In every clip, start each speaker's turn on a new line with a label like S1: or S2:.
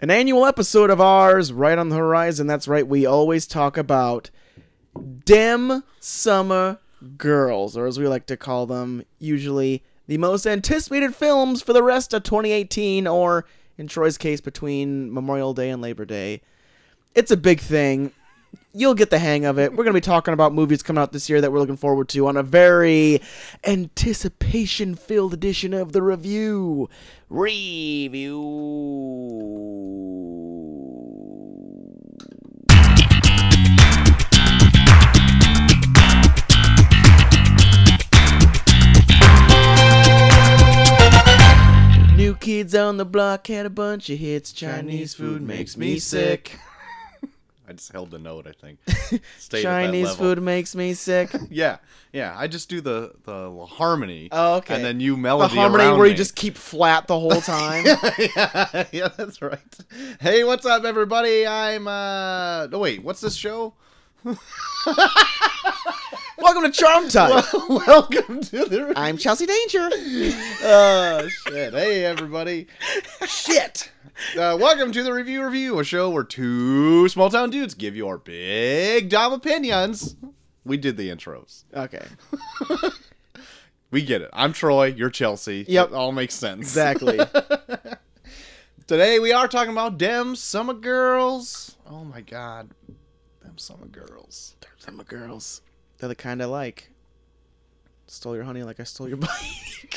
S1: an annual episode of ours right on the horizon. That's right, we always talk about dem summer girls, or as we like to call them, usually the most anticipated films for the rest of 2018, or in Troy's case, between Memorial Day and Labor Day. It's a big thing. You'll get the hang of it. We're going to be talking about movies coming out this year that we're looking forward to on a very anticipation filled edition of the review. Review. New kids on the block had a bunch of hits. Chinese food makes me sick.
S2: I just held the note, I think. Stayed at that
S1: Chinese
S2: level.
S1: food makes me sick.
S2: Yeah, yeah. I just do the the harmony.
S1: Oh, okay.
S2: And then you
S1: The
S2: melody.
S1: harmony
S2: around
S1: where you
S2: me.
S1: just keep flat the whole time.
S2: yeah, yeah, that's right. Hey, what's up, everybody? I'm uh. No, wait. What's this show?
S1: Welcome to Charm Time.
S2: Welcome to the.
S1: I'm Chelsea Danger. Uh,
S2: oh shit! Hey, everybody.
S1: Shit.
S2: Uh, welcome to the Review Review, a show where two small town dudes give your big dumb opinions. We did the intros.
S1: Okay.
S2: We get it. I'm Troy. You're Chelsea.
S1: Yep.
S2: It all makes sense.
S1: Exactly.
S2: Today we are talking about Dem Summer Girls. Oh my god. Dem Summer Girls.
S1: Summer girls. They're the kind I like. Stole your honey like I stole your bike.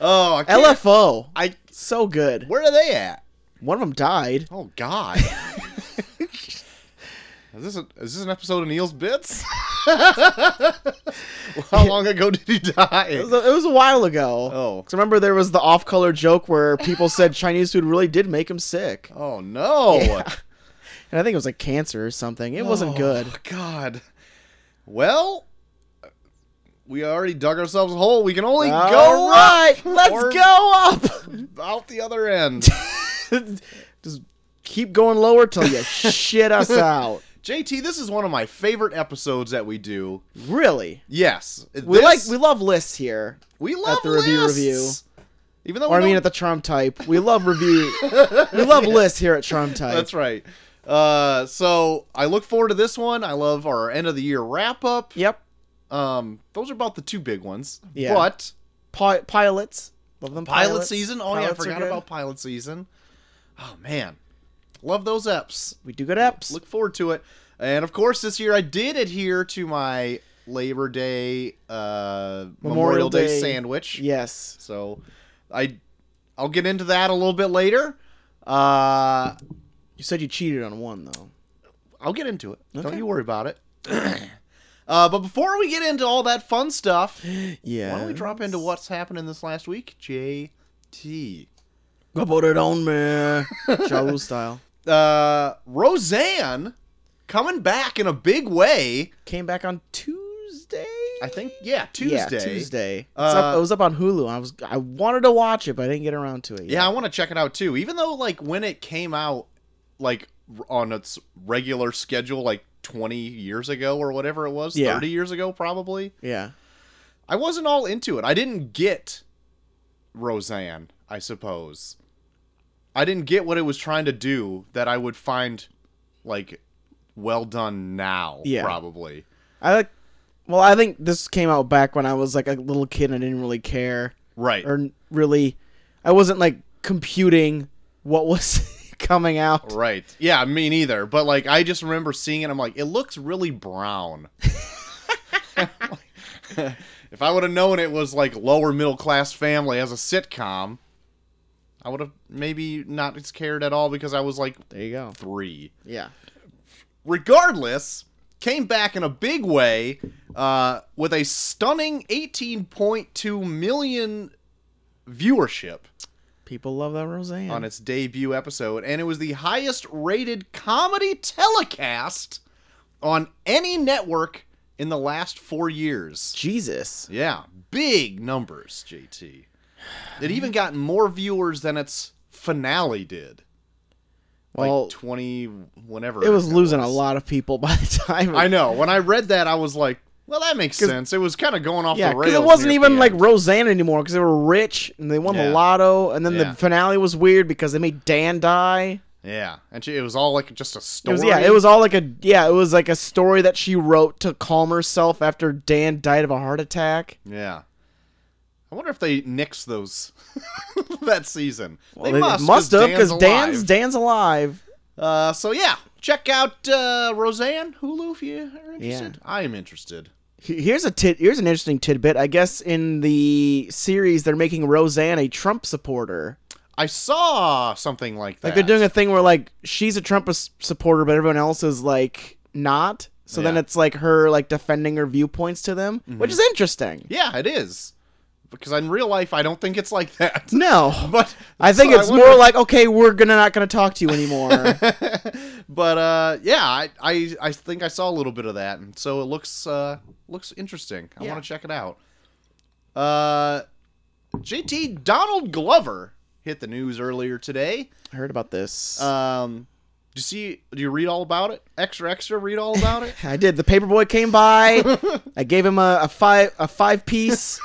S2: Oh, I can't-
S1: LFO.
S2: I
S1: So good.
S2: where are they at?
S1: One of them died.
S2: Oh god. Is this, a, is this an episode of Neil's Bits? How long ago did he
S1: It
S2: die?
S1: was a, it was a while ago.
S2: Oh.
S1: 'Cause remember there was the off-color joke where people said Chinese food really did make him sick,
S2: Oh no!
S1: Yeah. and I think it was like cancer or something. It wasn't
S2: Oh,
S1: good.
S2: God. Well, we already dug ourselves a hole. We can only go
S1: All
S2: right
S1: right, let's
S2: Or-
S1: go
S2: out the other end.
S1: up. Just keep going lower till you shit us out.
S2: JT, this is one of my favorite episodes that we do.
S1: Really,
S2: Yes,
S1: we
S2: this-
S1: like we love lists here.
S2: we love
S1: the review
S2: lists. Even though
S1: Or I
S2: we
S1: mean, at
S2: don't-
S1: the Charm Type, we love review. we love lists here at Charm Type.
S2: that's right. Uh, so I look forward to this one. I love our end of the year wrap up.
S1: Yep.
S2: Um, those are about the two big ones.
S1: Yeah.
S2: But
S1: Pi- pilots. Love them.
S2: pilot
S1: pilots.
S2: season. Oh
S1: Pilots are
S2: yeah, I forgot
S1: good.
S2: about pilot season. Oh man, love those eps.
S1: We do good eps.
S2: Look forward to it. And of course, this year I did adhere to my Labor Day, uh, Memorial,
S1: Memorial
S2: Day,
S1: Day.
S2: sandwich.
S1: Yes.
S2: So, I, I'll get into that a little bit later. Uh,
S1: You said you cheated on one though.
S2: I'll get into it. Don't
S1: Okay.
S2: you worry about it. uh, but before we get into all that fun stuff,
S1: Yeah.
S2: why don't we drop into what's happening this last week, JT?
S1: Go put it on me. Ja Rule style.
S2: Uh, Roseanne coming back in a big way.
S1: Came back on Tuesday.
S2: I think, yeah, Tuesday.
S1: Yeah, Tuesday. It's
S2: Uh,
S1: up, it was up on Hulu. I was I wanted to watch it, but I didn't get around to it. Yet.
S2: Yeah, I want to check it out too. Even though like when it came out like r- on its regular schedule like 20 years ago or whatever it was,
S1: Yeah.
S2: 30 years ago probably.
S1: Yeah.
S2: I wasn't all into it. I didn't get Roseanne, I suppose. I didn't get what it was trying to do that I would find like well done now
S1: Yeah.
S2: probably.
S1: I like. Well, I think this came out back when I was like a little kid and I didn't really care.
S2: Right.
S1: or n- really I wasn't like computing what was coming out.
S2: Right. Yeah, me neither. But like, I just remember seeing it. I'm like, it looks really brown. if I would have known it was like lower middle class family as a sitcom, I would have maybe not as cared at all because I was like
S1: There you go.
S2: three.
S1: Yeah.
S2: Regardless, came back in a big way uh, with a stunning 18.2 million viewership
S1: People love that Roseanne.
S2: on its debut episode, and it was the highest rated comedy telecast on any network in the last four years.
S1: Jesus.
S2: Yeah, big numbers, JT. It even got more viewers than its finale did.
S1: Well,
S2: like 20, whenever.
S1: it was losing a
S2: was.
S1: lot of people by the time.
S2: I know. When I read that, I was like, Well, that makes
S1: 'Cause-
S2: sense. It was kind of going off
S1: Yeah,
S2: the
S1: because
S2: rails.
S1: it wasn't
S2: near
S1: even
S2: the
S1: like
S2: end.
S1: Roseanne anymore because they were rich and they won the
S2: Yeah.
S1: lotto, and then
S2: Yeah.
S1: the finale was weird because they made Dan die.
S2: yeah, and she, it was all like just a
S1: It
S2: story.
S1: was, yeah, it was all like a yeah, it was like a story that she wrote to calm herself after Dan died of a heart attack.
S2: Yeah. I wonder if they nixed those that season. they,
S1: Well,
S2: must,
S1: have
S2: because
S1: because Dan's Dan's alive.
S2: Uh, so yeah, check out uh, Roseanne Hulu if you are interested. I am interested.
S1: He- Here's a tit. Here's an interesting tidbit. I guess in the series they're making Roseanne a Trump supporter.
S2: I saw something like that.
S1: Like they're doing a thing where like she's a Trump s- supporter, but everyone else is like not. So then
S2: Yeah. Mm-hmm.
S1: it's like her like defending her viewpoints to them, which is interesting.
S2: yeah, it is because in real life I don't think it's like that.
S1: No,
S2: But
S1: I think
S2: so
S1: it's
S2: wonder-
S1: more like okay, we're gonna not gonna talk to you anymore.
S2: but uh, yeah, I, I I think I saw a little bit of that, and so it looks uh, looks interesting. I
S1: Yeah.
S2: want to check it out. Uh, JT Donald Glover hit the news earlier today.
S1: I heard about this. Uh,
S2: Um, do you see? Do you read all about it? Extra, extra, read all about it.
S1: I did. The paperboy came by. I gave him a, a five a five piece,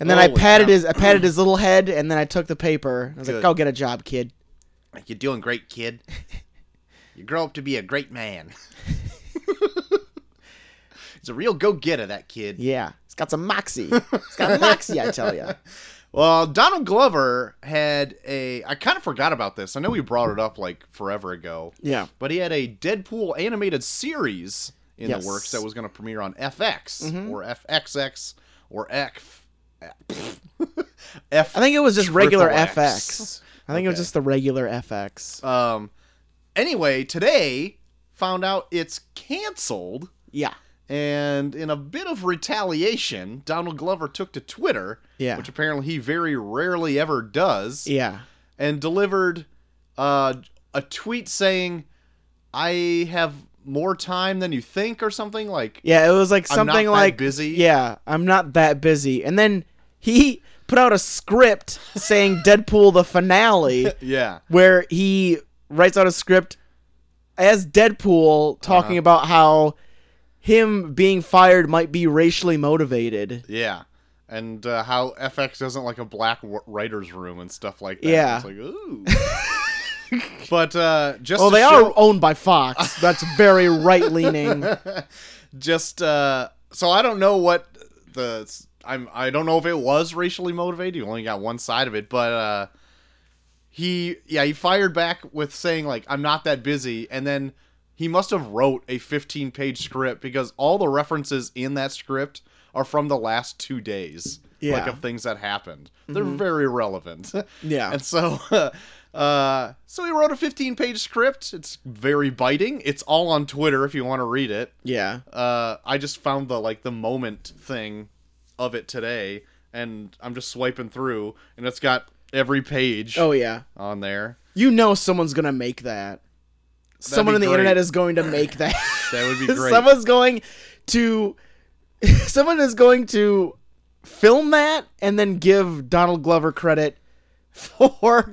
S1: and then I
S2: Holy
S1: patted
S2: cow.
S1: his I patted his little head, and then I took the paper. I was
S2: Good.
S1: like, "Go get a job, kid."
S2: You're doing great, kid. You grow up to be a great man. He's a real go-getter, that kid.
S1: Yeah, he's got some moxie. He's got moxie, I tell you.
S2: Well, Donald Glover had a. I kind of forgot about this. I know we brought it up like forever ago,
S1: Yeah,
S2: but he had a Deadpool animated series in
S1: Yes. Mm-hmm.
S2: the works that was going to premiere on FX or FXX or F. F.
S1: I think it was just regular
S2: Triple X.
S1: FX. I think it was
S2: Okay.
S1: just the regular FX.
S2: Um. Anyway, today found out it's canceled.
S1: Yeah,
S2: And in a bit of retaliation, Donald Glover took to Twitter,
S1: Yeah.
S2: which apparently he very rarely ever does,
S1: yeah.
S2: and delivered uh, a tweet saying, "I have more time than you think," or something like
S1: Yeah, it was like
S2: I'm
S1: something
S2: not that
S1: like
S2: busy.
S1: Yeah, I'm not that busy. And then he put out a script saying Deadpool the finale
S2: Yeah,
S1: where he writes out a script as Deadpool talking
S2: Uh-huh.
S1: about how him being fired might be racially motivated.
S2: yeah, and uh, how FX doesn't like a black w- writers' room and stuff like that.
S1: Yeah.
S2: it's like ooh. but uh, just
S1: Well,
S2: to
S1: they
S2: show-
S1: are owned by Fox. That's very right leaning.
S2: just uh so i don't know what the i'm i don't know if it was racially motivated you only got one side of it but uh he yeah he fired back with saying like i'm not that busy and then he must have wrote a 15 page script because all the references in that script are from the last two days like
S1: Yeah.
S2: of things that happened they're very relevant
S1: Yeah.
S2: And so, uh, so he wrote a 15 page script. It's very biting. It's all on Twitter if you want to read it.
S1: Yeah.
S2: Uh, I just found the like the moment thing of it today, and I'm just swiping through, and it's got every page
S1: Oh yeah.
S2: on there.
S1: You know someone's going to make that. Someone
S2: be
S1: on the
S2: great.
S1: internet is going to make that.
S2: That would be great.
S1: Someone's going to someone is going to film that and then give Donald Glover credit for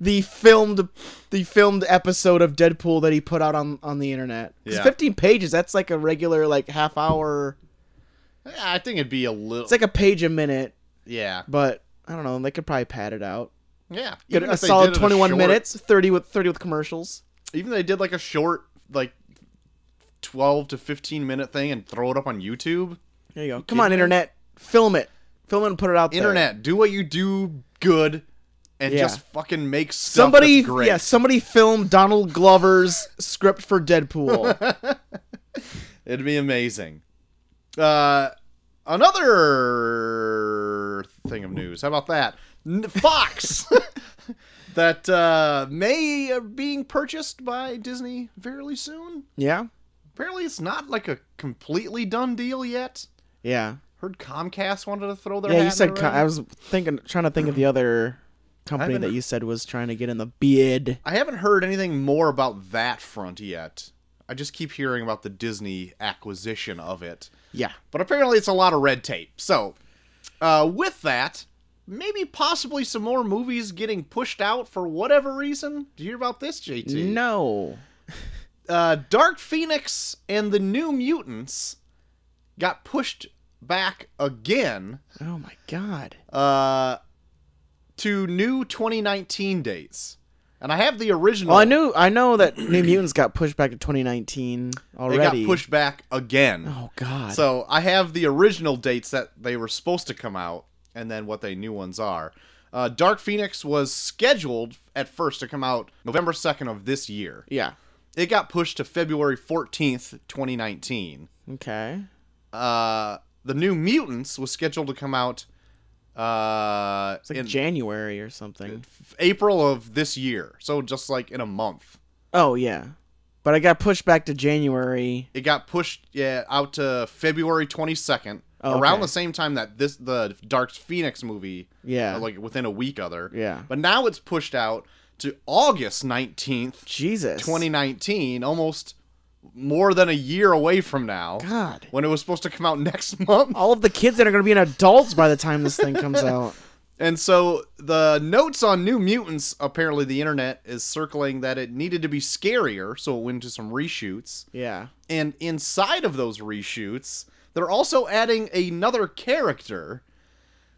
S1: the filmed the filmed episode of Deadpool that he put out on on the internet. 'Cause
S2: Yeah.
S1: 15 pages, that's like a regular like half hour.
S2: Yeah, I think it'd be a little.
S1: It's like a page a minute,
S2: yeah,
S1: but I don't know, they could probably pad it out.
S2: yeah.
S1: Get
S2: Even
S1: a
S2: if they
S1: solid
S2: did it
S1: 21
S2: short-
S1: minutes, 30 with 30 with commercials.
S2: Even if they did like a short, like 12 to 15 minute thing, and throw it up on YouTube.
S1: There you go. Come on
S2: kidding me?
S1: internet, film it. Film it and put it out there.
S2: Internet, do what you do good, and
S1: Yeah.
S2: just fucking make stuff
S1: Somebody,
S2: that's great.
S1: yeah, somebody filmed Donald Glover's script for Deadpool.
S2: It'd be amazing. Uh, another thing of news. How about that? N- Fox that uh, may are being purchased by Disney fairly soon.
S1: yeah,
S2: Apparently, it's not like a completely done deal yet.
S1: yeah,
S2: Heard Comcast wanted to throw their
S1: yeah.
S2: hat
S1: You
S2: in
S1: said
S2: the
S1: co-
S2: ring.
S1: I was thinking, trying to think of the other company
S2: haven't-
S1: that you said was trying to get in the bid.
S2: I haven't heard anything more about that front yet. I just keep hearing about the Disney acquisition of it.
S1: Yeah,
S2: But apparently, it's a lot of red tape. So, uh, with that, maybe possibly some more movies getting pushed out for whatever reason. Did you hear about this, JT?
S1: no,
S2: Uh, Dark Phoenix and the New Mutants got pushed back again
S1: Oh my god.
S2: uh, to new 2019 dates. And I have the original.
S1: Well, Oh, I knew I know that New Mutants got pushed back to 2019
S2: They
S1: already.
S2: got pushed back again.
S1: Oh god.
S2: So I have the original dates that they were supposed to come out, and then what they new ones are. Uh, Dark Phoenix was scheduled at first to come out November second of this year.
S1: yeah.
S2: It got pushed to February fourteenth, twenty nineteen.
S1: Okay.
S2: Uh, the New Mutants was scheduled to come out uh,
S1: It's like
S2: in
S1: January or something.
S2: f- April of this year, so just like in a month.
S1: Oh yeah. But I got pushed back to January.
S2: It got pushed yeah out to February twenty second,
S1: Oh,
S2: around
S1: okay.
S2: the same time that this the Dark Phoenix movie
S1: Yeah.
S2: uh, like within a week other.
S1: Yeah.
S2: But now it's pushed out to August 19th,
S1: Jesus.
S2: 2019, almost more than a year away from now.
S1: God.
S2: When it was supposed to come out next month.
S1: All of the kids that are going to be an adults by the time this thing comes out.
S2: And so the notes on New Mutants, apparently the internet is circling that it needed to be scarier, so it went to some reshoots.
S1: Yeah.
S2: And inside of those reshoots, they're also adding another character,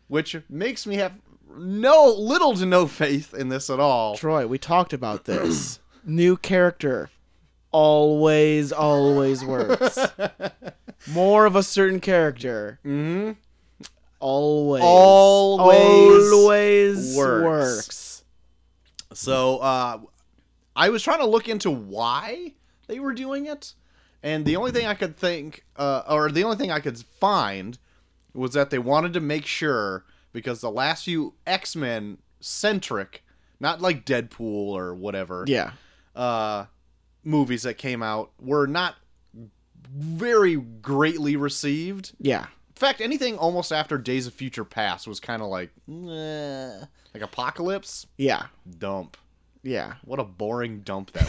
S2: which makes me have no little to no faith in this at all.
S1: Troy, we talked about this. New character always always works. More of a certain character. Mhm. Always.
S2: Always
S1: always
S2: works.
S1: works.
S2: So uh, I was trying to look into why they were doing it, and the only thing I could think, uh, or the only thing I could find, was that they wanted to make sure because the last few X Men centric, not like Deadpool or whatever,
S1: Yeah.
S2: uh, movies that came out were not very greatly received.
S1: Yeah.
S2: In fact, anything almost after Days of Future Past was kind of like, "Meh." like Apocalypse,
S1: Yeah.
S2: dump.
S1: Yeah.
S2: What a boring dump that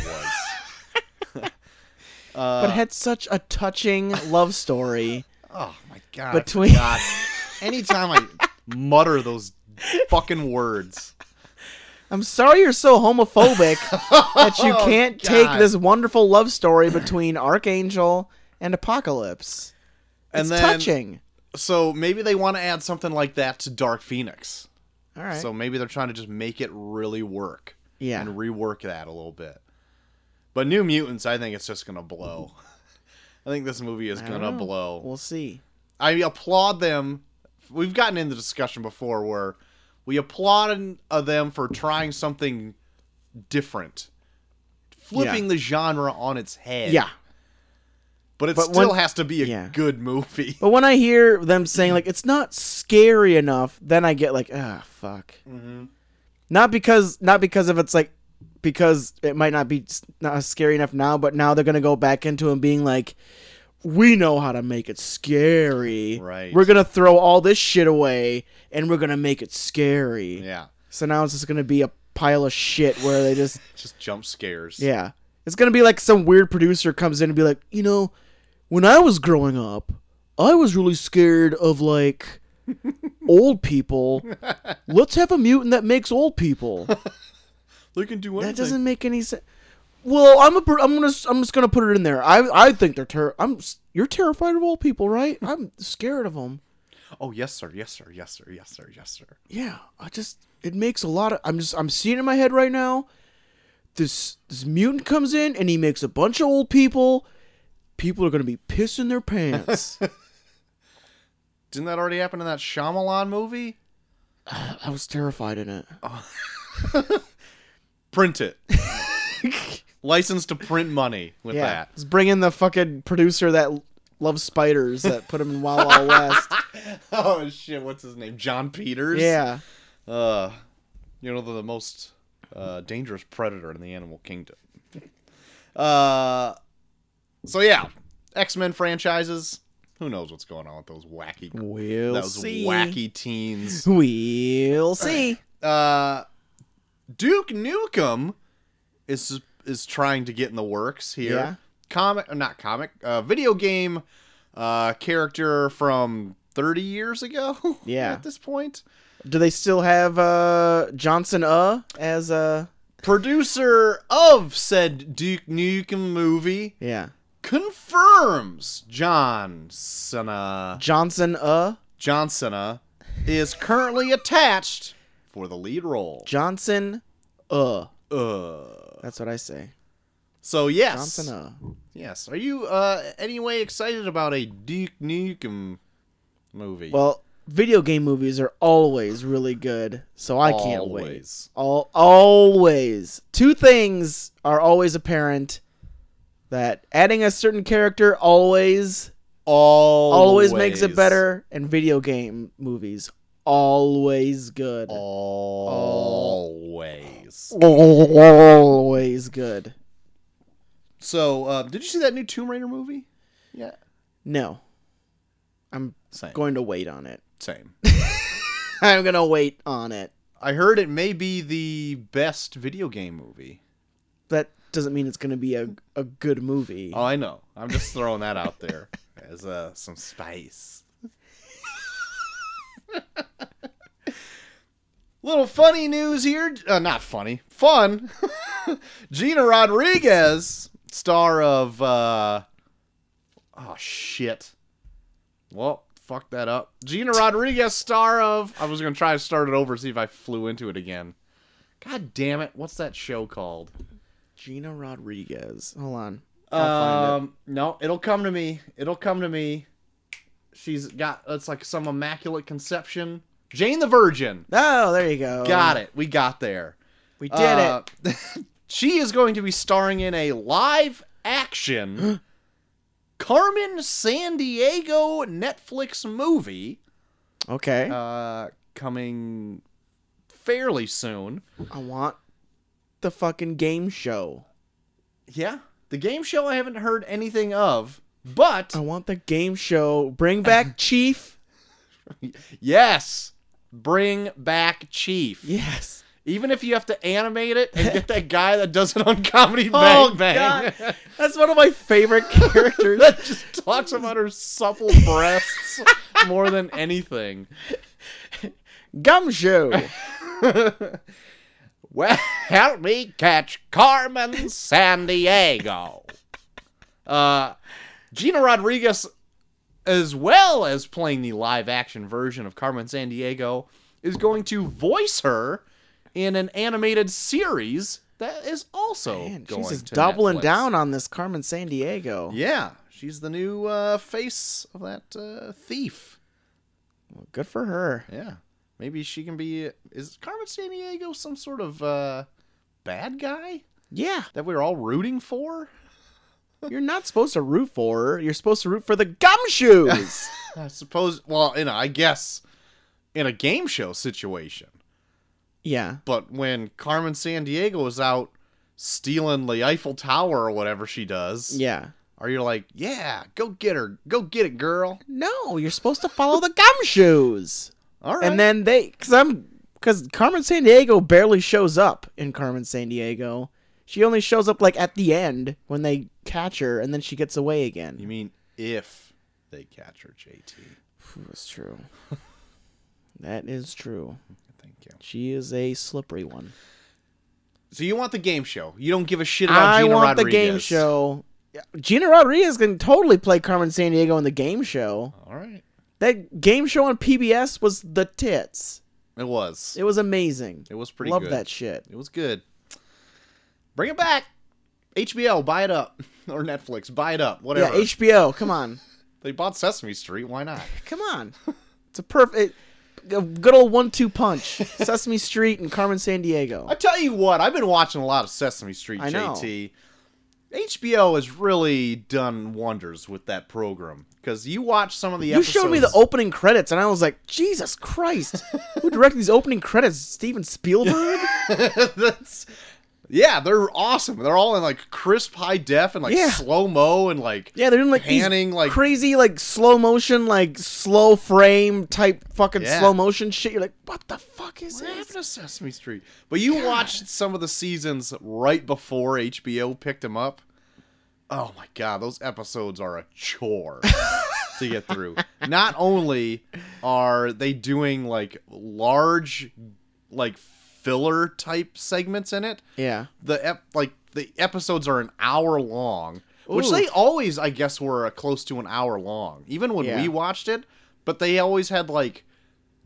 S2: was. Uh,
S1: but had such a touching love story.
S2: oh my god.
S1: Between-
S2: Between god. anytime I mutter those fucking words.
S1: I'm sorry you're so homophobic that you
S2: Oh,
S1: can't
S2: God.
S1: take this wonderful love story between Archangel and Apocalypse.
S2: And
S1: It's
S2: then
S1: touching.
S2: so maybe they want to add something like that to Dark Phoenix.
S1: All right.
S2: So maybe they're trying to just make it really work
S1: yeah.
S2: and rework that a little bit. But New Mutants, I think it's just going to blow. I think this movie is
S1: I
S2: going to
S1: don't know.
S2: blow.
S1: We'll see.
S2: I applaud them. We've gotten into discussion before where we applaud uh, them for trying something different, flipping the genre on its head.
S1: Yeah.
S2: but it
S1: But
S2: still
S1: when-
S2: has to be a
S1: yeah.
S2: good movie.
S1: But when I hear them
S2: Mm-hmm.
S1: saying like it's not scary enough, then I get like, ah, fuck.
S2: Mm-hmm.
S1: Not because not because of it's like because it might not be s- not scary enough now, but now they're gonna go back into him being like, we know how to make it scary.
S2: Right.
S1: We're gonna throw all this shit away and we're gonna make it scary.
S2: Yeah,
S1: So now it's just gonna be a pile of shit where they just
S2: just jump scares.
S1: yeah. It's gonna be like some weird producer comes in and be like, you know, when I was growing up, I was really scared of like old people. Let's have a mutant that makes old people.
S2: they can do anything.
S1: That doesn't make any sense. Well, I'm a, per- I'm gonna, s- I'm just gonna put it in there. I, I think they're ter- I'm, s- you're terrified of old people, right? I'm scared of them.
S2: Oh yes, sir. Yes, sir. Yes, sir. Yes, sir. Yes, sir.
S1: yeah, I just it makes a lot of I'm just I'm seeing it in my head right now. This this mutant comes in and he makes a bunch of old people. People are gonna be pissing their pants.
S2: Didn't that already happen in that Shyamalan movie?
S1: I was terrified in it.
S2: Print it. License to print money with that.
S1: let's bring in the fucking producer that l- loves spiders that put him in Wild Wild West.
S2: Oh shit! What's his name? John Peters.
S1: Yeah,
S2: Uh, you know the, the most uh, dangerous predator in the animal kingdom. Uh, so yeah, X Men franchises. Who knows what's going on with those wacky,
S1: we'll
S2: those
S1: see.
S2: wacky teens?
S1: We'll see.
S2: Uh, Duke Nukem is is trying to get in the works here.
S1: Yeah.
S2: Comic, uh, not comic, uh, video game uh, character from 30 years ago.
S1: Yeah.
S2: at this point.
S1: Do they still have uh Johnson Uh as a
S2: producer of said Duke Nukem movie,
S1: yeah?
S2: confirms John Cena.
S1: Johnson, uh,
S2: Johnsona is currently attached for the lead role.
S1: Johnson, uh.
S2: Uh.
S1: That's what I say.
S2: So yes,
S1: Johnson, uh.
S2: yes. Are you uh anyway excited about a Duke Nukem movie?
S1: Well, video game movies are always really good, so I can't wait.
S2: Always.
S1: All always two things are always apparent that adding a certain character always
S2: Always,
S1: always, makes it better, and video game movies always good,
S2: Always.
S1: always good.
S2: So, uh, did you see that new Tomb Raider movie? Yeah.
S1: No, I'm
S2: Same.
S1: going to wait on it.
S2: Same.
S1: I'm gonna wait on it.
S2: I heard it may be the best video game movie.
S1: That doesn't mean it's gonna be a a good movie.
S2: Oh, I know. I'm just throwing that out there as uh, some spice. Little funny news here. Uh, not funny. Fun. Gina Rodriguez, star of. Uh... Oh, shit. Well, fuck that up. Gina Rodriguez, star of. I was going to try to start it over, see if I flew into it again. God damn it. What's that show called?
S1: Gina Rodriguez. Hold on. I'll find it.
S2: Um, no, it'll come to me. It'll come to me. She's got it's like some immaculate conception. Jane the Virgin.
S1: Oh, there you go.
S2: Got it. Uh, We got there.
S1: We did it.
S2: it. she is going to be starring in a live action Carmen San Diego Netflix movie
S1: Okay.
S2: uh coming fairly soon.
S1: I want the fucking game show.
S2: Yeah. The game show I haven't heard anything of, but
S1: I want the game show. Bring back Chief.
S2: Yes. Bring back Chief.
S1: Yes.
S2: Even if you have to animate it and get that guy that does it on Comedy
S1: Oh,
S2: Bang Bang.
S1: God. That's one of my favorite characters.
S2: that just talks about her supple breasts more than anything.
S1: Gumshoe.
S2: Well, help me catch Carmen San Diego. Uh, Gina Rodriguez, as well as playing the live action version of Carmen San Diego, is going to voice her in an animated series that is also
S1: Man,
S2: Oh, going
S1: she's just
S2: to
S1: doubling
S2: Netflix.
S1: down on this Carmen San Diego.
S2: Yeah, she's the new uh, face of that uh, thief.
S1: Well, good for her.
S2: Yeah, maybe she can be. Is Carmen San Diego some sort of uh, bad guy?
S1: Yeah.
S2: that we were all rooting for?
S1: You're not supposed to root for her. You're supposed to root for the gumshoes.
S2: I suppose. Well, in a, I guess in a game show situation.
S1: yeah.
S2: But when Carmen San Diego is out stealing the Eiffel Tower or whatever she does,
S1: Yeah.
S2: are you like, yeah, go get her, go get it, girl?
S1: No, you're supposed to follow the gumshoes.
S2: All right.
S1: and then they because i'm because carmen san diego barely shows up in carmen san diego she only shows up like at the end when they catch her and then she gets away
S2: you
S1: again
S2: mean if they catch her, JT?
S1: that's true that is true
S2: Thank you.
S1: she is a slippery one
S2: So you want the game show? You don't give a shit about
S1: i
S2: Gina
S1: want the
S2: Rodriguez.
S1: game show Yeah, gina rodriguez can totally play carmen san diego in the game show
S2: All right.
S1: that game show on pbs was the tits
S2: It was.
S1: it was amazing
S2: It was pretty.
S1: love
S2: good.
S1: that shit
S2: It was good. Bring it back. HBO, buy it up. Or Netflix, buy it up. Whatever.
S1: yeah hbo come on
S2: they bought Sesame Street. Why not?
S1: Come on. It's a perfect a good old one two punch. Sesame Street and Carmen San Diego.
S2: I tell you what, I've been watching a lot of Sesame Street,
S1: I know.
S2: JT. HBO has really done wonders with that program. Because you watch some of the
S1: You
S2: episodes.
S1: showed me the opening credits and I was like, Jesus Christ. Who directed these opening credits? Steven Spielberg?
S2: That's, yeah, they're awesome. They're all in like crisp high def and like
S1: Yeah.
S2: slow mo and like
S1: Yeah, they're doing like these
S2: Panning, like-
S1: crazy like slow motion, like slow frame type fucking
S2: Yeah.
S1: slow motion shit. You're like, what the fuck is
S2: What
S1: this?
S2: happened to Sesame Street? But you watched some of the seasons right before HBO picked them up. Oh my god, those episodes are a chore to get through. Not only are they doing like large like filler type segments in it,
S1: Yeah.
S2: the ep- like the episodes are an hour long. which
S1: Ooh.
S2: they always, I guess, were uh, close to an hour long, even when
S1: Yeah.
S2: we watched it. But they always had like,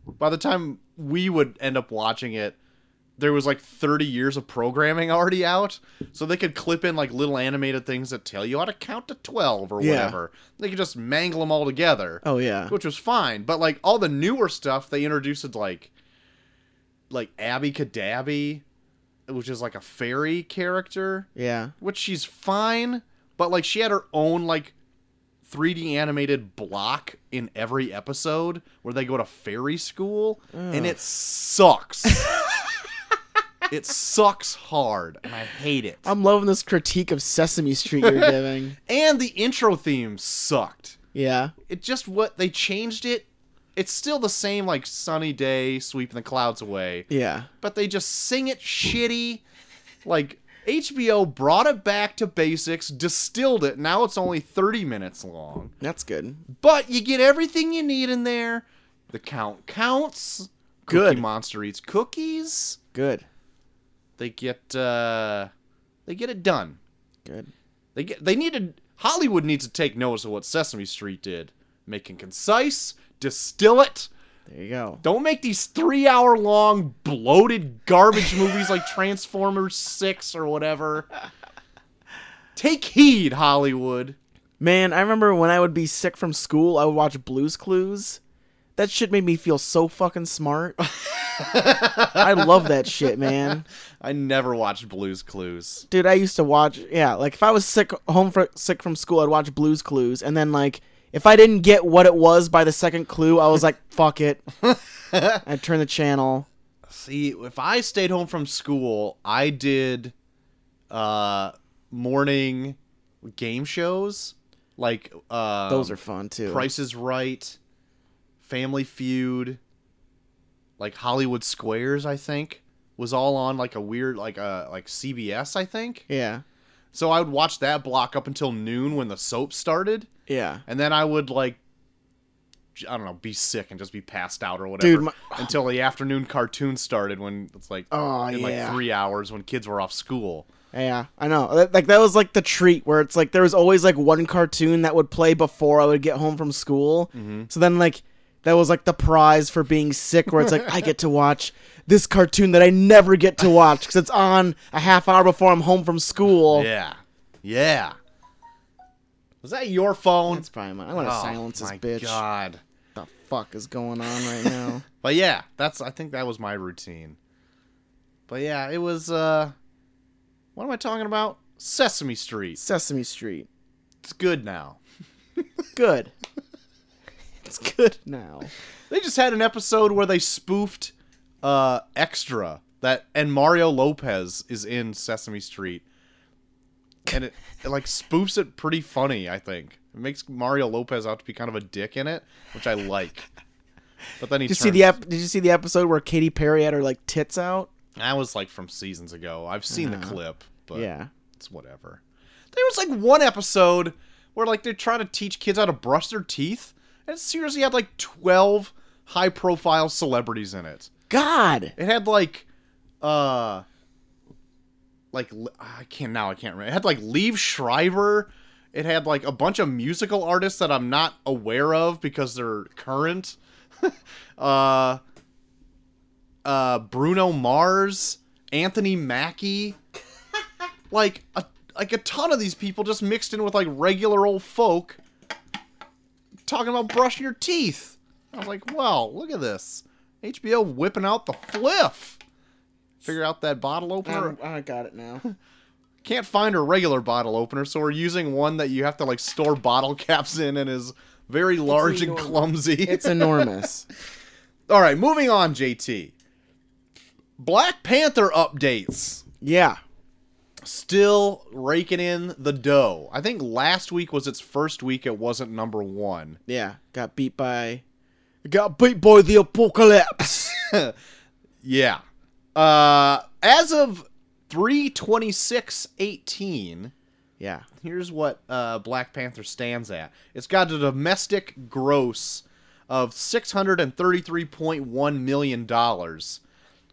S2: by the time we would end up watching it, there was like 30 years of programming already out, so they could clip in like little animated things that tell you how to count to 12 or
S1: Yeah.
S2: whatever. They could just mangle them all together
S1: Oh yeah.
S2: which was fine. But like all the newer stuff, they introduced like like Abby Cadabby, which is like a fairy character,
S1: Yeah.
S2: which she's fine, but like she had her own like 3D animated block in every episode where they go to fairy school, and it sucks. it sucks hard, and I hate it.
S1: I'm loving this critique of Sesame Street you're giving.
S2: and the intro theme sucked.
S1: Yeah.
S2: it just what they changed it. It's still the same like sunny day sweeping the clouds away,
S1: Yeah.
S2: but they just sing it shitty. Like HBO brought it back to basics, distilled it. Now it's only 30 minutes long,
S1: That's good.
S2: but you get everything you need in there. The count counts.
S1: Good.
S2: Cookie Monster eats cookies.
S1: Good.
S2: They get uh they get it done.
S1: Good.
S2: They get, they needed Hollywood needs to take notice of what Sesame Street did, making concise, distill it,
S1: There you go.
S2: Don't make these three hour long bloated garbage movies like Transformers 6 or whatever. Take heed, Hollywood.
S1: Man, I remember when I would be sick from school, I would watch Blues Clues. That shit made me feel so fucking smart. I love that shit, man.
S2: I never watched Blues Clues.
S1: Dude, I used to watch yeah, like if I was sick home for, sick from school, I'd watch Blues Clues and then like if I didn't get what it was by the second clue, I was like, fuck it. I'd turn the channel.
S2: See, if I stayed home from school, I did uh morning game shows like uh
S1: Those are fun too.
S2: Price is Right, Family Feud, like Hollywood Squares, I think, was all on like a weird like uh, like CBS, I think.
S1: Yeah.
S2: So I would watch that block up until noon when the soap started,
S1: Yeah.
S2: and then I would like j- I don't know, be sick and just be passed out or whatever
S1: Dude, my-
S2: until the afternoon cartoon started when it's like
S1: Oh,
S2: in
S1: yeah.
S2: like 3 hours when kids were off school.
S1: Yeah, I know. That- Like that was like the treat where it's like there was always like one cartoon that would play before I would get home from school. So then like that was like the prize for being sick where it's like I get to watch this cartoon that I never get to watch cuz it's on a half hour before I'm home from school.
S2: Yeah. Yeah. Was that your phone?
S1: That's probably mine. I want to
S2: Oh,
S1: silence this
S2: my
S1: bitch.
S2: God.
S1: What the fuck is going on right now?
S2: But yeah, that's I think that was my routine. But yeah, it was uh what am I talking about? Sesame Street.
S1: Sesame Street.
S2: It's good now.
S1: Good. it's good now.
S2: They just had an episode where they spoofed uh Extra that and Mario Lopez is in Sesame Street. And it, it like spoofs it pretty funny, I think. It makes Mario Lopez out to be kind of a dick in it, which I like. But then he
S1: Did you see the ep- did you see the episode where Katy Perry had her like tits out?
S2: that was like from seasons ago. I've seen the
S1: Uh-huh.
S2: clip, but
S1: yeah.
S2: it's whatever. There was like one episode where like they're trying to teach kids how to brush their teeth, and it seriously had like twelve high profile celebrities in it.
S1: God.
S2: It had like uh like L- I can't now I can't remember. It had like Leave Shriver. It had like a bunch of musical artists that I'm not aware of because they're current. uh uh Bruno Mars, Anthony Mackie. like a like a ton of these people just mixed in with like regular old folk talking about brushing your teeth. I was like, wow, look at this. HBO whipping out the fliff. Figure out that bottle opener.
S1: Um, I got it now.
S2: Can't find a regular bottle opener, so we're using one that you have to like store bottle caps in and is very large and
S1: enormous.
S2: clumsy.
S1: It's enormous.
S2: All right, moving on, JT. Black Panther updates.
S1: Yeah.
S2: Still raking in the dough. I think last week was its first week it wasn't number one.
S1: Yeah. Got beat by. Got beat by the apocalypse.
S2: Yeah. Uh as of 32618,
S1: yeah.
S2: here's what uh, Black Panther stands at. It's got a domestic gross of six hundred and thirty-three point one million dollars,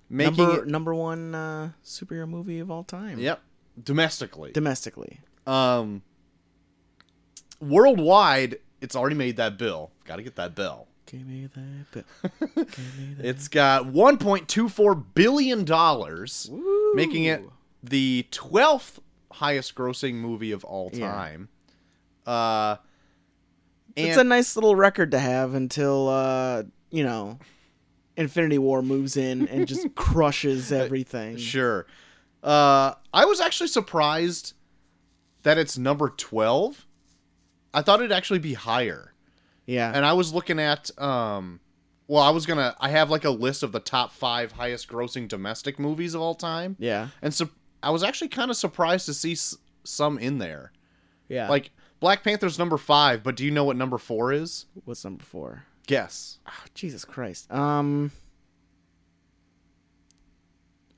S2: making
S1: Number
S2: it,
S1: number one uh, superhero movie of all time.
S2: yep domestically.
S1: Domestically.
S2: um, worldwide, it's already made that bill. Got to get that bill.
S1: Give me that. bill. Give me that.
S2: It's got 1.24 billion dollars,
S1: Woo.
S2: making it the 12th highest grossing movie of all
S1: Yeah.
S2: time. Uh and
S1: it's a nice little record to have until uh, you know, Infinity War moves in and just crushes everything.
S2: Sure. Uh, I was actually surprised that it's number 12. I thought it'd actually be higher.
S1: Yeah.
S2: And I was looking at, um, well, I was going to, I have like a list of the top five highest grossing domestic movies of all time.
S1: yeah.
S2: And so I was actually kind of surprised to see s- some in there.
S1: Yeah.
S2: Like Black Panther's number five, but do you know what number four is?
S1: what's number 4?
S2: Guess.
S1: Oh, Jesus Christ. Um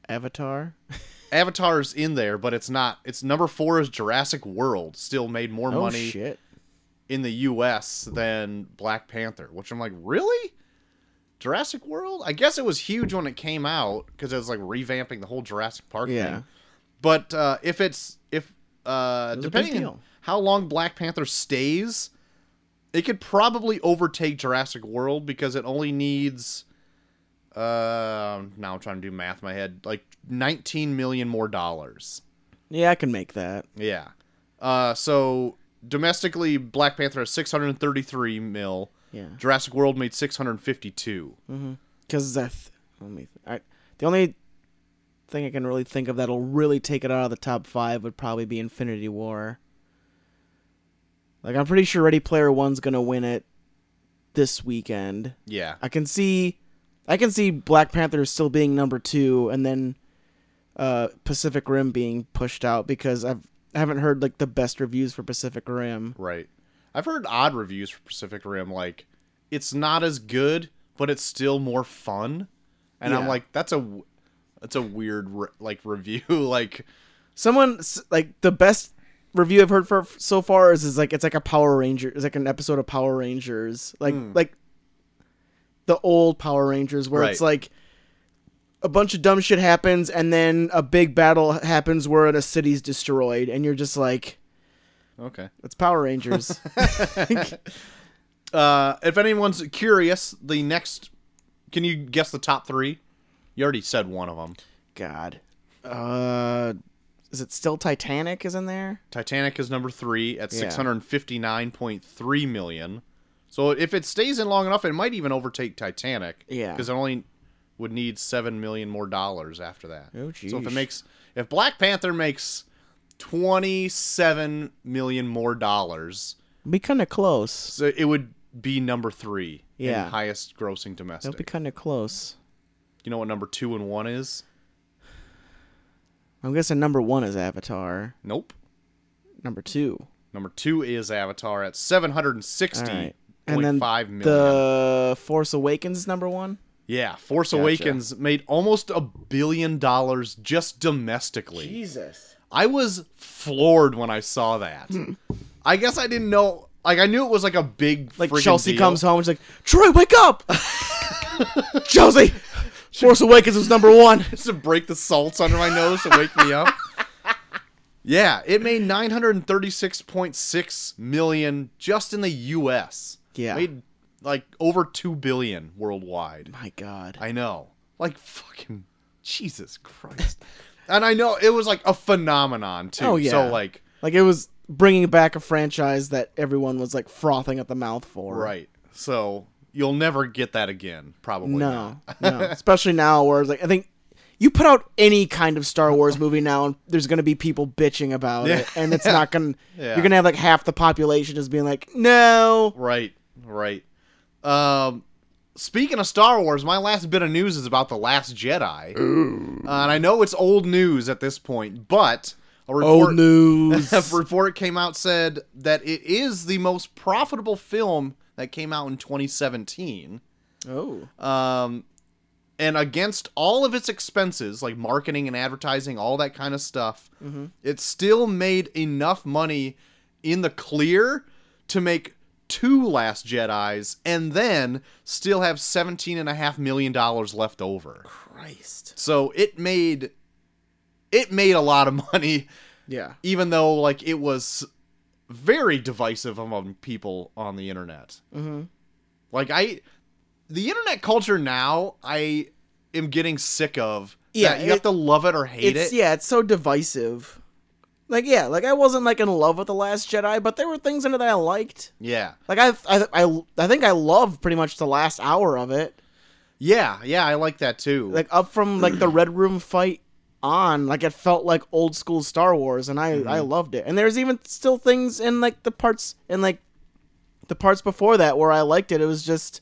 S1: Avatar?
S2: Avatar's in there, but it's not. It's number four is Jurassic World. Still made more
S1: Oh
S2: money
S1: shit.
S2: in the U.S. than Black Panther, which I'm like, really? Jurassic World? I guess it was huge when it came out because it was like revamping the whole Jurassic Park
S1: Yeah.
S2: thing. But uh, if it's if uh,
S1: It was a big
S2: depending on
S1: deal.
S2: how long Black Panther stays, it could probably overtake Jurassic World because it only needs. Uh, now I'm trying to do math in my head. Like 19 million more dollars.
S1: Yeah, I can make that.
S2: Yeah. Uh, so domestically, Black Panther has 633 mil.
S1: Yeah.
S2: Jurassic World made 652.
S1: Cuz I th- let me I, the only thing I can really think of that'll really take it out of the top 5 would probably be Infinity War. Like I'm pretty sure Ready Player 1's going to win it this weekend.
S2: Yeah.
S1: I can see, I can see Black Panther still being number two, and then uh, Pacific Rim being pushed out because I've I haven't heard like the best reviews for Pacific Rim.
S2: Right. I've heard odd reviews for Pacific Rim. Like, it's not as good, but it's still more fun. And I'm
S1: Yeah.
S2: like, that's a, w- that's a weird re- like review. like,
S1: Someone s- like the best review I've heard for so far is is like it's like a Power Ranger, it's like an episode of Power Rangers, like like the old Power Rangers where it's
S2: Right.
S1: like. A bunch of dumb shit happens, and then a big battle happens where a city's destroyed, and you're just like,
S2: okay.
S1: "It's Power Rangers."
S2: Uh, if anyone's curious, the next, can you guess the top three? You already said one of them.
S1: God. Uh, is it still Titanic is in there?
S2: Titanic is number three at
S1: Yeah.
S2: 659.3 million. So if it stays in long enough, it might even overtake Titanic.
S1: Yeah.
S2: Because it only would need seven million more dollars after that.
S1: Oh,
S2: So if
S1: jeesh.
S2: it makes, if Black Panther makes 27 million more dollars,
S1: Be kind of close.
S2: so it would be number three
S1: Yeah.
S2: in highest grossing
S1: That'll
S2: domestic.
S1: be kind of close.
S2: you know what number two and one is?
S1: I'm guessing number one is Avatar.
S2: Nope.
S1: Number two.
S2: Number two is Avatar at 760.5
S1: All
S2: million.
S1: right. And then the Force Awakens is number one.
S2: Yeah, Force
S1: Gotcha.
S2: Awakens made almost a billion dollars just domestically.
S1: Jesus.
S2: I was floored when I saw that.
S1: Hmm.
S2: I guess I didn't know. Like I knew it was like a big
S1: Like
S2: friggin'
S1: Chelsea
S2: deal.
S1: comes home, she's like, Troy, wake up! Chelsea, Force Awakens was number one.
S2: just to break the salts under my nose to wake me up. Yeah, it made nine hundred and thirty-six point six million just in the U.S.
S1: Yeah.
S2: made like over two billion worldwide.
S1: My God.
S2: I know. Like fucking Jesus Christ. and I know it was like a phenomenon too.
S1: Oh, yeah.
S2: So like
S1: Like it was bringing back a franchise that everyone was like frothing at the mouth for.
S2: right. So you'll never get that again, probably.
S1: No,
S2: not.
S1: no. Especially now, where it's like I think you put out any kind of Star Wars movie now, and there's gonna be people bitching about
S2: Yeah.
S1: it, and it's not gonna.
S2: Yeah.
S1: You're gonna have like half the population just being like, "No,
S2: Right. Right. Um speaking of Star Wars, my last bit of news is about the last Jedi. Uh, and I know it's old news at this point, but a report
S1: old news."
S2: a report came out said that it is the most profitable film that came out in 2017.
S1: oh,
S2: um, and against all of its expenses, like marketing and advertising, all that kind of stuff, it still made enough money in the clear to make two Last Jedi's and then still have $17.5 million left over.
S1: Christ.
S2: So it made. It made a lot of money,
S1: Yeah.
S2: even though like it was very divisive among people on the internet.
S1: Mm-hmm.
S2: Like I, the internet culture now, I am getting sick of.
S1: Yeah,
S2: Yeah, you have
S1: it-
S2: to love it or hate
S1: it's
S2: it.
S1: yeah, it's so divisive. Like yeah, like I wasn't like in love with the Last Jedi, but there were things in it that I liked.
S2: yeah,
S1: Like I, I, I, I think I love pretty much the last hour of it.
S2: yeah, yeah. I like that too.
S1: Like up from like the Red Room fight on, like it felt like old school Star Wars, and I, I
S2: Mm-hmm.
S1: loved it. And there's even still things in like the parts in like the parts before that where I liked it. It was just,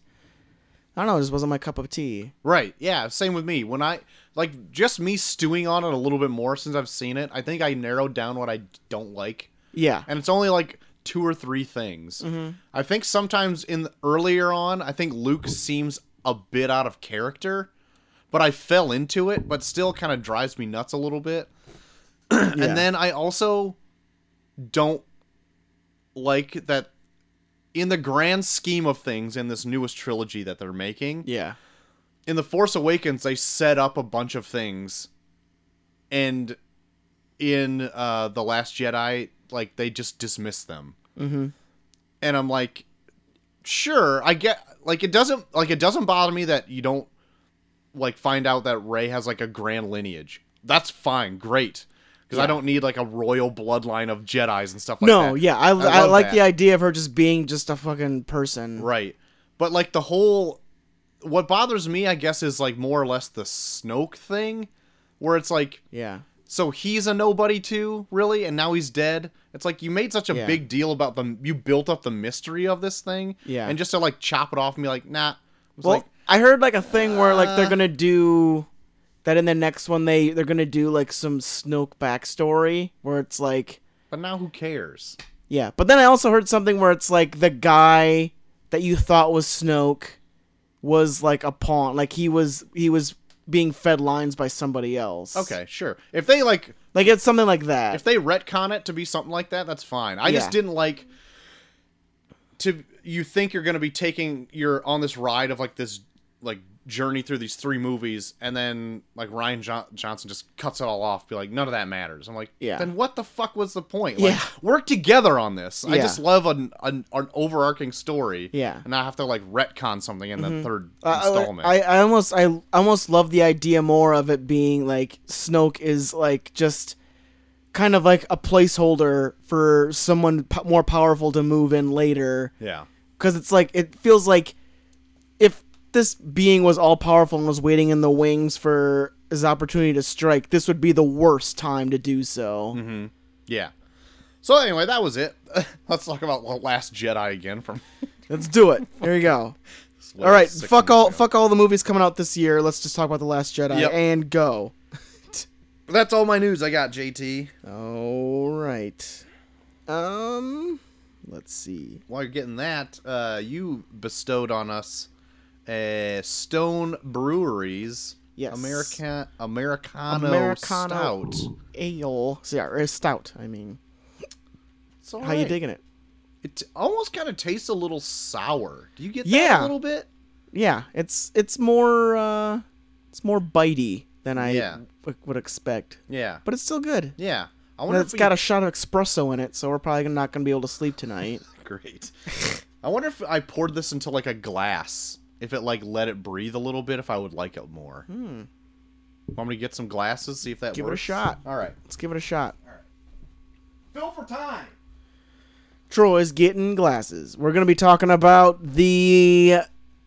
S1: I don't know, it just wasn't my cup of tea.
S2: Right. Yeah. Same with me. When I like just me stewing on it a little bit more since I've seen it, I think I narrowed down what I don't like,
S1: Yeah, Mm-hmm.
S2: and it's only like two or three things. I think sometimes in earlier on, I think Luke seems a bit out of character, but I fell into it, but still kind of drives me nuts a little bit.
S1: Yeah.
S2: And then I also don't like that in the grand scheme of things in this newest trilogy that they're making
S1: yeah,
S2: in the Force Awakens, they set up a bunch of things, and in uh, the Last Jedi, like they just dismiss them. Mm-hmm. And I'm like, sure, I get. Like it doesn't like it doesn't bother me that you don't like find out that Ray has like a grand lineage. That's fine, great, because I
S1: Yeah.
S2: don't need like a royal bloodline of Jedi's and stuff like that.
S1: no, yeah, I, I,
S2: love
S1: like
S2: that.
S1: the idea of her just being just a fucking person.
S2: Right. But like the whole what bothers me, I guess, is like more or less the Snoke thing, where it's like
S1: Yeah,
S2: so he's a nobody too, really, and now he's dead. It's like you made such a
S1: Yeah.
S2: big deal about the you built up the mystery of this thing,
S1: Yeah.
S2: and just to like chop it off and be like, nah, it's
S1: well,
S2: like
S1: I heard like a thing where like they're
S2: uh,
S1: gonna do that in the next one. They they're gonna do like some Snoke backstory where it's like.
S2: but now who cares?
S1: Yeah, but then I also heard something where it's like the guy that you thought was Snoke was like a pawn, like he was he was being fed lines by somebody else.
S2: Okay, sure. If they like
S1: like it's something like that.
S2: if they retcon it to be something like that, that's fine. I
S1: Yeah.
S2: just didn't like to you think you're going to be taking you're on this ride of like this like journey through these three movies and then like Ryan jo- Johnson just cuts it all off be like none of that matters. I'm like,
S1: Yeah.
S2: Then what the fuck was the point? Like
S1: Yeah.
S2: work together on this. I
S1: Yeah.
S2: just love an, an an overarching story.
S1: Yeah. Mm-hmm.
S2: And I have to like retcon something in the third
S1: I,
S2: installment.
S1: I, I almost I almost love the idea more of it being like Snoke is like just kind of like a placeholder for someone po- more powerful to move in later.
S2: yeah.
S1: because it's like it feels like if this being was all powerful and was waiting in the wings for his opportunity to strike, this would be the worst time to do so.
S2: Mm-hmm. Yeah. So anyway, that was it. Let's talk about Last Jedi again from
S1: Let's do it. There you go. all right,
S2: Six
S1: fuck
S2: months
S1: all,
S2: ago.
S1: fuck all the movies coming out this year. Let's just talk about the Last Jedi
S2: Yep.
S1: and go.
S2: That's all my news I got, JT.
S1: All right. Um, let's see.
S2: While you're getting that, uh, you bestowed on us a Stone Breweries
S1: Yes.
S2: America Americano,
S1: Americano.
S2: Stout.
S1: Ale, sorry, stout. I mean,
S2: It's all
S1: how you
S2: right.
S1: digging it?
S2: It almost kind of tastes a little sour. Do you get that
S1: Yeah.
S2: a little bit?
S1: yeah, it's it's more uh it's more bitey than I
S2: Yeah.
S1: w- would expect,
S2: Yeah.
S1: but it's still good.
S2: Yeah. I
S1: And
S2: wonder
S1: it's
S2: if we-
S1: got a shot of espresso in it, so we're probably not gonna be able to sleep tonight.
S2: great. I wonder if I poured this into like a glass, if it like let it breathe a little bit, if I would like it more. Hmm. Want me to get some glasses, see if that
S1: Give it a
S2: works?
S1: shot.
S2: All right.
S1: Let's give it a shot.
S2: Fill for time.
S1: Troy's getting glasses. We're gonna be talking about the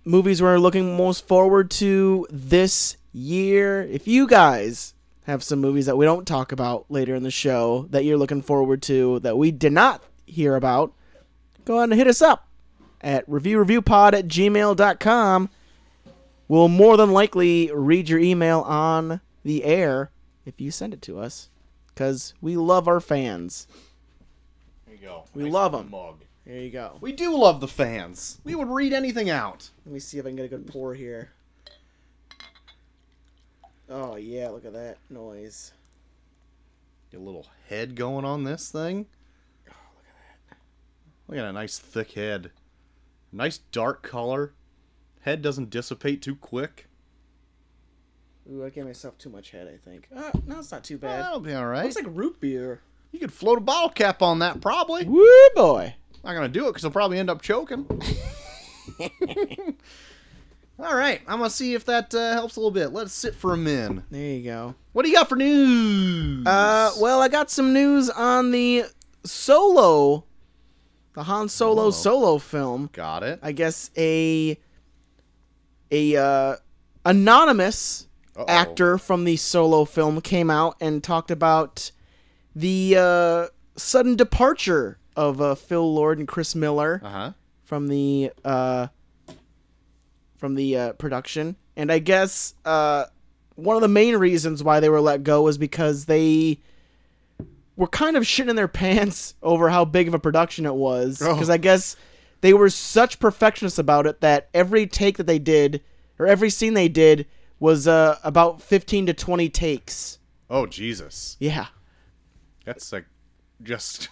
S1: movies we're looking most forward to this year. If you guys have some movies that we don't talk about later in the show that you're looking forward to that we did not hear about, go ahead and hit us up at reviewreviewpod at gmail.com. We'll more than likely read your email on the air if you send it to us because we love our fans.
S2: There you go.
S1: We love 'em.
S2: Mug.
S1: There you go.
S2: We do love the fans. We would read anything out.
S1: Let me see if I can get a good pour here. Oh yeah, look at that noise.
S2: Get a little head going on this thing. Look at a nice thick head. Nice dark color. Head doesn't dissipate too quick.
S1: Ooh, I gave myself too much head, I think. Uh, no, it's not too
S2: Oh,
S1: bad.
S2: that'll be all right.
S1: Looks like root beer.
S2: You could float a bottle cap on that, probably.
S1: Woo boy.
S2: Not gonna do it because I'll probably end up choking. All right, I'm gonna see if that uh, helps a little bit. Let's sit for a min.
S1: There you go.
S2: What do you got for news?
S1: Uh, well, I got some news on the solo, the Han Solo
S2: Whoa.
S1: solo film.
S2: got it.
S1: I guess a a uh, anonymous
S2: Uh-oh.
S1: actor from the solo film came out and talked about the uh, sudden departure of uh, Phil Lord and Chris Miller
S2: Uh huh.
S1: from the uh, from the uh, production, and I guess uh, one of the main reasons why they were let go was because they were kind of shitting their pants over how big of a production it was.
S2: Oh.
S1: Because I guess they were such perfectionists about it that every take that they did or every scene they did was uh, about fifteen to twenty takes.
S2: Oh Jesus,
S1: Yeah.
S2: that's like just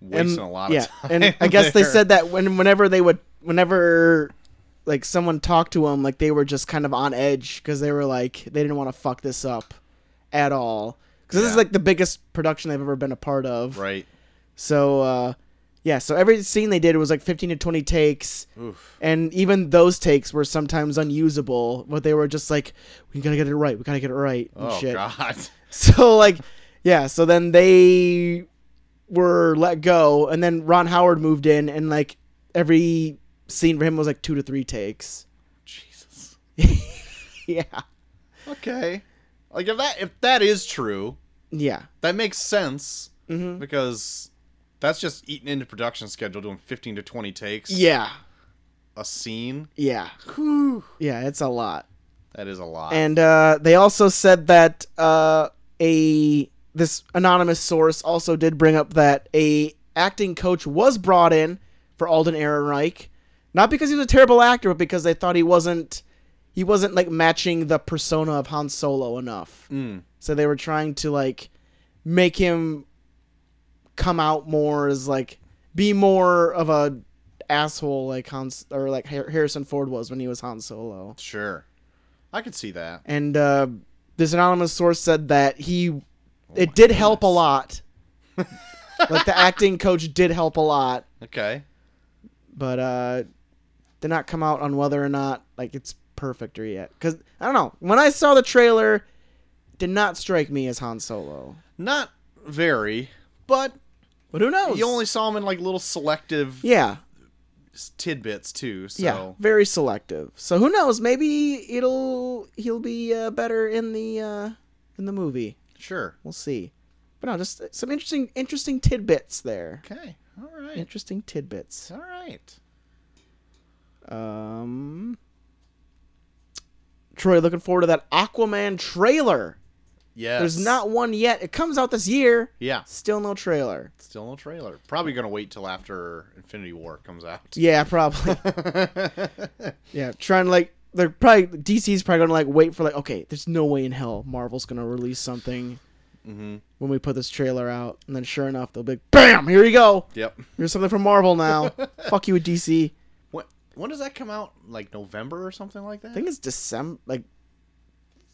S2: wasting a lot of time.
S1: And I guess they
S2: there.
S1: said that when whenever they would whenever like someone talked to them, like they were just kind of on edge because they were like they didn't want to fuck this up at all. Because this is
S2: Yeah.
S1: like the biggest production they've ever been a part of.
S2: right.
S1: So uh, yeah, so every scene they did was like fifteen to twenty takes.
S2: Oof.
S1: And even those takes were sometimes unusable, but they were just like, "We gotta get it right. We gotta get it right." And
S2: Oh
S1: shit.
S2: God.
S1: So like, yeah. So then they were let go, and then Ron Howard moved in, and like every scene for him was like two to three takes.
S2: Jesus.
S1: Yeah,
S2: Okay. Like if that if that is true,
S1: yeah,
S2: that makes sense
S1: Mm-hmm.
S2: because that's just eaten into production schedule doing 15 to 20 takes
S1: yeah,
S2: a scene
S1: yeah,
S2: Whew.
S1: yeah. It's a lot.
S2: that is a lot
S1: And uh, they also said that uh, a this anonymous source also did bring up that a acting coach was brought in for Alden Ehrenreich, not because he was a terrible actor, but because they thought he wasn't he wasn't like matching the persona of Han Solo enough.
S2: Mm.
S1: So they were trying to like make him come out more as like be more of a asshole like Han or like Har- Harrison Ford was when he was Han Solo.
S2: sure i could see that
S1: And uh, this anonymous source said that he,
S2: Oh
S1: it did help a lot. like the acting coach did help a lot,
S2: okay
S1: but uh, did not come out on whether or not like it's perfect or yet. Because I don't know. When I saw the trailer, did not strike me as Han Solo.
S2: not very but
S1: But who knows?
S2: you only saw him in like little selective
S1: yeah,
S2: s- tidbits too so
S1: yeah, very selective. So who knows? Maybe it'll he'll be uh, better in the uh, in the movie.
S2: sure
S1: We'll see. But no, just some interesting interesting tidbits there.
S2: okay all right
S1: interesting tidbits.
S2: all right
S1: Um, Troy, looking forward to that Aquaman trailer.
S2: yes
S1: There's not one yet. It comes out this year.
S2: yeah
S1: Still no trailer.
S2: still no trailer probably gonna wait till after infinity war comes out
S1: Yeah, probably. yeah, trying to like they're probably DC's probably gonna like wait for like okay, there's no way in hell Marvel's gonna release something
S2: mm-hmm.
S1: when we put this trailer out, and then sure enough they'll be like, bam, here you go.
S2: yep
S1: Here's something from Marvel now. Fuck you with DC.
S2: When, when does that come out? Like November or something like that?
S1: I think it's December, like,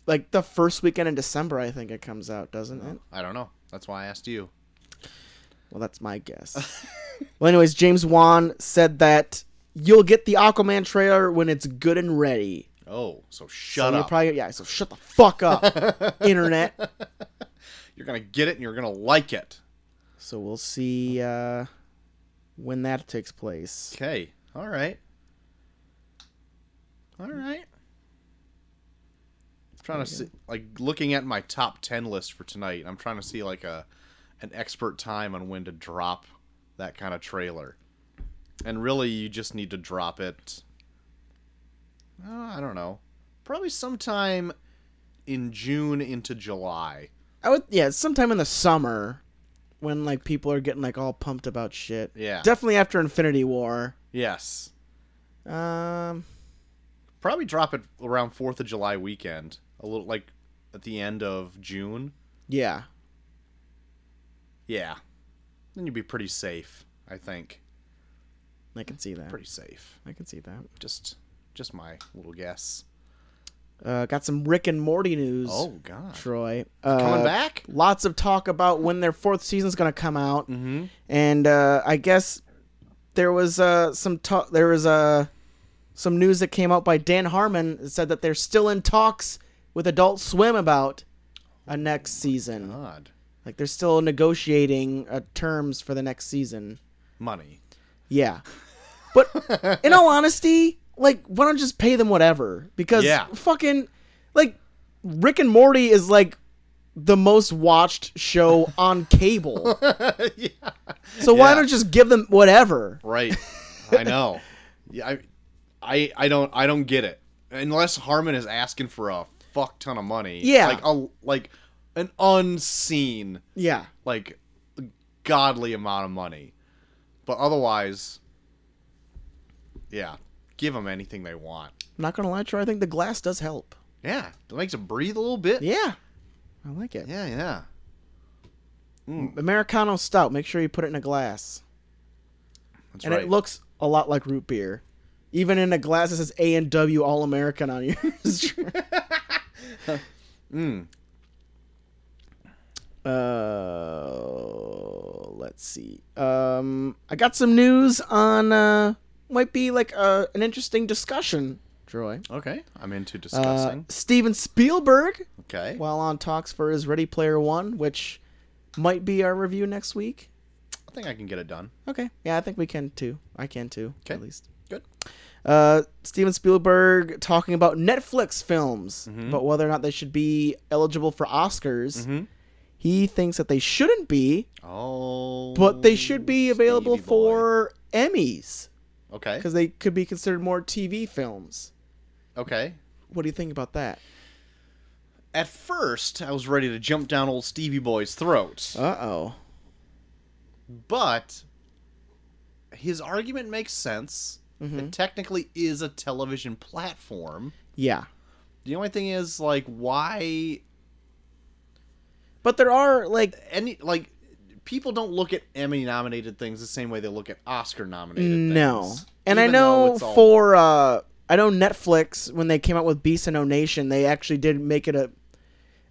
S1: like the first weekend in December. I think it comes out, doesn't it?
S2: I don't know. That's why I asked you.
S1: Well, that's my guess. well, anyways, James Wan said that you'll get the Aquaman trailer when it's good and ready.
S2: Oh, so
S1: So
S2: shut
S1: you'll
S2: up.
S1: Probably, yeah. So shut the fuck up, internet.
S2: you're gonna get it and you're gonna like it.
S1: So we'll see uh, when that takes place.
S2: Okay. All right. All right. I'm trying to see, like, looking at my top ten list for tonight. I'm trying to see like a an expert time on when to drop that kind of trailer. And really, you just need to drop it. uh, I don't know. Probably sometime in June into July.
S1: I would, yeah, sometime in the summer when like people are getting like all pumped about shit.
S2: Yeah.
S1: Definitely after Infinity War.
S2: yes.
S1: Um.
S2: Probably drop it around Fourth of July weekend. A little like at the end of June.
S1: Yeah.
S2: Yeah. Then you'd be pretty safe, I think.
S1: I can see that.
S2: Pretty safe.
S1: I can see that.
S2: Just just my little guess.
S1: Uh, got some Rick and Morty news.
S2: Oh god.
S1: Troy. Uh,
S2: Coming back?
S1: Lots of talk about when their fourth season's going to come out,
S2: Mm-hmm.
S1: and uh, I guess there was uh, some talk. There was uh, some news that came out by Dan Harmon that said that they're still in talks with Adult Swim about a next season.
S2: God.
S1: Like they're still negotiating uh, terms for the next season.
S2: Money.
S1: Yeah. But in all honesty, like, why don't you just pay them whatever? Because
S2: Yeah.
S1: fucking, like, Rick and Morty is like the most watched show on cable.
S2: yeah.
S1: So why
S2: Yeah.
S1: don't you just give them whatever?
S2: Right. I know. Yeah, I, I I don't I don't get it. Unless Harmon is asking for a fuck ton of money.
S1: Yeah.
S2: Like a like an unseen
S1: Yeah.
S2: like godly amount of money. But otherwise yeah, give them anything they want.
S1: I'm not gonna lie, Troy. I think the glass does help.
S2: Yeah, it makes them breathe a little bit.
S1: Yeah. I like it.
S2: yeah. yeah.
S1: Americano stout. Make sure you put it in a glass,
S2: That's
S1: and
S2: right.
S1: it looks a lot like root beer. Even in a glass that says A and W All American on yours.
S2: mm.
S1: Uh, let's see. Um, I got some news on uh, might be like uh, an interesting discussion, Troy.
S2: Okay, I'm into
S1: Uh,
S2: discussing.
S1: Steven Spielberg,
S2: okay.
S1: while on talks for his Ready Player One, which might be our review next week.
S2: I think I can get it done.
S1: Okay, yeah, I think we can too. I can too,
S2: Okay.
S1: at least.
S2: Good.
S1: Uh, Steven Spielberg talking about Netflix films,
S2: Mm-hmm.
S1: but whether or not they should be eligible for Oscars.
S2: Mhm.
S1: He thinks that they shouldn't be,
S2: Oh.
S1: but they should be available
S2: Stevie boy. Eh?
S1: for Emmys
S2: Okay.
S1: because they could be considered more TV films.
S2: Okay.
S1: What do you think about that?
S2: At first, I was ready to jump down old Stevie Boy's throat,
S1: Uh oh.
S2: but his argument makes sense.
S1: Mhm.
S2: It technically is a television platform.
S1: Yeah,
S2: The only thing is, like, why
S1: but there are like
S2: any like people don't look at Emmy-nominated things the same way they look at Oscar-nominated things.
S1: no, and I
S2: Even though
S1: know
S2: it's all-
S1: for uh, I know Netflix when they came out with Beast and No Nation, they actually did make it a.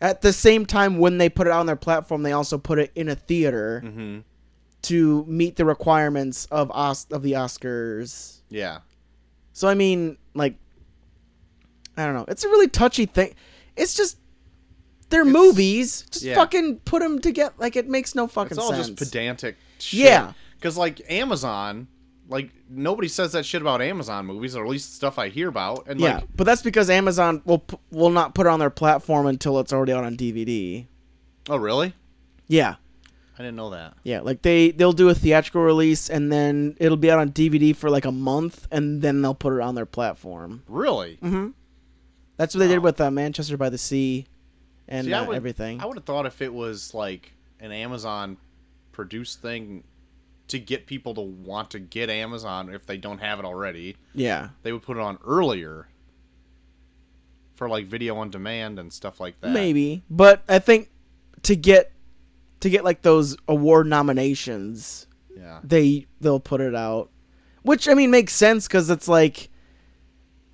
S1: At the same time, when they put it on their platform, they also put it in a theater
S2: Mhm.
S1: to meet the requirements of Os- of the Oscars
S2: Yeah.
S1: So I mean, like, I don't know. It's a really touchy thing. It's just they're movies. Just
S2: yeah.
S1: fucking put them together. Like it makes no fucking
S2: It's all
S1: sense.
S2: just pedantic shit.
S1: Yeah.
S2: Because, like, Amazon, like, nobody says that shit about Amazon movies, or at least stuff I hear about. And,
S1: yeah,
S2: like,
S1: but that's because Amazon will p- will not put it on their platform until it's already out on DVD.
S2: oh, really?
S1: Yeah,
S2: I didn't know that.
S1: yeah. Like they they'll do a theatrical release and then it'll be out on DVD for like a month and then they'll put it on their platform.
S2: Really?
S1: Mm-hmm. That's what they did
S2: Wow.
S1: with uh, Manchester by the Sea and
S2: Oh. See, I
S1: uh,
S2: would-
S1: everything.
S2: I would have thought if it was, like, an Amazon produced thing to get people to want to get Amazon if they don't have it already,
S1: yeah.
S2: they would put it on earlier for, like, video on demand and stuff like that.
S1: Maybe, but I think to get to get like those award nominations,
S2: Yeah.
S1: they they'll put it out, which I mean makes sense because it's like,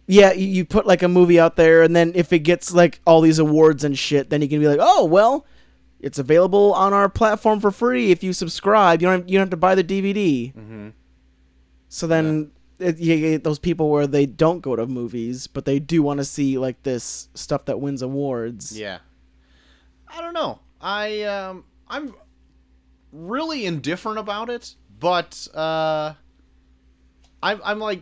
S1: yeah, you, you put like a movie out there, and then if it gets like all these awards and shit, then you can be like, oh well, it's available on our platform for free if you subscribe. You don't have, you don't have to buy the DVD.
S2: Mhm.
S1: So then. It, you get those people where they don't go to movies, but they do want to see like this stuff that wins awards.
S2: Yeah. I don't know. I um I'm really indifferent about it, but uh I'm I'm like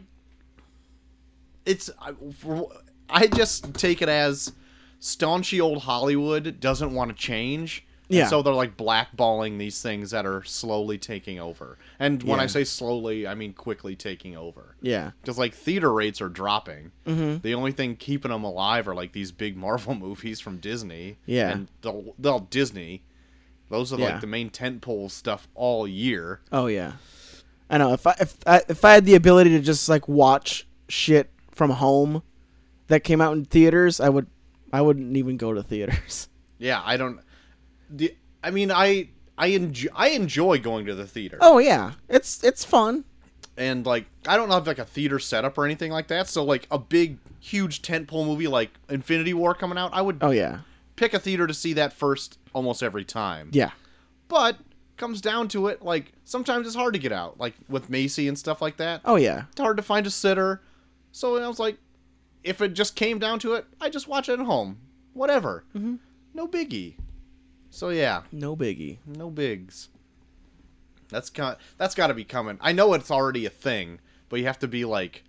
S2: it's I, for- I just take it as staunchy old Hollywood doesn't want to change. and
S1: Yeah.
S2: so they're like blackballing these things that are slowly taking over. And when I
S1: Yeah.
S2: say slowly, I mean quickly taking over.
S1: Yeah.
S2: because like theater rates are dropping.
S1: Mm-hmm.
S2: The only thing keeping them alive are like these big Marvel movies from Disney.
S1: Yeah.
S2: and the the Disney. Those are
S1: Yeah.
S2: like the main tentpole stuff all year.
S1: Oh yeah, I know. If I if I, if I had the ability to just like watch shit from home that came out in theaters, I would. I wouldn't even go to theaters.
S2: Yeah, I don't. The, I mean, I I enjoy I enjoy going to the theater.
S1: Oh yeah, Oh, it's it's fun.
S2: and like I don't have like a theater setup or anything like that. So like a big, huge tentpole movie like Infinity War coming out, I would
S1: Oh yeah,
S2: pick a theater to see that first almost every time.
S1: yeah,
S2: But comes down to it, like sometimes it's hard to get out, like with Macy and stuff like that.
S1: oh yeah.
S2: It's hard to find a sitter. So I was like, if it just came down to it, I just watch it at home. Whatever. No biggie. So yeah,
S1: No biggie.
S2: no bigs. That's got that's got to be coming. I know it's already a thing, but you have to be like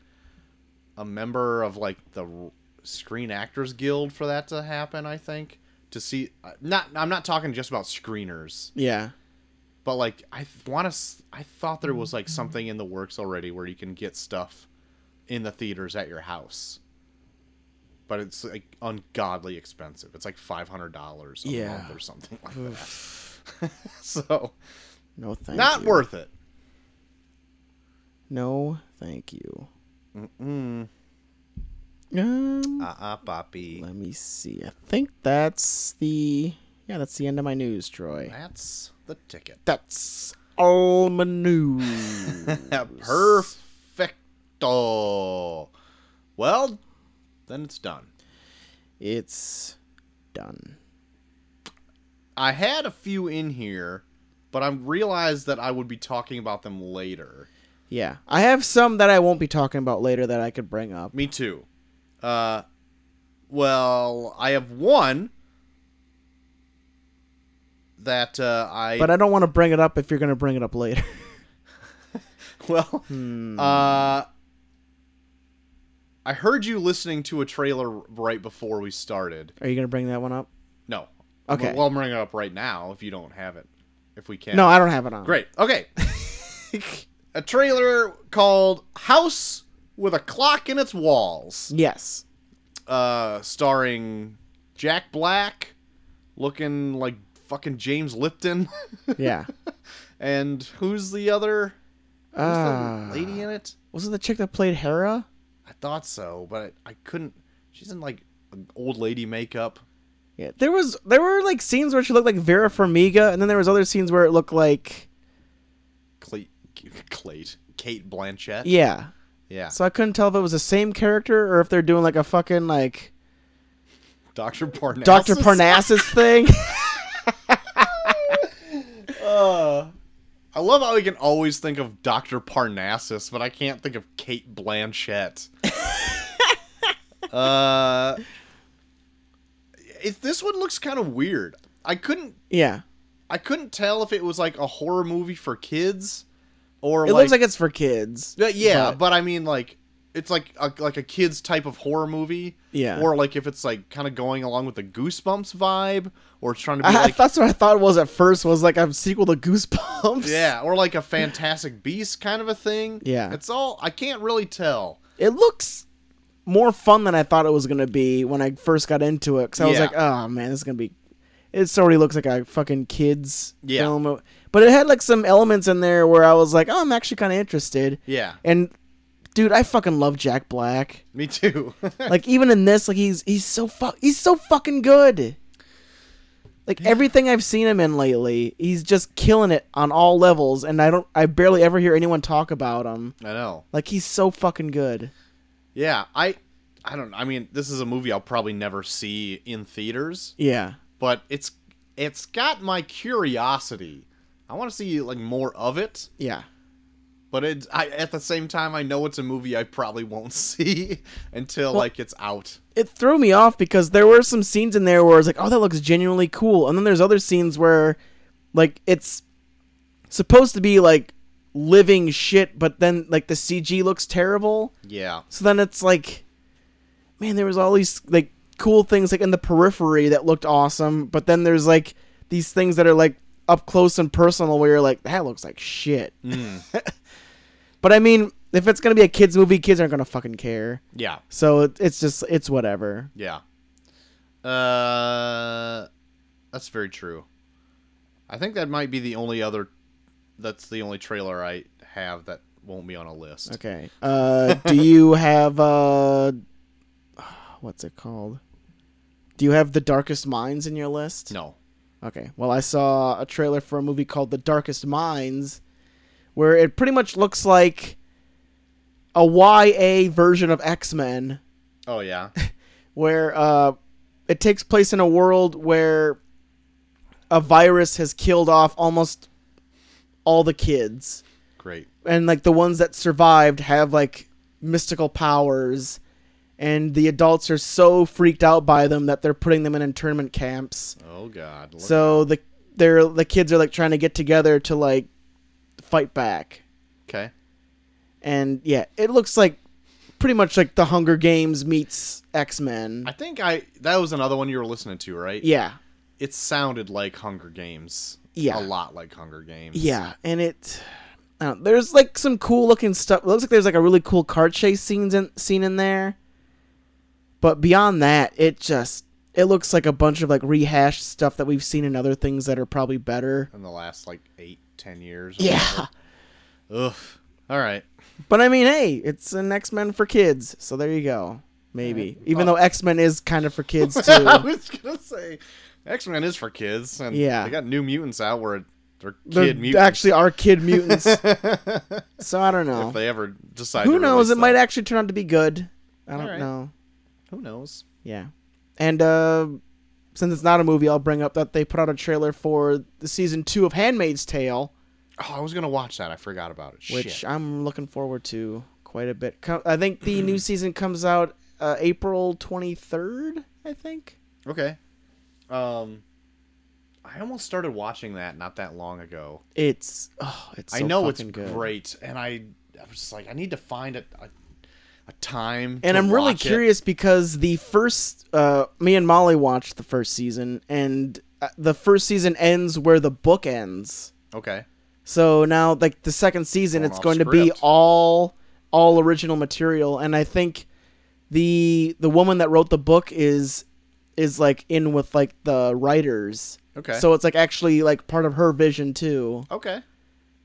S2: a member of like the R- Screen Actors Guild for that to happen. I think to see uh, not I'm not talking just about screeners,
S1: Yeah.
S2: but like I want to I thought there was like something in the works already where you can get stuff in the theaters at your house. But it's like ungodly expensive. It's like five hundred dollars a
S1: Yeah.
S2: month or something like that. so
S1: No thank
S2: not
S1: you.
S2: worth it.
S1: No thank you. Um,
S2: Uh uh Poppy.
S1: let me see. I think that's the yeah. That's the end of my news, Troy.
S2: That's the ticket.
S1: That's all my news.
S2: Perfecto. Well, then it's done.
S1: it's done.
S2: I had a few in here, but I realized that I would be talking about them later.
S1: Yeah, I have some that I won't be talking about later that I could bring up.
S2: Me too. Uh, well, I have one that uh, I
S1: But I don't want to bring it up if you're going to bring it up later.
S2: well, uh, I heard you listening to a trailer right before we started.
S1: Are you going to bring that one up?
S2: No.
S1: Okay.
S2: Well, I'm bringing it up right now if you don't have it. If we can.
S1: No, I don't have it on.
S2: Great. Okay. a trailer called House with a Clock in Its Walls,
S1: Yes.
S2: uh, starring Jack Black, looking like fucking James Lipton,
S1: Yeah.
S2: and who's the other? Who's
S1: Ah.
S2: the lady in it?
S1: Wasn't the chick that played Hera?
S2: I thought so, but I, I couldn't. She's in like old lady makeup.
S1: Yeah. There was there were like scenes where she looked like Vera Farmiga, and then there was other scenes where it looked like
S2: Clay, Clay, Kate Blanchett.
S1: yeah.
S2: yeah.
S1: So I couldn't tell if it was the same character or if they're doing like a fucking like
S2: Doctor Parnassus.
S1: Doctor Parnassus thing.
S2: Uh, I love how we can always think of Dr. Parnassus, but I can't think of Kate Blanchett. uh, if this one looks kind of weird. I couldn't
S1: yeah.
S2: I couldn't tell if it was like a horror movie for kids or
S1: It
S2: like,
S1: looks like it's for kids.
S2: Uh, yeah,
S1: but-
S2: but, I mean like it's like a, like a kids type of horror movie.
S1: Yeah.
S2: Or like if it's like kind of going along with the Goosebumps vibe or it's trying to be
S1: I,
S2: like
S1: that's what I thought it was at first was like a sequel to Goosebumps.
S2: Yeah, or like a Fantastic Beast kind of a thing.
S1: Yeah.
S2: It's all I can't really tell.
S1: It looks more fun than I thought it was gonna be when I first got into it. Cause I was
S2: Yeah.
S1: like, oh man, this is gonna be. It already looks like a fucking kids
S2: Yeah.
S1: film, but it had like some elements in there where I was like, oh, I'm actually kind of interested.
S2: Yeah.
S1: And dude, I fucking love Jack Black.
S2: Me too.
S1: like even in this, like he's he's so fu- he's so fucking good. Like everything I've seen him in lately, he's just killing it on all levels, and I don't I barely ever hear anyone talk about him.
S2: I know.
S1: Like he's so fucking good.
S2: Yeah, I I don't I mean, this is a movie I'll probably never see in theaters,
S1: Yeah.
S2: but it's it's got my curiosity. I want to see like more of it,
S1: Yeah.
S2: but it's I at the same time I know it's a movie I probably won't see until like it's out.
S1: It threw me off because there were some scenes in there where it's like, oh, that looks genuinely cool. And then there's other scenes where, like, it's supposed to be, like, living shit, but then, like, the CG looks terrible.
S2: Yeah.
S1: So then it's like, man, there was all these, like, cool things, like, in the periphery that looked awesome. But then there's, like, these things that are, like, up close and personal where you're like, that looks like shit. but I mean, if it's going to be a kids' movie, kids aren't going to fucking care.
S2: Yeah.
S1: So it, it's just it's whatever.
S2: Yeah. Uh, that's very true. I think that might be the only other. That's the only trailer I have that won't be on a list.
S1: Okay. Uh, do you have uh, what's it called? Do you have the Darkest Minds in your list?
S2: No.
S1: Okay. Well, I saw a trailer for a movie called The Darkest Minds, where it pretty much looks like a YA version of X Men
S2: Oh yeah.
S1: where uh, it takes place in a world where a virus has killed off almost all the kids
S2: Great.
S1: and like the ones that survived have like mystical powers and the adults are so freaked out by them that they're putting them in internment camps
S2: Oh god. Look-
S1: so the they're the kids are like trying to get together to like fight back
S2: okay.
S1: and yeah it looks like pretty much like the hunger games meets x-men
S2: I think I that was another one you were listening to, right?
S1: yeah
S2: It sounded like Hunger Games.
S1: Yeah.
S2: A lot like Hunger Games.
S1: Yeah, and it I don't- there's like some cool looking stuff. It looks like there's like a really cool car chase scenes in, scene in there. But beyond that, it just it looks like a bunch of like rehashed stuff that we've seen in other things that are probably better.
S2: In the last like eight, ten years. or
S1: Yeah.
S2: whatever. Ugh. All right.
S1: But I mean, hey, it's an X-Men for kids. So there you go. Maybe. Even though X-Men is kind of for kids
S2: I
S1: too.
S2: was gonna say X Men is for kids, and
S1: Yeah.
S2: they got New Mutants out where they're kid
S1: They're
S2: mutants.
S1: actually are kid mutants. so I don't know.
S2: if they ever decide,
S1: Who
S2: to
S1: knows? It
S2: release
S1: might
S2: that.
S1: actually turn out to be good. I don't
S2: Alright.
S1: know.
S2: Who knows?
S1: Yeah. And uh, since it's not a movie, I'll bring up that they put out a trailer for the season two of Handmaid's Tale,
S2: Oh, I was gonna watch that. I forgot about it.
S1: which
S2: Shit.
S1: I'm looking forward to quite a bit. Co- I think the new season comes out uh, April 23rd, I think.
S2: Okay. Um, I almost started watching that not that long ago.
S1: It's oh, it's
S2: I
S1: so
S2: know it's
S1: fucking good.
S2: great, and I, I was just like, I need to find a, a, a time.
S1: And
S2: to
S1: I'm really
S2: watch it.
S1: curious because the first uh, me and Molly watched the first season and uh, the first season ends where the book ends.
S2: Okay.
S1: So now, like the second season,
S2: Going
S1: it's
S2: off
S1: going to be
S2: script.
S1: all all original material, and I think the the woman that wrote the book is is like in with like the writers.
S2: Okay.
S1: So it's like actually like part of her vision too.
S2: Okay.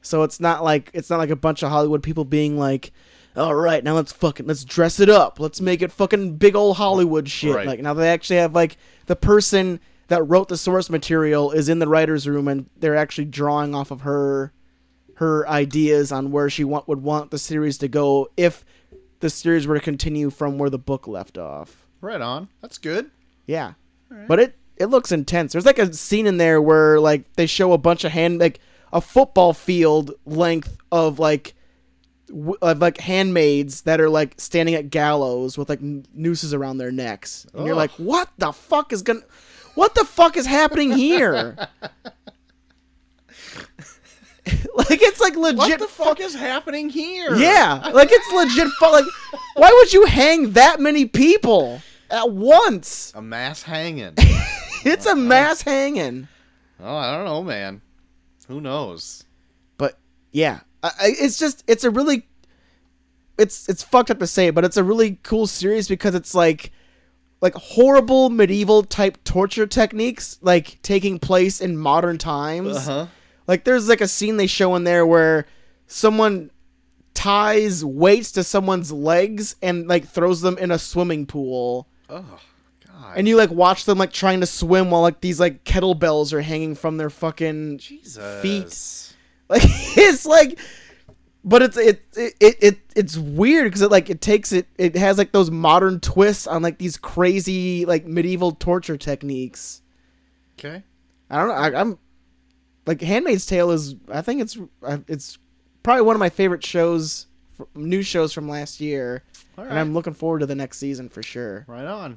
S1: So it's not like it's not like a bunch of Hollywood people being like, "All right, now let's fucking let's dress it up. Let's make it fucking big old Hollywood shit."
S2: Right.
S1: Like now they actually have like the person that wrote the source material is in the writers' room and they're actually drawing off of her her ideas on where she want, would want the series to go if the series were to continue from where the book left off.
S2: Right on. That's good.
S1: Yeah. But it it looks intense. There's like a scene in there where like they show a bunch of hand like a football field length of like w- of like handmaids that are like standing at gallows with like n- nooses around their necks. And you're
S2: Ugh.
S1: like, "What the fuck is going to What the fuck is happening here?" like it's like legit
S2: What the fuck is happening here?
S1: yeah, like it's legit fu- like why would you hang that many people at once?
S2: A mass hanging.
S1: it's a mass hanging.
S2: oh, I don't know, man. Who knows?
S1: But yeah, I, I- it's just it's a really it's it's fucked up to say, but it's a really cool series because it's like like horrible medieval type torture techniques like taking place in modern times.
S2: Uh-huh.
S1: Like there's like a scene they show in there where someone ties weights to someone's legs and like throws them in a swimming pool.
S2: Oh, God.
S1: And you like watch them like trying to swim while like these like kettlebells are hanging from their fucking
S2: Jesus.
S1: feet. Like it's like, but it's it it it, it it's weird because it like it takes it it has like those modern twists on like these crazy like medieval torture techniques.
S2: Okay.
S1: I don't know. I, I'm like Handmaid's Tale is I think it's I- it's probably one of my favorite shows, f- new shows from last year,
S2: All right.
S1: and I'm looking forward to the next season for sure.
S2: Right on.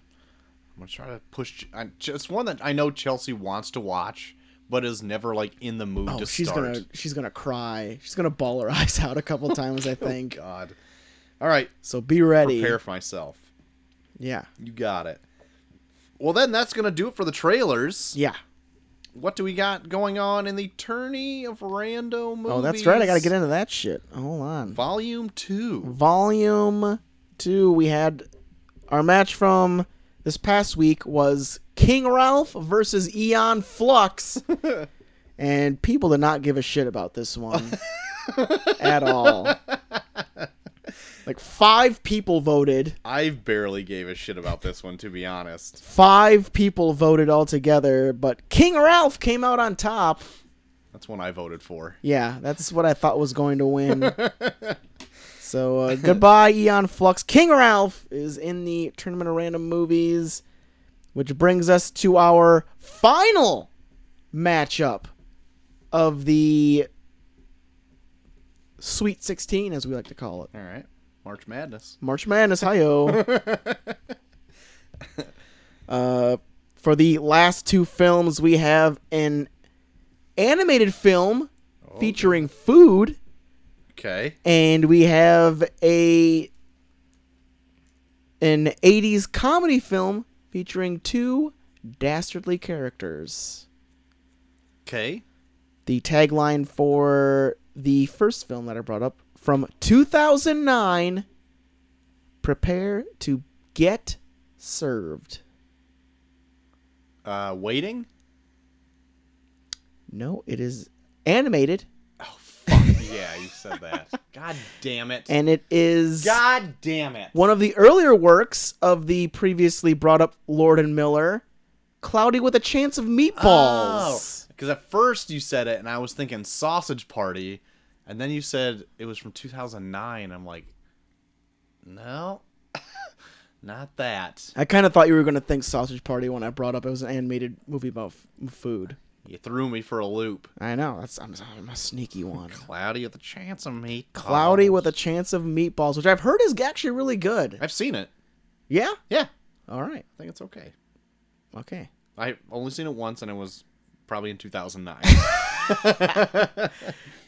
S2: I'm gonna try to push. I, it's one that I know Chelsea wants to watch, but is never like in the mood
S1: Oh,
S2: to
S1: she's
S2: start.
S1: gonna she's gonna cry. She's gonna ball her eyes out a couple times, I think.
S2: God. All right.
S1: So be ready.
S2: Prepare for myself.
S1: Yeah,
S2: You got it. Well, then that's gonna do it for the trailers.
S1: yeah.
S2: What do we got going on in the tourney of rando movies?
S1: Oh, that's right. I got to get into that shit. Hold on.
S2: volume two.
S1: Volume 2, we had our match from this past week was King Ralph versus Eon Flux. and people did not give a shit about this one at all. Like five people voted.
S2: I barely gave a shit about this one, to be honest.
S1: Five people voted altogether, but King Ralph came out on top.
S2: That's one I voted for.
S1: Yeah, that's what I thought was going to win. So uh, goodbye, Eon Flux. King Ralph is in the Tournament of Random Movies, which brings us to our final matchup of the Sweet 16, as we like to call it.
S2: All right. March Madness.
S1: March Madness, hi-yo. uh, for the last two films, we have an animated film featuring food,
S2: Okay.
S1: and we have a an 80s comedy film featuring two dastardly characters.
S2: Okay.
S1: The tagline for the first film that I brought up from 2009 Prepare to get served.
S2: Uh, waiting.
S1: No, it is animated
S2: Oh fuck. yeah, you said that. God damn it.
S1: and it is
S2: God damn it.
S1: one of the earlier works of the previously brought up Lord and Miller, Cloudy with a Chance of Meatballs.
S2: Because Oh. at first you said it, and I was thinking Sausage Party, and then you said it was from 2009. I'm like, no, not that.
S1: I kind of thought you were going to think Sausage Party when I brought up it was an animated movie about f- food.
S2: You threw me for a loop.
S1: I know, that's I'm, I'm a sneaky one.
S2: Cloudy with a chance of me.
S1: Cloudy with a Chance of Meatballs, which I've heard is actually really good.
S2: I've seen it.
S1: Yeah?
S2: Yeah,
S1: All right.
S2: I think it's okay.
S1: Okay.
S2: I only seen it once, and it was probably in 2009.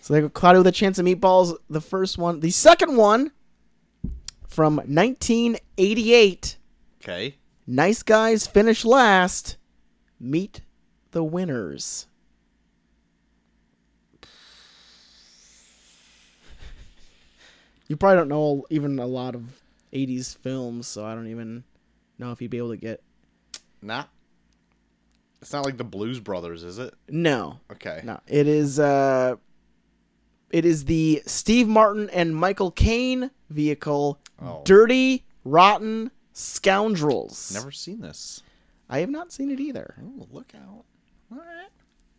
S1: So they go Cloudy with a Chance of Meatballs, the first one. The second one from 1988.
S2: okay.
S1: Nice guys finish last. Meet the winners. You probably don't know even a lot of 80s films, so I don't even know if you'd be able to get.
S2: Nah. It's not like the Blues Brothers, is it?
S1: No.
S2: Okay.
S1: No. It is uh it is the Steve Martin and Michael Caine vehicle
S2: Oh.
S1: Dirty Rotten Scoundrels.
S2: Never seen this.
S1: I have not seen it either.
S2: Oh, look out. All right.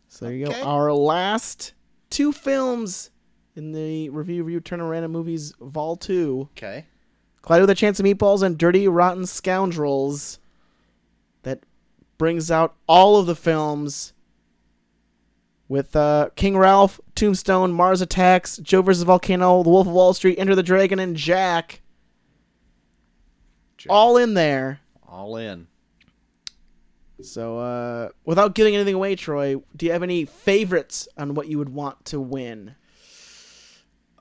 S1: So there you go.
S2: Okay.
S1: Our last two films in the review review turn around and movies vol two.
S2: Okay.
S1: Clyde with a Chance of Meatballs and Dirty Rotten Scoundrels. That brings out all of the films with uh, King Ralph, Tombstone, Mars Attacks, Joe vs. Volcano, The Wolf of Wall Street, Enter the Dragon, and Jack.
S2: Jack.
S1: All in there.
S2: All in.
S1: So, uh, without giving anything away, Troy, do you have any favorites on what you would want to win?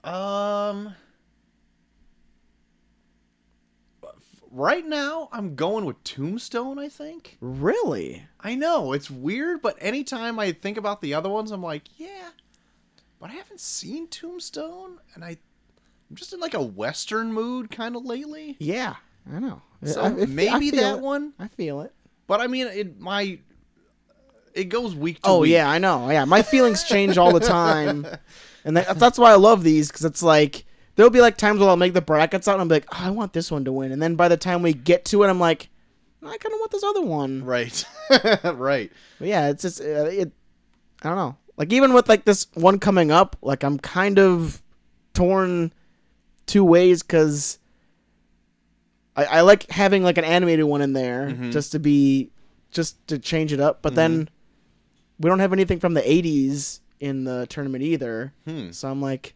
S2: Um. Right now, I'm going with Tombstone, I think.
S1: Really?
S2: I know, it's weird, but anytime I think about the other ones, I'm like, yeah. But I haven't seen Tombstone, and I, I'm just in like a Western mood kind of lately.
S1: Yeah, I know.
S2: So
S1: I- I- I
S2: maybe
S1: feel
S2: that
S1: it.
S2: one.
S1: I feel it.
S2: But I mean, it my it goes week to
S1: Oh
S2: week.
S1: yeah, I know. Yeah, my feelings change all the time, and that, that's why I love these because it's like there'll be like times where I'll make the brackets out and I'll be like, oh, I want this one to win, and then by the time we get to it, I'm like, I kind of want this other one.
S2: Right. right.
S1: But yeah, it's just uh, it. I don't know. Like even with like this one coming up, like I'm kind of torn two ways because I, I like having like an animated one in there
S2: Mm-hmm.
S1: just to be just to change it up. But then we don't have anything from the '80s in the tournament either,
S2: Hmm.
S1: so I'm like,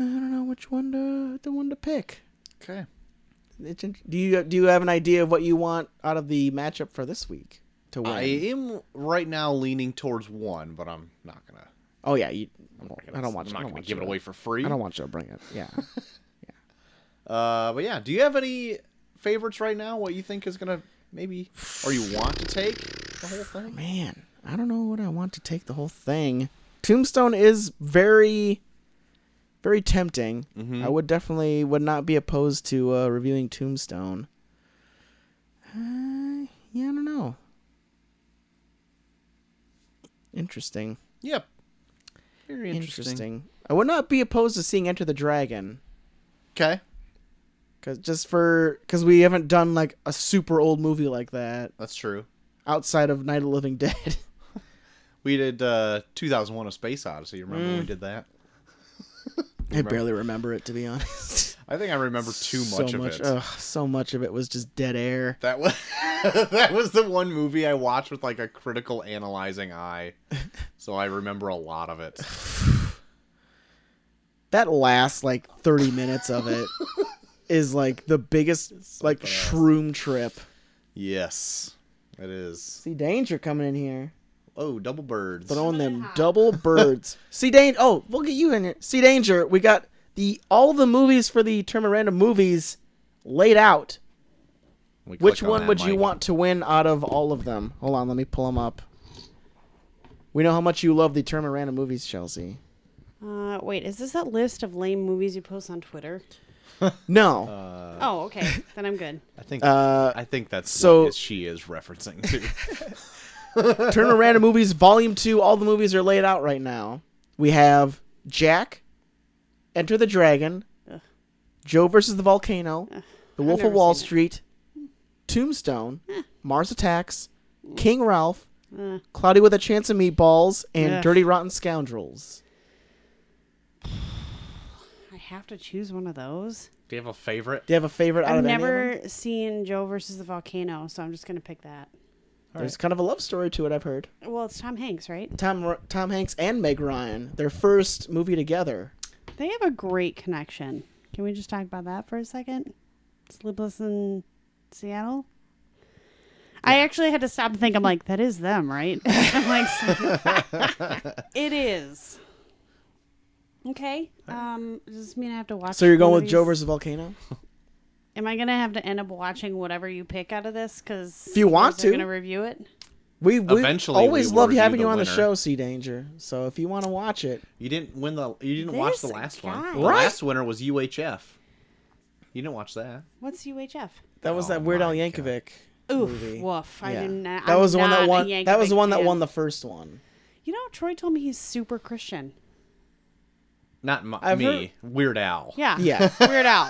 S1: I don't know which one to the one to pick.
S2: Okay.
S1: It's in- Do you do you have an idea of what you want out of the matchup for this week to win?
S2: I am right now leaning towards one, but I'm not gonna.
S1: Oh yeah, you,
S2: I'm not gonna
S1: I don't want.
S2: I'm
S1: you-
S2: not
S1: I don't
S2: gonna
S1: want
S2: give
S1: you
S2: it
S1: to-
S2: away for free.
S1: I don't want you to bring it. Yeah.
S2: Uh, but yeah, do you have any favorites right now? What you think is gonna maybe, or you want to take the whole thing?
S1: Man, I don't know what I want to take the whole thing. Tombstone is very, very tempting.
S2: Mm-hmm.
S1: I would definitely would not be opposed to uh, reviewing Tombstone. Uh, yeah, I don't know. Interesting.
S2: Yep. Very
S1: Interesting.
S2: interesting.
S1: I would not be opposed to seeing Enter the Dragon.
S2: Okay,
S1: Cause just for because we haven't done like a super old movie like that
S2: that's true.
S1: outside of Night of the Living Dead. Mm.
S2: We did uh, 2001: A Space Odyssey. Remember when we did that?
S1: I barely remember it to be honest.
S2: I think I remember too
S1: so
S2: much of it.
S1: Ugh, so much uh, of it was just dead air.
S2: That was that was the one movie I watched with like a critical analyzing eye, so I remember a lot of it.
S1: That last like 30 minutes of it is like the biggest like
S2: else.
S1: shroom trip.
S2: Yes, it is.
S1: See danger coming in here.
S2: Oh, double birds.
S1: Throwing them double birds. See danger. Oh, we'll get you in here. See danger. We got the all the movies for the Term Random movies laid out.
S2: We click
S1: Which
S2: on
S1: one
S2: that
S1: would you
S2: mic.
S1: want to win out of all of them? Hold on, let me pull them up. We know how much you love the Term Random movies, Chelsea.
S3: Uh, wait, is this that list of lame movies you post on Twitter?
S1: No.
S3: oh, okay. Then I'm good.
S2: I think.
S1: Uh,
S2: I think that's
S1: so-
S2: what she is referencing to. Uh.
S1: Turner Random Movies Volume 2. All the movies are laid out right now. We have Jack, Enter the Dragon,
S3: Ugh.
S1: Joe versus the Volcano, The Wolf
S3: never
S1: of Wall
S3: seen it.
S1: Street, Tombstone, Mars Attacks, King Ralph,
S3: Uh,
S1: Cloudy with a Chance of Meatballs, and
S3: Ugh.
S1: Dirty Rotten Scoundrels.
S3: I have to choose one of those.
S2: Do you have a favorite?
S1: Do you have a favorite out
S3: I've
S1: of any of them?
S3: never seen Joe versus the volcano, so I'm just gonna pick that.
S1: There's kind of a love story to it, I've heard.
S3: Well, it's Tom Hanks, right?
S1: Tom Tom Hanks and Meg Ryan, their first movie together.
S3: They have a great connection. Can we just talk about that for a second? Sleepless in Seattle. I actually had to stop and think. I'm like, that is them, right? I'm like, it is. Okay. Um, does this mean I have to watch?
S1: So you're going
S3: one of
S1: with Joe
S3: these?
S1: versus Volcano?
S3: Am I gonna have to end up watching whatever you pick out of this? Because
S1: If you want to.
S3: gonna review it.
S1: We, we
S2: Eventually,
S1: always
S2: we will
S1: love
S2: review
S1: having
S2: the
S1: you on the
S2: winner.
S1: show, Sea Danger. So if you want to watch it,
S2: You didn't win the. You didn't watch the
S3: This
S2: last
S3: guy.
S2: one. The
S1: Right?
S2: last winner was UHF. You didn't watch that.
S3: What's UHF?
S1: that was
S2: Oh
S1: that Weird Al
S2: my God.
S1: Yankovic
S3: Oof,
S1: movie.
S3: woof. I
S1: Yeah.
S3: do not.
S1: That
S3: I'm
S1: was the one
S3: not
S1: that
S3: a
S1: won. That was the
S3: Yankovic
S1: one that
S3: fan.
S1: won the first one.
S3: You know, Troy told me he's super Christian.
S2: Not my,
S1: I've
S2: me. Weird Al.
S3: Yeah.
S1: Yeah.
S3: Weird Al.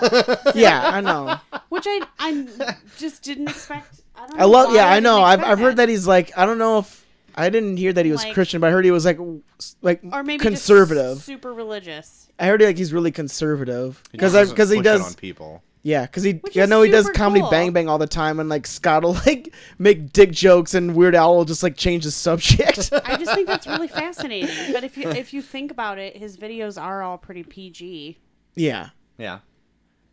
S1: yeah, I know.
S3: Which I I just didn't expect. I, don't
S1: I
S3: know
S1: love.
S3: why
S1: Yeah, I
S3: didn't
S1: know. I've
S3: expect
S1: I've heard that he's like. I don't know if I didn't hear that he was
S3: Like-
S1: Christian, but I heard he was like s- like
S3: Or maybe just
S1: conservative.
S3: super religious.
S1: I heard like he's really conservative because
S2: just
S1: because he
S2: push it
S1: does
S2: on people.
S1: Yeah, because he,
S3: Which
S1: I
S3: is
S1: know he does
S3: super
S1: comedy
S3: cool.
S1: bang bang all the time, and like Scott will like make dick jokes, and Weird Al will just like change the subject.
S3: I just think that's really fascinating. But if you if you think about it, his videos are all pretty PG.
S1: yeah,
S2: Yeah.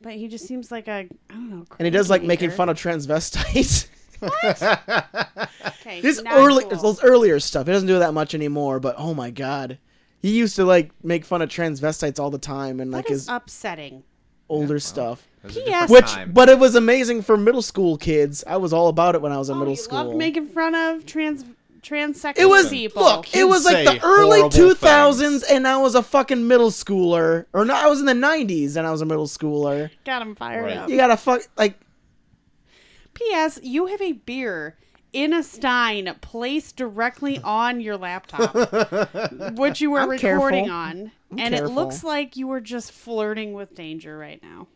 S3: But he just seems like a I don't know.
S1: and he does like making fun of transvestites.
S3: okay,
S1: His
S3: not
S1: early,
S3: cool.
S1: those earlier stuff. He doesn't do that much anymore, but oh my god, he used to like make fun of transvestites all the time, and like
S3: That
S1: his
S3: is upsetting.
S1: older stuff.
S2: It was a
S3: P.S.
S2: different
S1: Which,
S2: time.
S1: but it was amazing for middle school kids. I was all about it when I was in
S3: Oh,
S1: middle
S3: you
S1: school.
S3: loved making fun of trans transsexual
S1: It was
S3: people.
S1: look. It
S2: Kids
S1: was like
S2: say
S1: the early
S2: horrible
S1: two thousands, and I was a fucking middle schooler, or no, I was in the nineties, and I was a middle schooler.
S3: got him fired
S2: Right.
S3: up.
S1: You gotta fuck like
S3: P.S. You have a beer in a stein placed directly on your laptop, which you were
S1: I'm
S3: recording
S1: careful.
S3: on, and
S1: careful.
S3: it looks like you were just flirting with danger right now.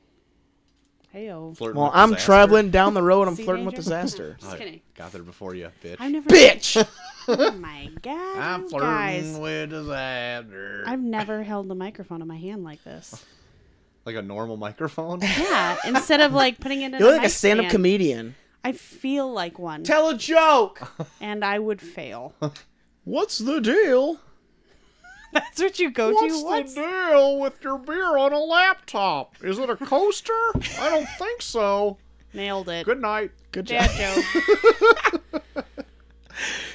S3: Heyo.
S2: Flirting
S1: Well,
S2: with
S1: I'm
S2: disaster.
S1: traveling down the road. I'm
S3: See
S1: flirting with
S3: danger?
S1: disaster.
S3: Just kidding.
S2: Got there before you, bitch.
S3: I've
S2: I'm,
S3: never.
S1: Bitch.
S3: Oh my god. these
S2: flirting
S3: guys.
S2: with disaster.
S3: I've never held the microphone in my hand like this.
S2: Like a normal microphone.
S3: Yeah. Instead of like putting it in
S1: You look
S3: a
S1: like a
S3: mic
S1: stand-up
S3: stand,
S1: comedian.
S3: I feel like one,
S1: Tell a joke.
S3: and I would fail.
S1: What's the deal?
S3: That's what you go to. What's
S2: deal with your beer on a laptop? Is it a coaster? I don't think so.
S3: Nailed it.
S2: night.
S1: Good job.
S3: Dad joke.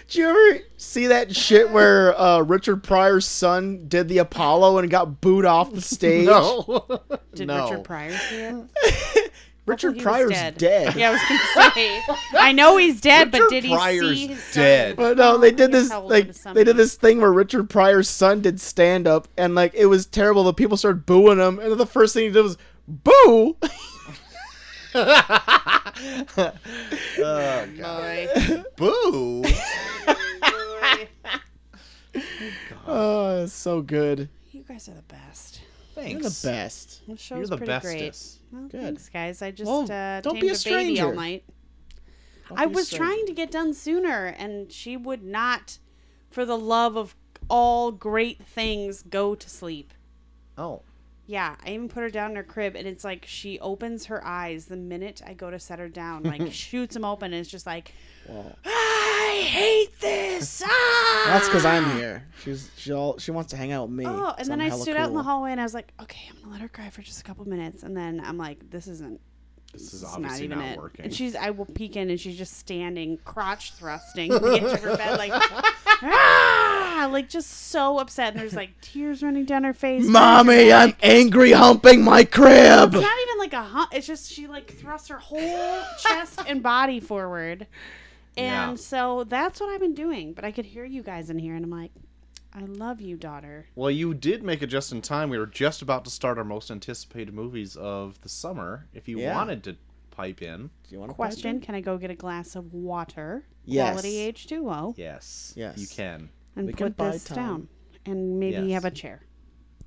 S1: Did you ever see that shit where uh, Richard Pryor's son did the Apollo and got booed off the stage?
S2: No.
S3: Did
S2: no.
S3: Richard Pryor see it?
S1: Richard
S3: He was
S1: Pryor's
S3: dead.
S1: dead.
S3: Yeah, I was gonna say. I know he's dead, but
S2: Richard
S3: did he
S2: Pryor's
S3: see? His son?
S2: dead.
S1: But no, they did
S3: guess
S1: this
S3: I'll leave
S1: like
S3: it to
S1: they did
S3: somebody.
S1: this thing where Richard Pryor's son did stand up and like it was terrible. The people started booing him, and then the first thing he did was boo.
S2: Oh, God. Boo.
S1: oh, it's so good.
S3: You guys are the best.
S1: You're the
S2: Thanks.
S1: best.
S3: The show's
S2: You're the
S3: pretty great.
S2: bestest.
S3: Well,
S1: Good.
S3: Thanks, guys. I just
S1: Well,
S3: uh,
S1: don't
S3: tamed
S1: be a
S3: a, baby all
S1: stranger.
S3: night. I
S1: be a
S3: was
S1: stranger.
S3: trying to get done sooner, and she would not, for the love of all great things, go to sleep.
S2: Oh.
S3: Yeah, I even put her down in her crib, and it's like she opens her eyes the minute I go to set her down. Like shoots them open, and it's just like, I hate this. Ah!
S1: That's because I'm here. She's she all she wants to hang out with me.
S3: Oh, and
S1: so
S3: then
S1: I'm
S3: I
S1: hella
S3: stood out in the
S1: cool.
S3: hallway, and I was like, okay, I'm gonna let her cry for just a couple minutes, and then I'm like, this isn't.
S2: This is
S3: It's
S2: obviously
S3: not
S2: not,
S3: even it.
S2: working.
S3: And she's, I will peek in, and she's just standing, crotch thrusting, to the edge of her bed, like, ah, like just so upset. And there's like tears running down her face.
S1: Mommy, I'm angry humping my crib.
S3: It's not even like a hump. It's just she like thrusts her whole chest and body forward. And
S2: Yeah.
S3: so that's what I've been doing. But I could hear you guys in here, and I'm like, I love you, daughter.
S2: Well, you did make it just in time. We were just about to start our most anticipated movies of the summer. If you
S1: Yeah.
S2: wanted to pipe in,
S1: Do you want
S3: Question Can I go get a glass of water?
S1: Yes.
S3: Quality H2O.
S2: yes,
S1: Yes.
S2: you can.
S3: And
S1: We can
S3: put
S1: buy
S3: this
S1: time.
S3: down. And maybe
S2: Yes.
S3: have a chair.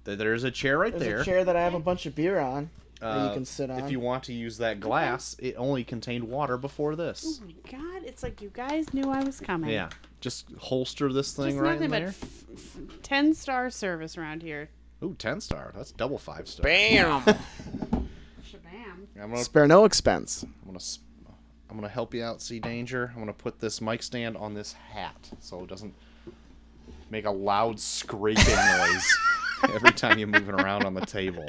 S2: There- There's a chair right
S1: There's
S2: there.
S1: a chair that I have a bunch of beer on that
S2: Uh,
S1: you can sit on.
S2: If you want to use that glass, it only contained water before this.
S3: Oh my God. It's like you guys knew I was coming.
S2: Yeah, just holster this thing
S3: Just
S2: right in
S3: nothing but
S2: there.
S3: f- f- 10 star service around here.
S2: Ooh, ten star. That's double five star.
S1: Bam.
S3: Shabam.
S2: I'm gonna,
S1: Spare no expense.
S2: I'm gonna, s- I'm gonna help you out, see danger. I'm gonna put this mic stand on this hat so it doesn't make a loud scraping noise every time you move it around on the table.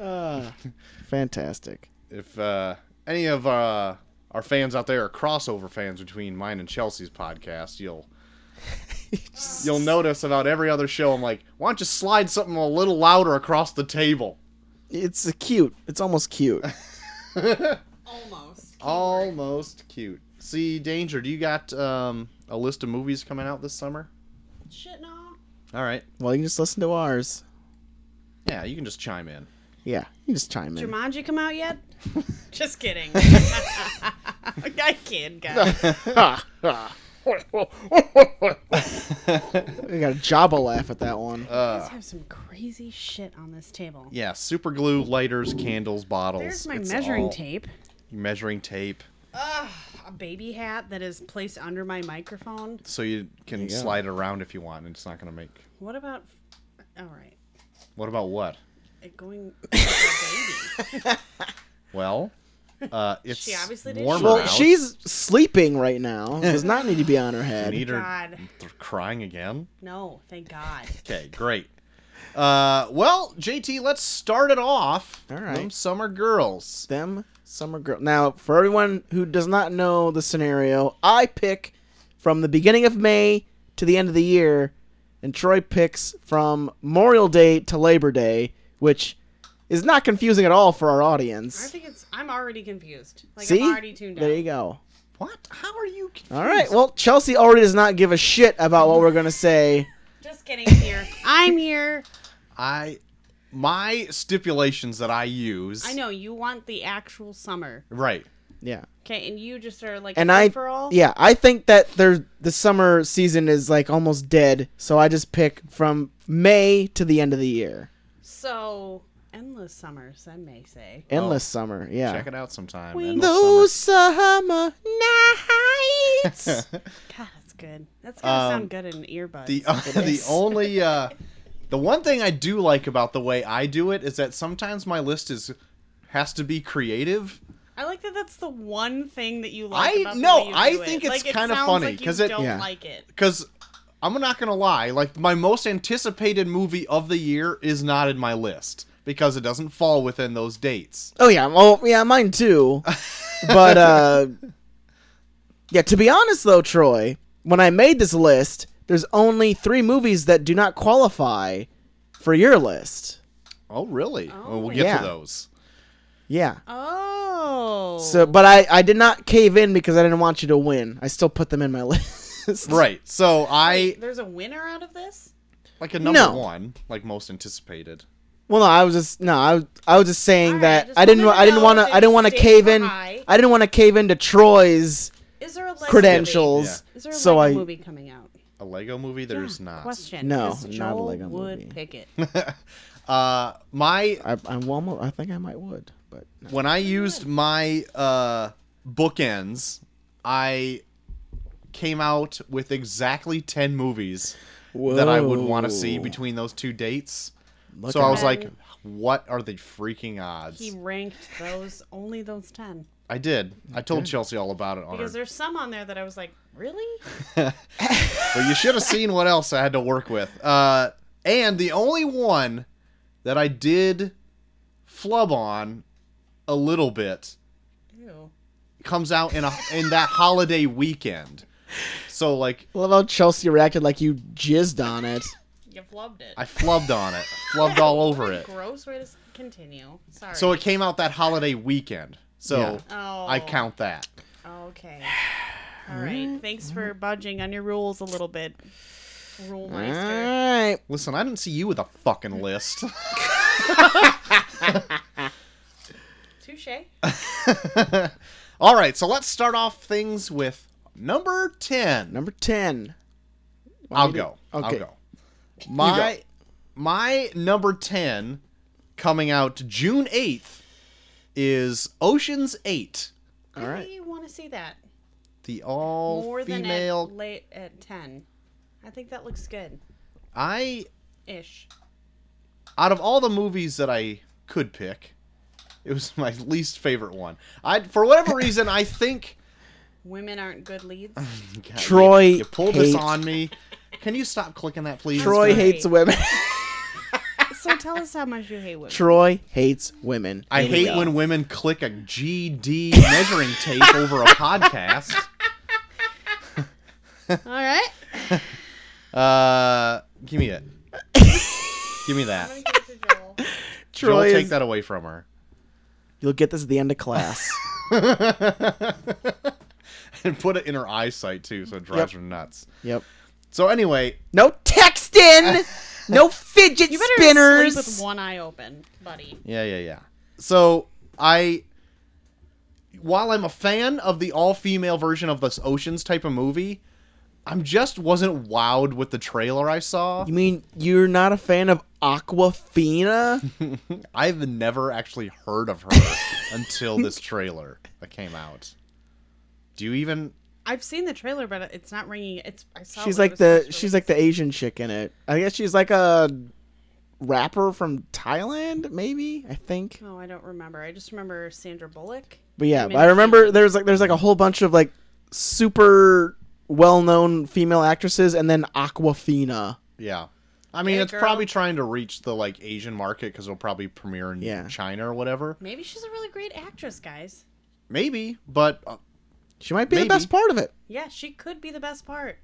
S1: Ah, fantastic.
S2: if uh, any of uh, our fans out there are crossover fans between mine and Chelsea's podcast, you'll you'll notice about every other show. I'm like, why don't you slide something a little louder across the table?
S1: It's uh, cute. It's almost cute.
S4: Almost.
S2: Almost cute. See, Danger, do you got um, a list of movies coming out this summer?
S4: Shit, no.
S2: All right.
S1: well, you can just listen to ours.
S2: Yeah, you can just chime in.
S1: Yeah, you just chime in.
S3: Jumanji come out yet?
S4: Just kidding. I kid,
S1: Uh,
S4: guys.
S1: I got a Jabba laugh at that
S2: Uh,
S1: one.
S3: guys have some crazy shit on this table.
S2: Yeah, super glue, lighters, candles, bottles.
S3: There's my
S2: It's
S3: measuring
S2: all-
S3: tape,
S2: Measuring tape.
S3: a baby hat that is placed under my microphone.
S2: So you can
S1: go.
S2: slide it around if you want, and it's not going to make.
S3: What about? All right,
S2: What about what?
S3: it going. baby.
S2: Well, uh, it's
S3: She obviously did
S2: warmer
S3: shit.
S1: well,
S2: out.
S1: she's sleeping right now. Does not need to be on her head.
S2: Need her
S3: God.
S2: th- crying again.
S3: No, thank God.
S2: Okay, great. Uh, well, JT, let's start it off.
S1: All right.
S2: Them summer girls.
S1: Them summer girl. Now, for everyone who does not know the scenario, I pick from the beginning of May to the end of the year, and Troy picks from Memorial Day to Labor Day, which is not confusing at all for our
S3: I
S1: audience.
S3: think it's. I'm already confused. Like
S1: See,
S3: I'm already tuned
S1: there you go.
S3: out.
S2: What? How are you? Confused?
S1: All right. Well, Chelsea already does not give a shit about what we're gonna say.
S3: Just kidding. I'm Here, I'm here.
S2: I, my stipulations that I use.
S3: I know you want the actual summer,
S2: Right.
S1: Yeah.
S3: okay? And you just are like
S1: And I,
S3: for all.
S1: yeah, I think that there the summer season is like almost dead, so I just pick from May to the end of the year.
S3: So endless summers, I may say.
S1: Endless summer. Yeah.
S2: Oh. Check it out sometime.
S3: We
S2: Endless
S1: Those summer nights.
S2: summer.
S3: God, that's good. That's gonna
S2: Um,
S3: sound good in earbuds.
S2: the uh, the
S1: is.
S2: only uh, the one thing I do like about the way I do it is that sometimes my list is has to be creative
S3: I like that. That's the one thing that you like.
S2: I-
S3: about the
S2: no,
S3: way you
S2: I
S3: do
S2: think
S3: it.
S2: it's
S3: Like, it
S2: kinda
S3: sounds
S2: funny,
S3: like you
S2: 'cause it-
S3: don't
S1: Yeah.
S3: like it.
S2: because I'm not gonna lie, like my most anticipated movie of the year is not in my list because it doesn't fall within those dates.
S1: oh yeah. Oh yeah. Mine too. but uh, yeah. To be honest though, Troy, when I made this list, there's only three movies that do not qualify for your list.
S2: Oh, really?
S3: Oh.
S2: well, we'll get
S1: Yeah.
S2: to those.
S1: Yeah.
S3: Oh,
S1: So, but I, I did not cave in because I didn't want you to win. I still put them in my list.
S2: Right. So I
S3: there's a winner out of this.
S2: like a number
S1: No.
S2: one, like most anticipated.
S1: Well, no, I was just no, I was, I was just saying
S3: All
S1: that
S3: right, just
S1: I didn't wa-
S3: wanted to
S1: I didn't
S3: know
S1: want
S3: if
S1: to
S3: it
S1: I didn't want to cave
S3: stakes were
S1: in
S3: high.
S1: I didn't want to cave into Troy's
S3: Is there a Lego
S1: credentials.
S3: Movie? Is there a
S1: So I
S3: Lego movie coming out? Ah,
S2: A Lego movie? There's not.
S3: Question.
S1: No,
S3: 'cause
S1: not a
S3: Joel
S1: Lego
S3: would
S1: movie.
S3: pick it.
S2: Uh, my
S1: I I'm almost, I think I might would, but no.
S2: when I used my uh, bookends, I came out with exactly ten movies that I would want to see
S1: Whoa.
S2: between those two dates.
S1: Look
S2: so I
S1: out.
S2: was like,
S5: Um,
S2: what are the freaking odds?
S3: He ranked those only those ten
S2: I did. I told Chelsea all about it on
S3: because
S2: her.
S3: there's some on there that I was like, really?
S2: But you should have seen what else I had to work with. Uh, and the only one that I did flub on a little bit
S3: Ew.
S2: comes out in a in that holiday weekend. So like
S1: I love how Chelsea reacted like you jizzed on it.
S3: You've loved it.
S2: I flubbed on it, flubbed all over it.
S3: Gross way to s- continue. Sorry.
S2: So it came out that holiday weekend. So
S1: Yeah.
S3: Oh.
S2: I count that.
S3: Okay. All right. Thanks for budging on your rules a little bit. Rule
S1: All
S3: meister.
S1: right.
S2: Listen, I didn't see you with a fucking list.
S3: Touche.
S2: All right, so let's start off things with number 10.
S1: Number 10.
S2: I'll go. I'll
S1: Okay.
S2: go. My my number 10 coming out June 8th is Ocean's 8,
S1: All
S3: Why
S1: right.
S3: do you want to see that?
S2: the all
S3: More
S2: female
S3: than at, late at 10. I think that looks good.
S2: I
S3: Ish.
S2: out of all the movies that I could pick, it was my least favorite one. I for whatever reason I think
S3: Women aren't good leads.
S2: God,
S1: Troy
S2: you, you pulled this
S1: hates-
S2: on me. Can you stop clicking that, please?
S1: Troy
S3: right.
S1: hates women.
S3: so tell us how much you hate women.
S1: Troy hates women.
S2: I
S1: Here we
S2: hate
S1: go.
S2: when women click a GD measuring tape over a podcast.
S3: All right.
S2: Uh, give me it. give me that.
S3: I'm gonna give it to Joel.
S2: Troy,
S1: Troy
S2: take
S1: is-
S2: that away from her.
S1: You'll get this at the end of class.
S2: and put it in her eyesight too, so it drives her nuts.
S1: yep.
S2: So anyway,
S1: No texting. no fidget
S3: You better
S1: spinners.
S3: sleep with one eye open, buddy.
S2: Yeah, yeah, yeah. So I, while I'm a fan of the all-female version of this Ocean's type of movie, I'm just wasn't wowed with the trailer I saw.
S1: You mean you're not a fan of Aquafina?
S2: I've never actually heard of her until this trailer that came out. Do you even?
S3: I've seen the trailer, but it's not ringing. It's I saw.
S1: she's
S3: when
S1: like
S3: it was
S1: the
S3: first
S1: she's like the Asian chick in it. I guess she's like a rapper from Thailand, maybe. I think.
S3: released. Oh, I don't remember. I just remember Sandra Bullock.
S1: But yeah,
S3: Maybe
S1: I remember
S3: she-
S1: there's like there's like a whole bunch of like super well-known female actresses and then Aquafina.
S2: Yeah. I mean,
S3: Hey,
S2: it's
S3: girl.
S2: probably trying to reach the like Asian market because it'll probably premiere in
S1: Yeah.
S2: China or whatever.
S3: Maybe she's a really great actress, guys.
S2: Maybe, but uh,
S1: She might be
S2: Maybe.
S1: the best part of it.
S3: Yeah, she could be the best part,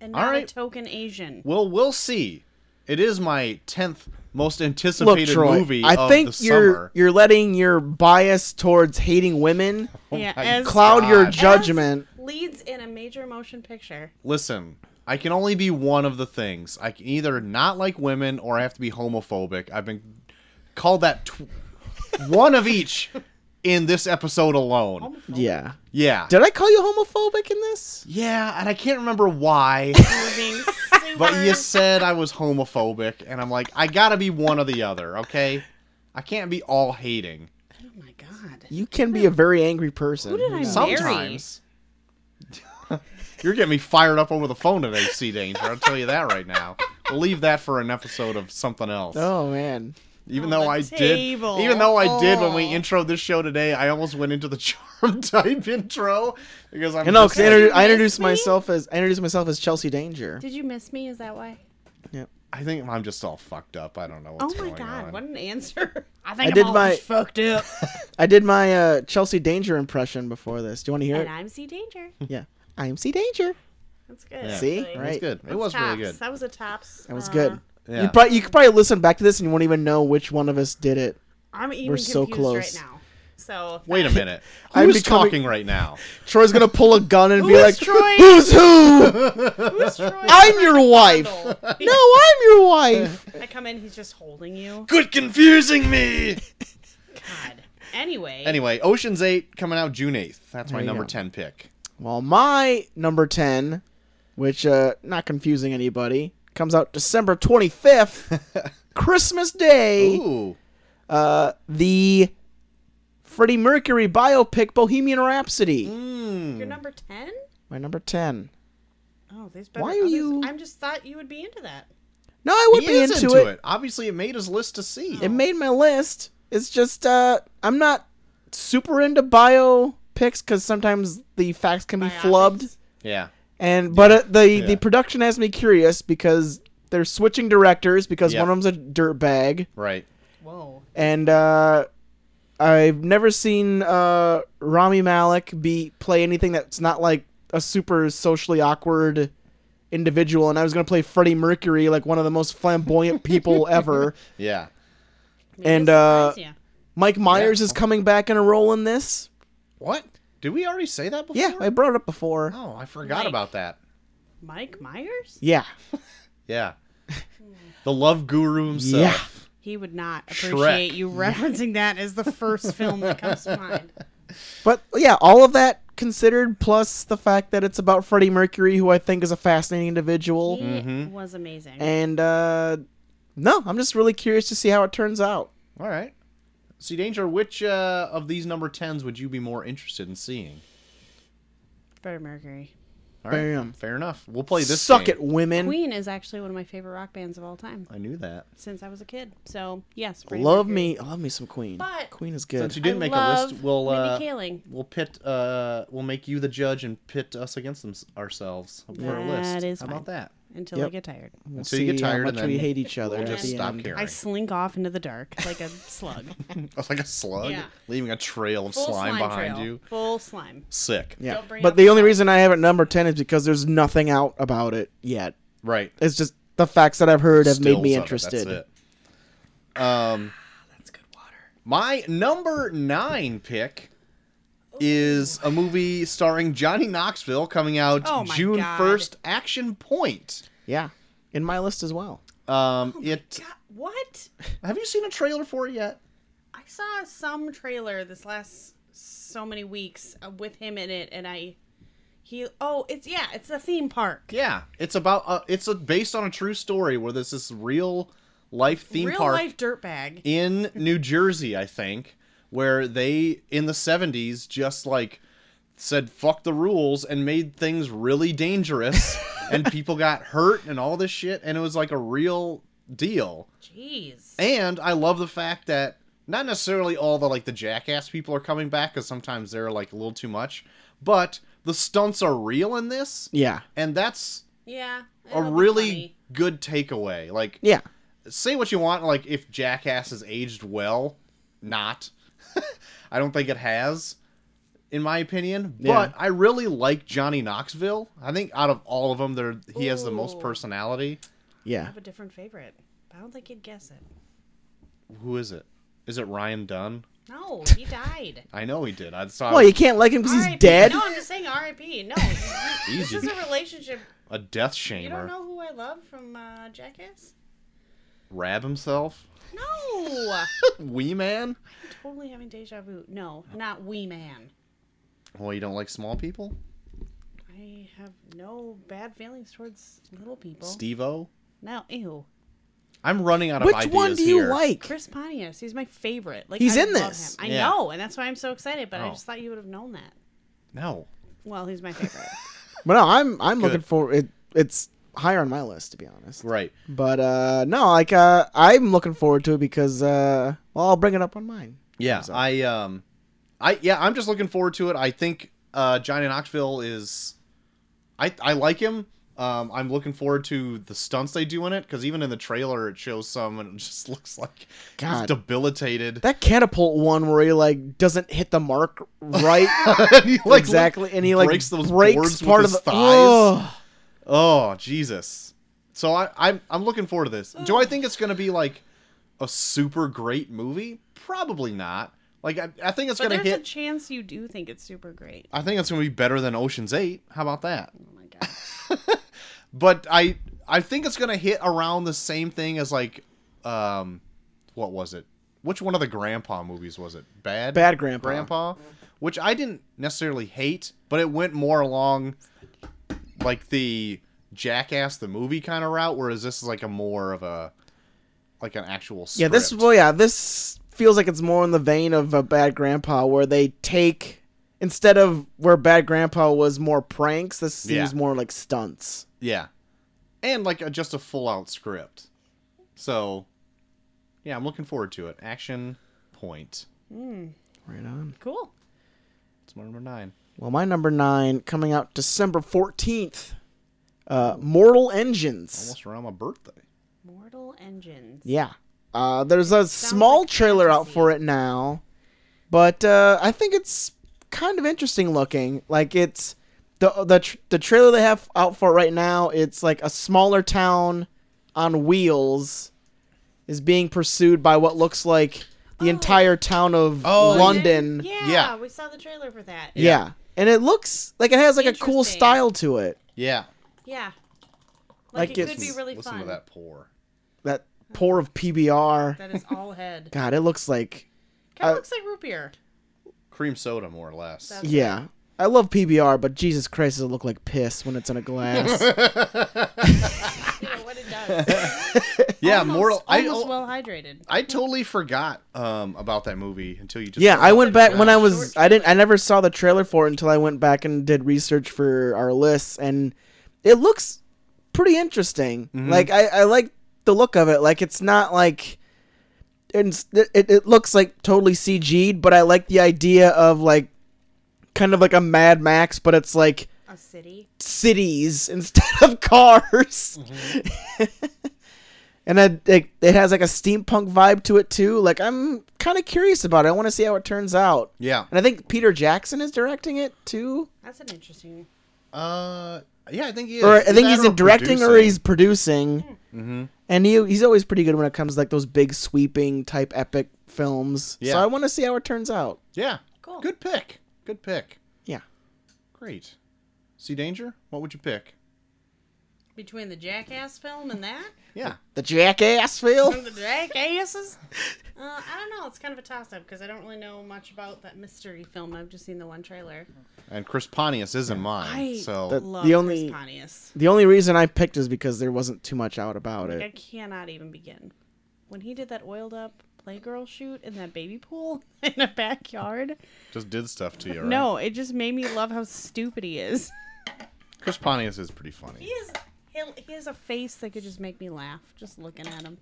S3: and
S2: All
S3: not
S2: right.
S3: a token Asian.
S2: Well, we'll see. It is my tenth most
S1: Look,
S2: anticipated
S1: Troy,
S2: movie
S1: I
S2: of
S1: think
S2: the
S1: you're
S2: summer.
S1: you're letting your bias towards hating women
S3: yeah,
S2: my
S3: as
S1: cloud your
S2: God.
S1: judgment.
S3: as leads in a major motion picture.
S2: Listen, I can only be one of the things. I can either not like women or I have to be homophobic. I've been called that tw- one of each in this episode alone.
S1: Yeah.
S2: Yeah.
S1: Did I call you homophobic in this?
S2: Yeah, and I can't remember why,
S3: We're being
S2: but you
S3: super-
S2: said I was homophobic, and I'm like, I gotta be one or the other, okay? I can't be all hating.
S3: Oh my god.
S1: You can be a very angry person.
S3: Who did I marry?
S2: Sometimes. You're getting me fired up over the phone today, Sea Danger. I'll tell you that right now. We'll leave that for an episode of something else.
S1: Oh man.
S2: even
S3: on
S2: though
S3: the
S2: I
S3: table.
S2: did, even though I did when we
S3: Oh.
S2: introed this show today, I almost went into the charm type intro because I'm.
S1: And no,
S2: just-
S1: because I, introdu- I
S3: miss
S1: introduced
S3: me?
S1: myself as I introduced myself as Chelsea Danger.
S3: Did you miss me? Is that why?
S2: I think I'm just all fucked up. I don't know
S3: Oh
S2: what's
S3: my
S2: going
S3: god,
S2: on.
S3: what an answer. I think
S1: I did my
S3: fucked up.
S1: I did my uh, Chelsea Danger impression before this. Do you want to hear
S3: and
S1: it?
S3: I'm C Danger.
S1: Yeah. I'm C Danger.
S3: That's good.
S2: Yeah.
S1: See?
S3: Like,
S1: Right.
S2: It's good. It
S3: that's
S2: was really
S3: tops.
S2: good.
S3: That was a tops.
S1: That was
S3: uh,
S1: good.
S2: Yeah.
S1: You probably you could probably listen back to this and you won't even know which one of us did it.
S3: I'm even
S1: We're
S3: confused
S1: so
S3: right
S1: close.
S3: now. So
S2: Wait a minute.
S1: I'm
S2: Who's
S1: becoming-
S2: talking right now?
S1: Troy's gonna pull a gun and be
S3: Who's
S1: like,
S3: Troy?
S1: "Who's who?
S3: Who's Troy?
S1: I'm your wife. No, I'm your wife."
S3: I come in, he's just holding you.
S2: Quit confusing me.
S3: God. Anyway,
S2: Anyway, Ocean's Eight coming out June eighth. That's my
S1: There you
S2: number
S1: go.
S2: ten pick.
S1: Well, my number ten, which uh, not confusing anybody, comes out December twenty fifth, Christmas Day.
S2: Ooh.
S1: uh, the Freddie Mercury biopic Bohemian Rhapsody.
S2: Mm.
S3: you're number ten.
S1: My number 10.
S3: Oh, there's better.
S1: Why are
S3: others.
S1: you-
S3: I'm just thought you would be into that.
S1: No, I would
S2: He
S1: be
S2: is
S1: into, it.
S2: Obviously, it Oh. made his list to see.
S1: It made my list. It's just uh I'm not super into bio picks because sometimes the facts can be
S3: Biopics?
S1: flubbed.
S2: yeah.
S1: And but uh, the
S2: Yeah.
S1: the production has me curious because they're switching directors because
S2: Yeah.
S1: one of them's a dirtbag
S2: Right.
S3: Whoa.
S1: and uh I've never seen uh Rami Malik be play anything that's not like a super socially awkward individual and I was going to play Freddie Mercury like one of the most flamboyant people ever.
S2: Yeah.
S3: Maybe
S1: And,
S3: it surprised
S1: uh,
S3: ya.
S1: Mike Myers is coming back in a role in this.
S2: What? Did we already say that before?
S1: Yeah, I brought it up before.
S2: oh, I forgot
S3: Mike.
S2: about that.
S3: Mike Myers,
S1: Yeah.
S2: Yeah. the love guru himself.
S1: Yeah.
S3: he would not appreciate you referencing that as the first film that comes to mind.
S1: But yeah, all of that considered, plus the fact that it's about Freddie Mercury, who I think is a fascinating individual.
S3: He
S2: Mm-hmm.
S3: was amazing.
S1: And uh no, I'm just really curious to see how it turns out.
S2: All right. See, Danger, which uh, of these number 10s would you be more interested in seeing?
S3: Freddie Mercury.
S2: All right.
S1: Bam.
S2: Fair enough. We'll play this.
S1: Suck
S2: game.
S1: it, women.
S3: Queen is actually one of my favorite rock bands of all time
S2: I knew that.
S3: since I was a kid. So yes, Freddie
S1: Love
S3: Mercury.
S1: me, love me some Queen.
S3: But-
S1: Queen is
S2: Since you
S1: good.
S2: didn't
S3: I
S2: make a
S3: love
S2: list, we'll
S3: Mindy
S2: uh,
S3: Kaling.
S2: we'll pit uh, we'll make you the judge and pit us against them- ourselves for a list.
S3: That is
S2: How
S3: fine.
S2: about that?
S3: until I
S1: Yep.
S3: get tired.
S1: We'll
S2: Until you get
S1: see how
S2: tired and
S1: much we
S2: then
S1: hate each other.
S2: We'll
S1: at
S2: just
S1: the
S2: stop
S1: end.
S2: caring.
S3: I slink off into the dark like a slug.
S2: like a slug,
S3: Yeah.
S2: leaving a trail of
S3: Full
S2: slime, behind
S3: trail.
S2: you.
S3: Full slime.
S2: Sick.
S1: Yeah.
S3: Don't bring
S1: But
S3: up
S1: the
S3: the
S1: only
S3: song.
S1: reason I have it number 10 is because there's nothing out about it yet.
S2: Right.
S1: It's just the facts that I've heard have made me
S2: Stills of it,
S1: interested.
S2: that's it. Um,
S3: That's good water.
S2: my number nine pick is a movie starring Johnny Knoxville coming out
S3: Oh my
S2: June
S3: God.
S2: first. Action Point.
S1: Yeah. In my list as well.
S2: Um, it.
S3: Oh God, what?
S2: Have you seen a trailer for it yet?
S3: I saw some trailer this last so many weeks uh, with him in it, and I he oh it's yeah it's a theme park.
S2: Yeah, it's about uh, it's a, based on a true story where there's this real life theme
S3: Real
S2: park
S3: life dirtbag.
S2: in New Jersey, I think, where they in the 70s just like said fuck the rules and made things really dangerous and people got hurt and all this shit and it was like a real deal.
S3: Jeez.
S2: And I love the fact that not necessarily all the like the jackass people are coming back cuz sometimes they're like a little too much, but the stunts are real in this.
S1: Yeah.
S2: And that's
S3: yeah.
S2: a
S3: it'll be
S2: really
S3: funny.
S2: good takeaway. Like,
S1: Yeah.
S2: say what you want, like if Jackass has aged well, not. I don't think it has, in my opinion.
S1: Yeah.
S2: But I really like Johnny Knoxville. I think out of all of them, there he has the most
S3: Ooh.
S2: personality.
S3: I
S1: Yeah.
S3: have a different favorite. but I don't think you'd guess it.
S2: Who is it? Is it Ryan Dunn?
S3: No, he died.
S2: I know he did. I saw
S1: Well, you can't like him because he's
S3: R.I.P.
S1: dead.
S3: No, I'm just saying R.I.P. No, you- you- this
S2: Easy.
S3: is a relationship.
S2: a death
S3: You don't
S2: shamer.
S3: know who I love from uh, Jackass?
S2: Rab himself.
S3: No,
S2: Wee man.
S3: totally having deja vu. No, not Wee Man.
S2: Well, Oh, you don't like small people.
S3: I have no bad feelings towards little people.
S2: Steve-O.
S3: No, ew.
S2: I'm running out of
S1: Which
S2: ideas
S1: one do you
S2: here.
S1: like?
S3: Chris Pontius, he's my favorite. Like
S1: He's
S3: I
S1: in
S3: love
S1: this.
S3: Him. I
S2: Yeah.
S3: know, and that's why I'm so excited. But
S2: Oh.
S3: I just thought you would have known that.
S2: No.
S3: Well, he's my favorite.
S1: But no, I'm I'm looking
S2: Good.
S1: for it. It's higher on my list to be honest.
S2: Right.
S1: But uh, no, like uh, I'm looking forward to it because uh, well, I'll bring it up on mine.
S2: Yeah,
S1: So-
S2: I um, I yeah, I'm just looking forward to it. I think uh, Johnny Knoxville is, I I like him. Um, I'm looking forward to the stunts they do in it because even in the trailer it shows some and it just looks like he's
S1: God.
S2: debilitated.
S1: That catapult one where he like doesn't hit the mark right
S2: He, like,
S1: exactly, and he like
S2: breaks those boards with
S1: part of
S2: his
S1: the
S2: thighs.
S1: Ugh.
S2: Oh Jesus! So I I'm I'm looking forward to this. Do I think it's gonna be like a super great movie? Probably not. Like I, I think it's
S3: but
S2: gonna
S3: there's a
S2: hit.
S3: chance you do think it's super great.
S2: I think it's gonna be better than Ocean's Eight. How about that?
S3: Oh my god.
S2: but I I think it's gonna hit around the same thing as like, um, what was it? Which one of the grandpa movies was it? Bad
S1: Bad Grandpa.
S2: grandpa, which I didn't necessarily hate, but it went more along like the Jackass the movie kind of route, whereas this is like a more of a like an actual script.
S1: Yeah, this well, yeah, this feels like it's more in the vein of a Bad Grandpa, where they take instead of where Bad Grandpa was more pranks, this seems
S2: Yeah.
S1: more like stunts.
S2: yeah, and like a, just a full out script. So, yeah, I'm looking forward to it. Action point.
S1: Right on.
S3: Cool.
S2: It's my number nine.
S1: Well, my number nine coming out December 14th uh, Mortal Engines.
S2: Almost around my birthday.
S3: Mortal Engines.
S1: Yeah. Uh, there's a small
S3: like
S1: trailer out
S3: fantasy.
S1: for it now, but uh, I think it's kind of interesting looking. Like it's the the tr- the trailer they have out for it right now. It's like a smaller town on wheels is being pursued by what looks like the entire town of
S2: Oh, yeah.
S1: London.
S3: Oh. Yeah,
S2: Yeah.
S3: we saw the trailer for that.
S1: Yeah. And it looks like it has like a cool
S3: Interesting.
S1: style to it.
S2: Yeah.
S3: Yeah.
S1: Like
S3: Like, it could
S1: it's-
S3: be really
S2: Listen
S3: fun.
S2: to that pour.
S1: That pour of PBR.
S3: that is all head.
S1: God, it looks like
S3: Kind
S1: Uh,
S3: of looks like root beer.
S2: Cream soda, more or less.
S3: That's-
S1: Yeah. I love PBR, but Jesus Christ, does it look like piss when it's in a glass?
S3: You know what it does.
S2: yeah,
S3: Almost-
S2: mortal. I,
S3: Almost
S2: oh,
S3: well hydrated.
S2: I totally forgot um, about that movie until you just.
S1: yeah,
S2: brought
S1: I
S2: it
S1: went
S2: up
S1: back
S2: now.
S1: when I was I didn't I never saw the trailer for it until I went back and did research for our lists and it looks pretty interesting. Like I, I like the look of it. Like it's not like it's, it, it looks like totally CG'd, but I like the idea of like kind of like a Mad Max, but it's like
S3: A city.
S1: cities instead of cars. and I, it, it has like a steampunk vibe to it too. Like I'm kind of curious about it. I want to see how it turns out.
S2: Yeah.
S1: And I think Peter Jackson is directing it too.
S3: That's an interesting.
S2: Uh, yeah, I think he is.
S1: Or I think
S2: that
S1: he's in directing or
S2: producing.
S1: he's producing. Mm-hmm. And he, he's always pretty good when it comes to like those big sweeping type epic films. So
S2: Yeah.
S1: I want to see how it turns out.
S2: Yeah.
S3: Cool.
S2: Good pick. Good pick.
S1: Yeah.
S2: Great. See danger? What would you pick?
S3: Between the jackass film and that?
S2: Yeah.
S1: The jackass film.
S3: The jackasses? Uh, I don't know. It's kind of a toss up because I don't really know much about that mystery film. I've just seen the one trailer.
S2: And Chris Pontius isn't mine.
S3: I
S2: so
S1: That-
S3: Love
S1: The
S3: the
S1: only-
S3: only... Chris Pontius.
S1: The only reason I picked is because there wasn't too much out about
S3: Like, I
S1: it.
S3: cannot even begin. When he did that oiled up Playgirl shoot in that baby pool in a backyard,
S2: just did stuff to you. Right?
S3: no, it just made me love how stupid he is.
S2: Chris Pontius is pretty funny.
S3: He is he'll- he has a face that could just make me laugh just looking at him,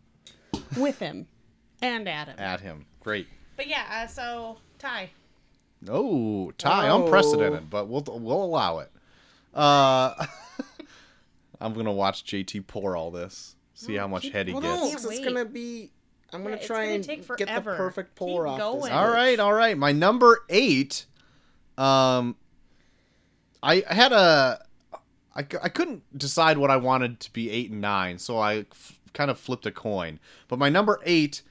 S3: with him, and at him.
S2: At him. Great.
S3: But yeah, uh, so Ty,
S2: Oh, tie
S1: Oh.
S2: unprecedented, but we'll we'll allow it. Uh, I'm gonna watch JT pour all this. See how much head he
S1: Well,
S2: gets.
S1: no,
S3: Can't
S1: 'cause it's
S3: wait.
S1: gonna be. I'm gonna
S3: Yeah, it's
S1: try
S3: gonna
S1: and
S3: take
S1: get the
S3: forever.
S1: perfect
S3: Keep
S1: pour off. this
S3: going.
S1: bitch.
S2: All right, all right. My number eight. Um, I had a. I, c- I couldn't decide what I wanted to be eight and nine, so I f- kind of flipped a coin. But my number eight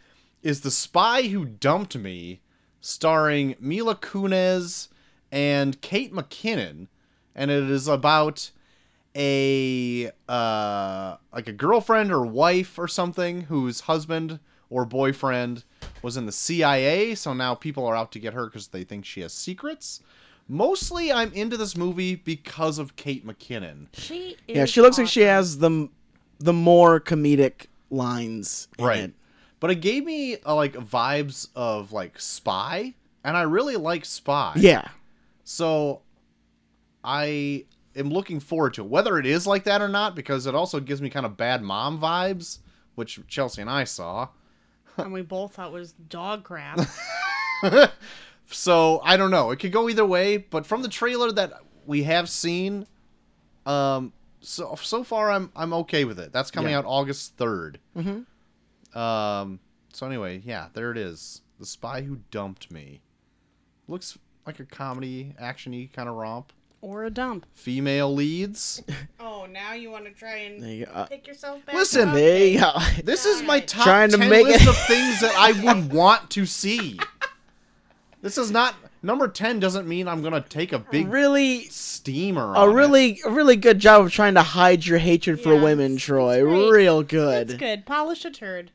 S2: is The Spy Who Dumped Me, starring Mila Kunis and Kate McKinnon. And it is about a uh like a girlfriend or wife or something whose husband or boyfriend was in the CIA, so now people are out to get her cuz they think she has secrets. Mostly I'm into this movie because of Kate McKinnon.
S3: she is
S1: Yeah, she looks like she
S3: awesome.
S1: has the the more comedic lines. in it.
S2: But it gave me uh, like vibes of like Spy, and I really like Spy.
S1: Yeah.
S2: So I am looking forward to it. whether it is like that or not, because it also gives me kind of bad mom vibes, which Chelsea and I saw.
S3: and we both thought was dog crap.
S2: So I don't know. It could go either way, but from the trailer that we have seen, um, so so far I'm I'm okay with it. That's coming
S1: Yeah.
S2: out August 3rd Mm-hmm. Um. So anyway, yeah, there it is. The spy who dumped me looks like a comedy actiony kind of romp.
S3: or a dump.
S2: Female leads.
S3: Oh, now you want to try and
S1: There you go. Uh,
S3: pick yourself back?
S2: Listen,
S3: up?
S1: there you go.
S2: This is my
S3: Alright.
S2: top
S1: Trying to
S2: ten
S1: make
S2: list
S1: it-
S2: of things that I would want to see. This is not number ten. Doesn't mean I'm gonna take a big
S1: really,
S2: steamer.
S1: a
S2: on it.
S1: really, a really good job of trying to hide your hatred for
S3: Yeah,
S1: women,
S3: it's-
S1: Troy.
S3: it's great.
S1: Real good.
S3: That's good. Polish a turd.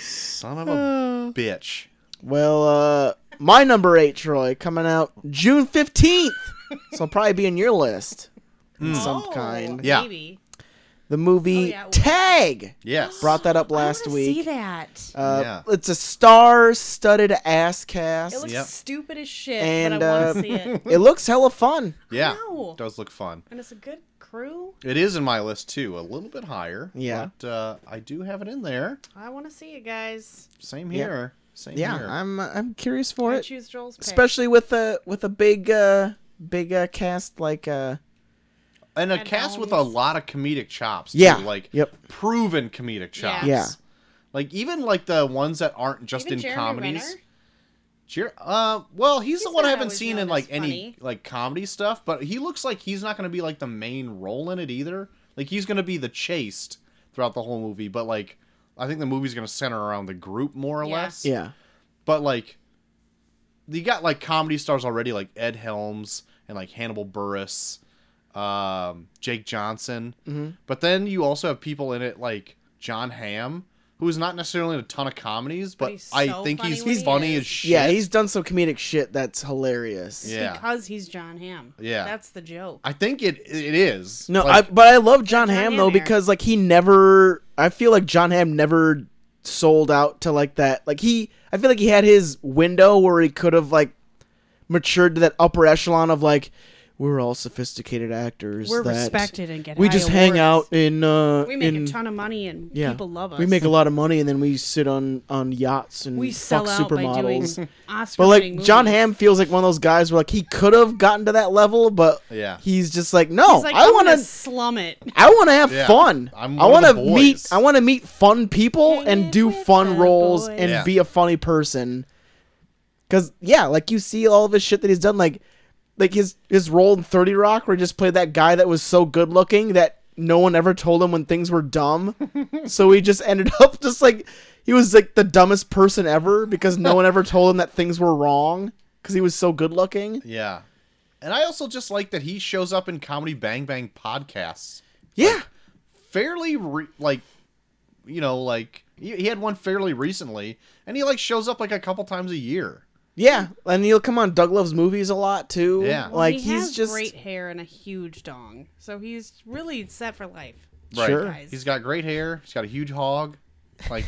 S2: son of
S1: Oh.
S2: a bitch.
S1: Well, uh, my number eight, Troy, coming out June fifteenth. so it'll probably be in your list, in some
S3: Oh,
S1: kind.
S2: Yeah.
S3: Maybe.
S1: The movie
S3: Oh, yeah, it will.
S1: Tag
S2: Yes.
S1: brought that up
S3: I
S1: last
S3: wanna
S1: week.
S3: See that.
S1: Uh,
S2: Yeah.
S1: It's a star-studded ass cast.
S3: It looks
S2: Yep.
S3: stupid as shit,
S1: And,
S3: but I
S1: uh,
S3: want to see it.
S1: It looks hella fun.
S2: yeah.
S3: No.
S2: Does look fun.
S3: And it's a good Crew.
S2: It is in my list too, a little bit higher.
S1: Yeah.
S2: But uh, I do have it in there.
S3: I want to see it, guys.
S2: Same
S1: Yeah.
S2: here. Same
S1: Yeah,
S2: here.
S1: I'm uh, I'm curious for
S3: I
S1: it,
S3: choose Joel's pick.
S1: especially with a with a big uh big uh cast like uh
S2: and a
S3: And
S2: cast with a
S3: Bones.
S2: lot of comedic chops. too,
S1: Yeah.
S2: Like
S1: Yep.
S2: proven comedic chops.
S1: Yeah.
S2: Like even like the ones that aren't just
S3: Even
S2: in
S3: Jeremy
S2: comedies.
S3: Renner?
S2: Jer- uh, well, he's, the
S3: He's
S2: one I
S3: not
S2: haven't
S3: always
S2: seen
S3: known
S2: in
S3: as
S2: like any
S3: funny.
S2: like comedy stuff, but he looks like he's not going to be like the main role in it either. Like he's going to be the chased throughout the whole movie, but like I think the movie's going to center around the group more or
S3: Yeah.
S2: less.
S1: yeah
S2: But like you got like comedy stars already like Ed Helms and like Hannibal Burris, um, Jake Johnson. Mm-hmm. But then you also have people in it like John Hamm, who is not necessarily in a ton of comedies, but,
S3: he's
S2: I
S3: so
S2: think
S3: funny
S2: he's
S3: when he
S2: funny
S3: is.
S2: as shit.
S1: yeah he's done some comedic shit that's hilarious.
S2: Yeah.
S3: Because he's John Hamm.
S2: Yeah.
S3: That's the joke.
S2: I think it it is.
S1: No,
S2: Like,
S1: I, but I love John
S3: John
S1: Hamm
S3: Hamm
S1: though
S3: era.
S1: because like he never. I feel like John Hamm never sold out to like that. Like he, I feel like he had his window where he could have like matured to that upper echelon of like we're all sophisticated actors.
S3: We're
S1: that
S3: respected and get
S1: We
S3: high
S1: just hang out
S3: awards.
S1: in. Uh,
S3: We make
S1: in,
S3: a ton of money and
S1: yeah,
S3: people love us.
S1: We make a lot of money and then we sit on on yachts and
S3: we
S1: fuck
S3: sell out by doing
S1: supermodels.
S3: Oscar
S1: But like John Hamm feels like one of those guys where like he could have gotten to that level, but
S2: Yeah.
S1: he's just like no,
S3: He's like,
S1: I want to
S3: slum it.
S1: I want to have
S2: Yeah,
S1: fun.
S2: I'm
S1: I
S2: one
S1: want
S2: of
S1: to
S2: the
S1: meet.
S2: boys.
S1: I want to meet fun people and
S3: Hanging
S1: do
S3: with
S1: fun
S3: the
S1: roles
S3: boys.
S1: and
S2: Yeah.
S1: be a funny person. Cause yeah, like you see all of his shit that he's done, like like his his role in Thirty Rock, where he just played that guy that was so good looking that no one ever told him when things were dumb, so he just ended up just like he was like the dumbest person ever because no one ever told him that things were wrong because he was so good looking.
S2: yeah. And I also just like that he shows up in comedy Bang Bang podcasts
S1: Yeah,
S2: fairly re- like you know like he, he had one fairly recently and he like shows up like a couple times a year.
S1: yeah, and he'll come on Doug Love's movies a lot too.
S2: Yeah. Well,
S3: Well,
S1: like
S3: he
S1: he's
S3: has
S1: just
S3: great hair and a huge dong, so he's really set for life.
S1: Right. Sure.
S3: Guys.
S2: He's got great hair. He's got a huge hog. Like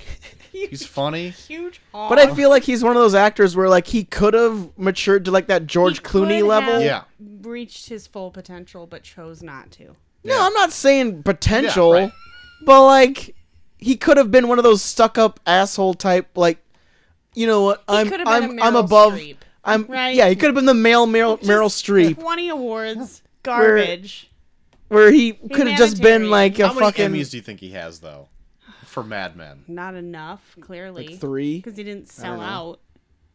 S2: he's funny.
S3: huge.
S1: But I feel like he's one of those actors where like he could have matured to like that George Clooney level.
S2: have- Yeah.
S3: reached his full potential, but chose not to.
S1: No,
S2: Yeah.
S1: I'm not saying potential,
S2: Yeah, right.
S1: but like he could have been one of those stuck up asshole type like you know what I'm
S3: could have
S1: I'm
S3: been a
S1: I'm
S3: Meryl
S1: above
S3: Streep,
S1: I'm
S3: right?
S1: yeah he could have been the male Meryl Meryl Streep
S3: Twenty awards, garbage.
S1: where he could have just been
S3: Humanitarian.
S1: like a
S2: How many
S1: fucking
S2: Emmys do you think he has though? For Mad Men.
S3: Not enough, clearly.
S1: like three
S3: because he didn't sell out.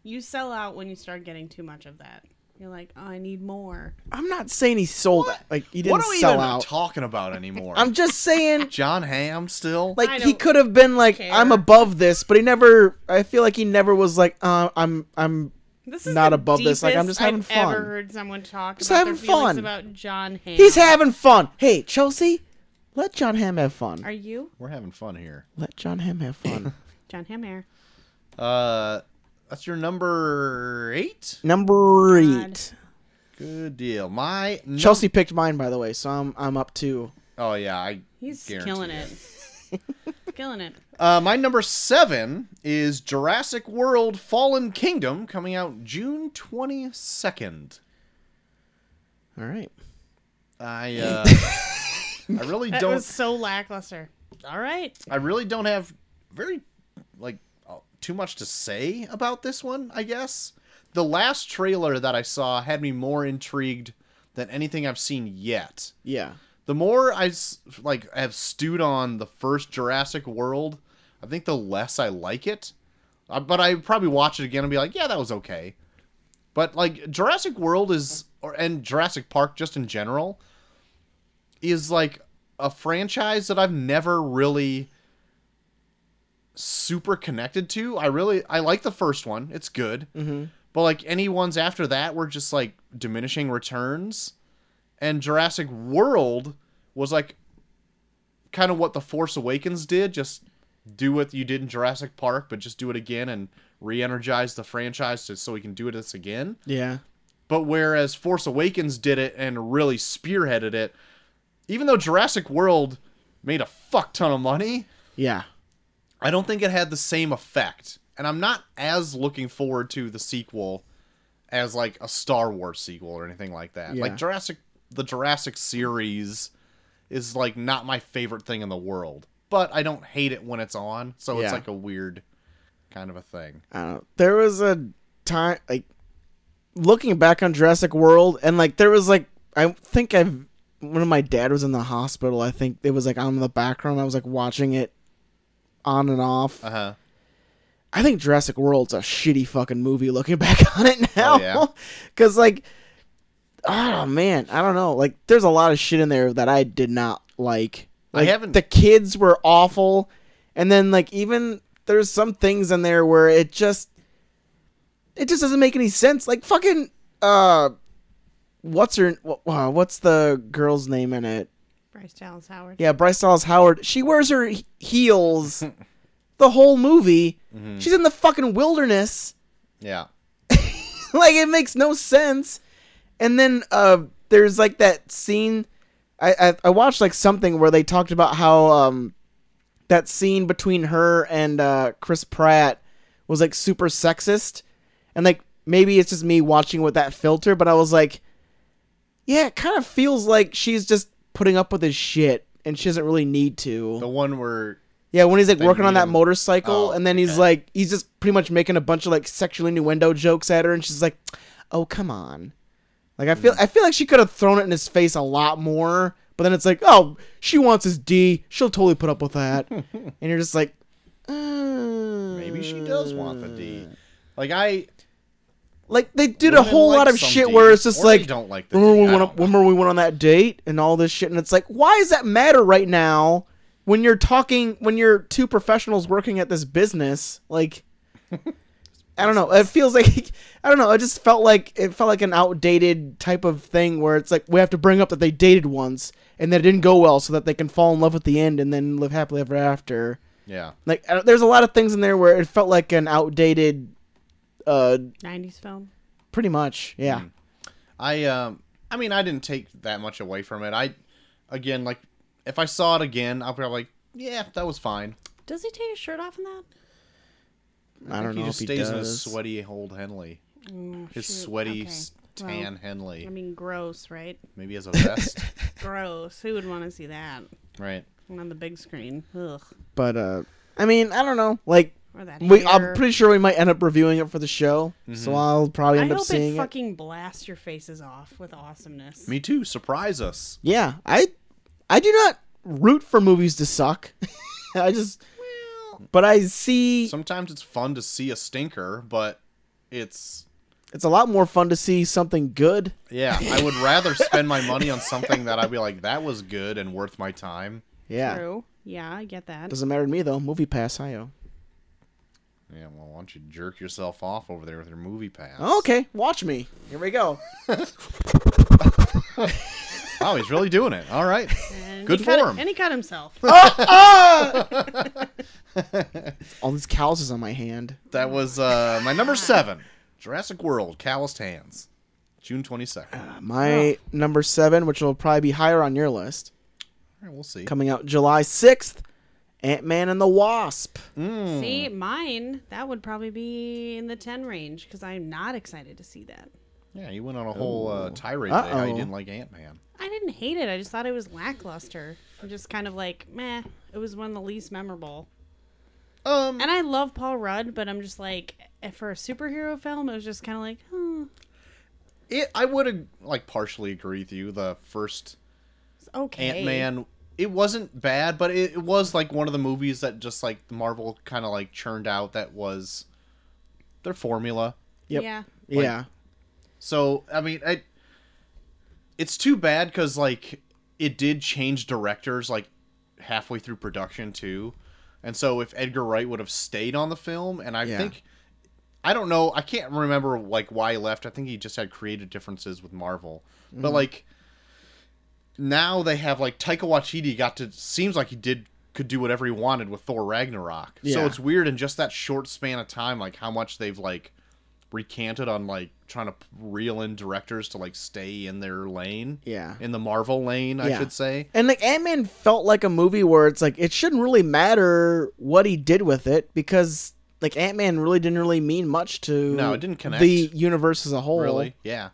S3: You sell out when you start getting too much of that. You're like, oh, I need more.
S1: I'm not saying he sold it like he didn't
S2: What are we
S1: sell
S2: even
S1: out
S2: talking about anymore?
S1: I'm just saying
S2: John Hamm still.
S1: like
S3: I
S1: he
S3: don't
S1: could have been like
S3: care.
S1: I'm above this, but he never. I feel like he never was like uh, I'm I'm
S3: This is
S1: Not
S3: the
S1: above this, like, I'm just
S3: deepest
S1: having
S3: I've
S1: fun.
S3: Ever heard someone talk
S1: Just
S3: about
S1: having
S3: their feelings
S1: fun.
S3: about John Hamm?
S1: He's having fun. Hey, Chelsea, let John Hamm have fun.
S3: Are you
S2: We're having fun here.
S1: Let John Hamm have fun.
S3: John Hammer?
S2: Uh, that's your number eight.
S1: Number
S3: God.
S1: eight.
S2: Good deal. My num-
S1: Chelsea picked mine, by the way, so I'm I'm up two.
S2: Oh yeah, I.
S3: He's
S2: guarantee
S3: killing it. killing it.
S2: Uh, my number seven is Jurassic World: Fallen Kingdom, coming out June twenty second.
S1: All right.
S2: I. Uh, I really
S3: That
S2: don't.
S3: was so lackluster. All right.
S2: I really don't have very like uh, too much to say about this one. I guess the last trailer that I saw had me more intrigued than anything I've seen yet.
S1: Yeah.
S2: the more I s- like have stewed on the first Jurassic World, I think the less I like it. Uh, But I probably watch it again and be like, yeah, that was okay. But like Jurassic World is, or and Jurassic Park just in general, is like a franchise that I've never really super connected to. I really I like the first one; it's good. Mm-hmm. But like any ones after that were just like diminishing returns and Jurassic World was like kind of what The Force Awakens did, just do what you did in Jurassic Park, but just do it again and re-energize the franchise to, so we can do this again.
S1: Yeah.
S2: But whereas Force Awakens did it and really spearheaded it, even though Jurassic World made a fuck ton of money,
S1: Yeah.
S2: I don't think it had the same effect. And I'm not as looking forward to the sequel as like a Star Wars sequel or anything like that.
S1: Yeah.
S2: Like Jurassic the Jurassic series is like not my favorite thing in the world, but I don't hate it when it's on. So
S1: Yeah.
S2: it's like a weird kind of a thing.
S1: I don't know. There was a time like looking back on Jurassic World and like there was like I think I've when my dad was in the hospital, I think it was like on in the background. I was like watching it on and off.
S2: Uh huh.
S1: I think Jurassic World's a shitty fucking movie looking back on it now.
S2: Oh, yeah?
S1: Cause like oh man, I don't know. Like there's a lot of shit in there that I did not like.
S2: I
S1: Like,
S2: haven't-
S1: the kids were awful. And then like even there's some things in there where it just it just doesn't make any sense. Like fucking uh what's her wh- wh- what's the girl's name in it?
S3: Bryce Dallas Howard.
S1: Yeah, Bryce Dallas Howard. She wears her he- heels the whole movie. She's in the fucking wilderness.
S2: Yeah.
S1: like it makes no sense. And then uh, there's like that scene. I, I I watched like something where they talked about how um that scene between her and uh, Chris Pratt was like super sexist, and like maybe it's just me watching with that filter, but I was like, yeah, it kind of feels like she's just putting up with his shit, and she doesn't really need to.
S2: The one where
S1: Yeah, when he's like working
S2: meet
S1: on that
S2: him.
S1: motorcycle,
S2: Oh,
S1: and then he's
S2: okay.
S1: like, he's just pretty much making a bunch of like sexual innuendo jokes at her, and she's like, "Oh, come on." Like I feel,
S2: Mm.
S1: I feel like she could have thrown it in his face a lot more, but then it's like, "Oh, she wants his D. She'll totally put up with that," and you're just like, "Uh,
S2: maybe she does want the D. Like I
S1: Like they did a
S2: women
S1: whole
S2: like
S1: lot of
S2: some
S1: shit
S2: D,
S1: where it's just
S2: or they
S1: like,
S2: don't like the
S1: remember
S2: D.
S1: we
S2: I
S1: went
S2: don't
S1: on-
S2: know.
S1: remember we went on that date and all this shit and it's like why does that matter right now when you're talking when you're two professionals working at this business like i don't know it feels like i don't know it just felt like it felt like an outdated type of thing where it's like we have to bring up that they dated once and that it didn't go well so that they can fall in love at the end and then live happily ever after
S2: Yeah.
S1: like I don't- there's a lot of things in there where it felt like an outdated uh
S3: 90s film.
S1: pretty much yeah
S2: I um I mean I didn't take that much away from it. I again like if I saw it again, I'll probably like, yeah, that was fine.
S3: Does he take his shirt off in that?
S1: i, don't
S2: he
S1: know
S2: just
S1: if he
S2: stays
S1: does
S2: in his sweaty old Henley. his
S3: Mm, shoot.
S2: sweaty
S3: Okay.
S2: s-
S3: Well,
S2: tan Henley.
S3: I mean, gross, right?
S2: Maybe as a vest.
S3: Gross. Who would want to see that
S2: right.
S3: on the big screen? Ugh.
S1: but uh i mean i don't know like
S3: Or that
S1: we i'm
S3: hair.
S1: pretty sure we might end up reviewing it for the show so i'll probably
S3: I
S1: end
S3: hope
S1: up seeing
S3: it
S1: it,
S3: fucking blasts your faces off with awesomeness.
S2: Me too. Surprise us.
S1: yeah i i do not root for movies to suck i just but i see
S2: Sometimes it's fun to see a stinker, but it's
S1: it's a lot more fun to see something good
S2: yeah, I would rather spend my money on something that I'd be like, that was good and worth my time.
S1: yeah
S3: True. Yeah, I get that.
S1: doesn't matter to me though movie pass io
S2: Yeah, well, why don't you jerk yourself off over there with your movie pass?
S1: okay watch me here we go
S2: Wow, he's really doing it. All right.
S3: And
S2: Good
S3: he cut-
S2: for him.
S3: And he cut himself.
S1: all these calluses on my hand
S2: That was uh, my number seven Jurassic World, Calloused Hands, June 22nd.
S1: Uh,
S2: All
S1: my number seven which will probably be higher on your list
S2: right, we'll see.
S1: coming out july 6th ant-man and the wasp
S2: Mm.
S1: Hmm.
S3: See, mine, that would probably be in the 10 range because I'm not excited to see that.
S2: Yeah, you went on a whole uh, tirade there how you
S1: Uh-oh.
S2: didn't like Ant Man.
S3: I didn't hate it. I just thought it was lackluster. I'm just kind of like, meh. It was one of the least memorable.
S2: Um,
S3: And I love Paul Rudd, but I'm just like, eh, for a superhero film, it was just kind of like, hmm,
S2: it, I would ag- like partially agree with you. The first
S3: it's okay.
S2: Ant Man, it wasn't bad, but it, it was like one of the movies that just like Marvel kind of like churned out that was their formula.
S1: Yep.
S3: Yeah.
S1: yeah
S2: So I mean, I it's too bad because like it did change directors like halfway through production too, and so if Edgar Wright would have stayed on the film, and I
S1: Yeah.
S2: think I don't know, I can't remember like why he left. I think he just had creative differences with Marvel,
S1: Mm-hmm.
S2: but like now they have like Taika Waititi got to seems like he did could do whatever he wanted with Thor Ragnarok.
S1: Yeah.
S2: So it's weird in just that short span of time, like how much they've like recanted on like trying to reel in directors to like stay in their lane.
S1: Yeah.
S2: In the Marvel lane, I
S1: Yeah.
S2: should say.
S1: And like Ant Man felt like a movie where it's like it shouldn't really matter what he did with it because like Ant Man really didn't really mean much to
S2: No, it didn't connect.
S1: the universe as a whole.
S2: Really. Yeah.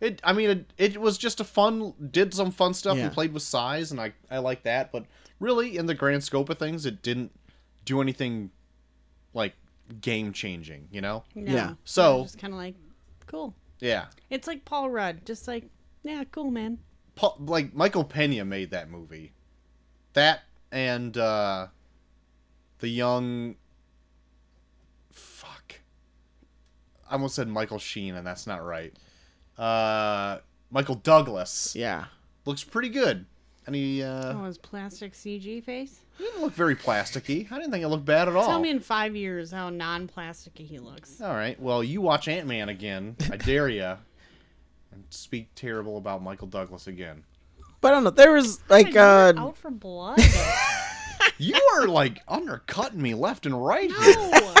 S2: It. I mean, it, it was just a fun. Did some fun stuff
S1: Yeah.
S2: and played with size, and I I like that. But really, in the grand scope of things, it didn't do anything like game changing. You know.
S3: No.
S1: Yeah.
S2: So-
S3: Just kind of like, cool.
S2: Yeah.
S3: It's like Paul Rudd, just like, yeah, cool, man.
S2: Paul, like Michael Pena made that movie. That and uh the young fuck. I almost said Michael Sheen and that's not right. Uh Michael Douglas
S1: Yeah.
S2: looks pretty good. And he uh
S3: Oh, his plastic CG face.
S2: he didn't look very plasticky. I didn't think it looked bad at all.
S1: Oh.
S3: Tell me in five years how non-plasticky he looks.
S2: all right. Well, you watch Ant-Man again. I dare ya. And speak terrible about Michael Douglas again.
S1: But I don't know. There was like
S3: You're
S1: uh
S3: out for blood.
S2: You are like undercutting me left and right here.
S3: no.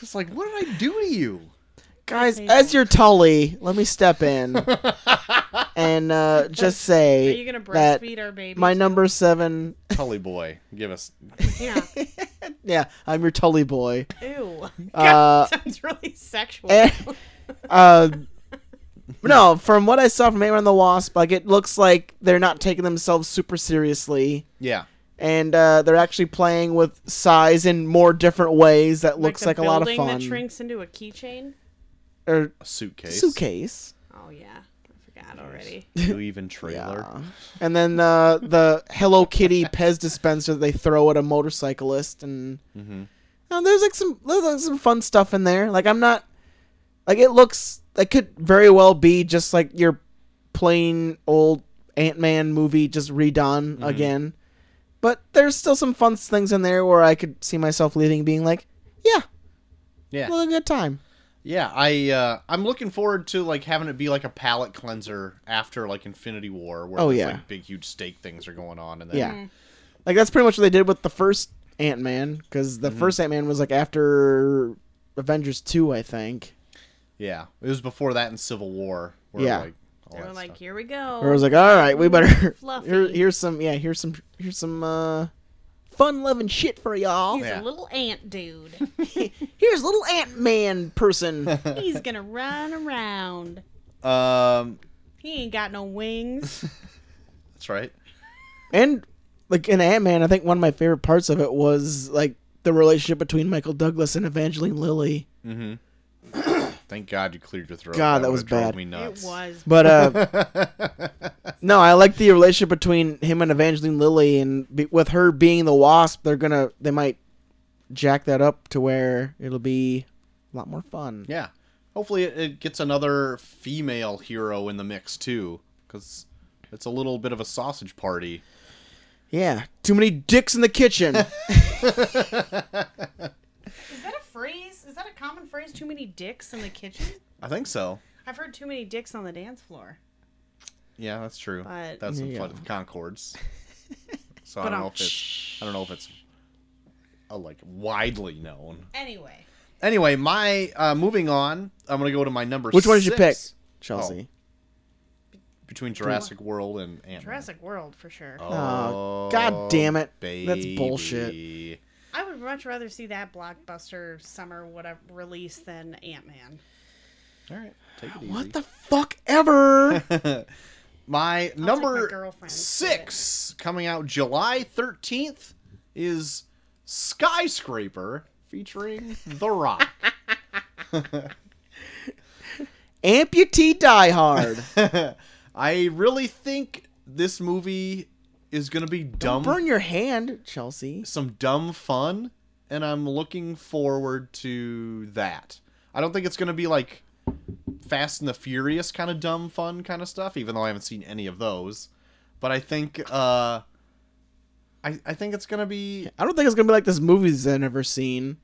S2: Just like, what did I do to you?
S1: guys as your Tully, let me step in and uh just
S3: Are
S1: say
S3: you gonna
S1: that
S3: breastfeed our baby?
S1: my
S3: too?
S1: number seven.
S2: Tully boy, give us.
S3: Yeah.
S1: Yeah, I'm your Tully boy.
S3: Ew.
S1: Uh,
S3: God, sounds really sexual.
S1: eh. Uh, no, from what I saw from Ant-Man and the Wasp, like it looks like they're not taking themselves super seriously,
S2: Yeah.
S1: and uh, they're actually playing with size in more different ways that looks
S3: the
S1: like, a lot of
S3: building
S1: fun.
S3: That shrinks into a keychain.
S1: or
S2: A suitcase.
S1: suitcase.
S3: Oh yeah, I forgot already.
S2: New even trailer.
S1: Yeah. And then uh, the Hello Kitty Pez dispenser that they throw at a motorcyclist, and
S2: Mm-hmm.
S1: Uh, there's like some there's like some fun stuff in there. Like I'm not like it looks it could very well be just like your plain old Ant Man movie just redone
S2: Mm-hmm.
S1: again, but there's still some fun things in there where I could see myself leaving, and being like, yeah,
S2: Yeah.
S1: what a good time.
S2: Yeah. I uh, I'm looking forward to like having it be like a palate cleanser after like Infinity War, where
S1: Oh,
S2: there's,
S1: yeah.
S2: like big huge steak things are going on, and then
S1: Yeah. Like that's pretty much what they did with the first Ant Man, because the first Ant Man was like after Avengers two, I think.
S2: yeah, it was before that in Civil War. Where,
S1: Yeah.
S2: Like, all
S3: They were
S2: that
S3: like,
S2: stuff.
S3: here we go.
S1: Where it was like, all right, we better
S3: Fluffy.
S1: here, here's some yeah, here's some here's some uh, fun loving shit for y'all.
S3: He's
S2: Yeah.
S3: a little ant dude.
S1: Here's little Ant Man person.
S3: He's gonna run around.
S2: um,
S3: He ain't got no wings.
S2: that's right.
S1: and like in Ant Man, I think one of my favorite parts of it was like the relationship between Michael Douglas and Evangeline Lilly.
S2: Thank God you cleared your throat.
S1: God, that was
S2: would've drove
S1: bad.
S2: Me
S3: it
S2: nuts.
S3: was.
S1: But uh no, I like the relationship between him and Evangeline Lilly, and be, with her being the Wasp, they're gonna they might jack that up to where it'll be a lot more fun.
S2: Yeah. Hopefully it, it gets another female hero in the mix too, because it's a little bit of a sausage party.
S1: Yeah, too many dicks in the kitchen.
S3: Is that a phrase? Is that a common phrase? Too many dicks in the kitchen?
S2: I think so.
S3: I've heard too many dicks on the dance floor.
S2: Yeah, that's true.
S3: But-
S2: that's in
S1: Yeah.
S2: front of Concords. So I don't know if it's I don't know if it's uh, like widely known.
S3: Anyway,
S2: Anyway, my uh, moving on. I'm gonna go to my number.
S1: Which one did you pick,
S2: six
S1: Chelsea?
S2: between Jurassic World and Ant-Man.
S3: Jurassic World for sure.
S2: Oh.
S1: Aw, God damn it. That's bullshit.
S2: baby.
S3: I would much rather see that blockbuster summer whatever release than Ant Man.
S2: All right, take it easy.
S1: What the fuck ever?
S2: My
S3: my
S2: number
S3: girlfriend.
S2: six coming out July 13th is Skyscraper featuring The Rock.
S1: Amputee Die Hard.
S2: I really think this movie is going to be dumb,
S1: Burn your hand, Chelsea.
S2: some dumb fun, and I'm looking forward to that. I don't think it's going to be like Fast and the Furious kind of dumb fun kind of stuff, even though I haven't seen any of those. But I think uh, I, I think it's going to be
S1: I don't think it's gonna be like this movies I've never seen.